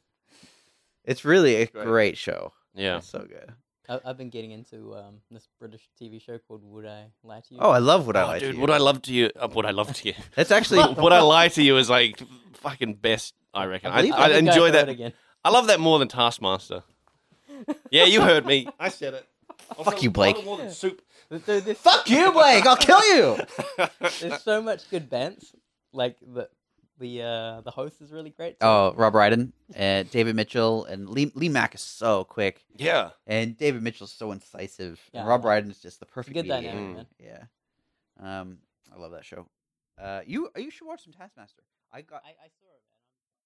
Speaker 1: It's really a
Speaker 2: Great.
Speaker 1: great show.
Speaker 2: Yeah.
Speaker 1: It's so good.
Speaker 3: I, I've been getting into um, this British TV show called Would I Lie to You?
Speaker 1: Oh, I love what I
Speaker 2: Oh,
Speaker 1: like.
Speaker 2: dude, what I love to you, uh, what I love to you,
Speaker 1: That's actually
Speaker 2: what I lie to you is like fucking best. I reckon. I,
Speaker 1: believe
Speaker 2: I,
Speaker 3: think
Speaker 2: enjoy
Speaker 3: heard
Speaker 2: that.
Speaker 3: again.
Speaker 2: I love that more than Taskmaster. Yeah, you heard me. I said it.
Speaker 1: Fuck you, Blake.
Speaker 2: More than soup.
Speaker 3: There- there's-
Speaker 1: Fuck you, Blake. I'll kill you.
Speaker 3: There's so much good bands. Like the the uh the host is really great.
Speaker 1: Oh, Rob Ryden, uh, David Mitchell, and Lee, Lee Mack is so quick,
Speaker 2: yeah.
Speaker 1: and David Mitchell's so incisive, and
Speaker 3: Yeah.
Speaker 1: Rob Ryden is just the
Speaker 3: it's a
Speaker 1: perfect
Speaker 3: good
Speaker 1: mediator.
Speaker 3: dynamic,
Speaker 2: Mm.
Speaker 3: man.
Speaker 1: Yeah, um, I love that show. Uh, you you should watch some Taskmaster. I got
Speaker 3: I, I saw it.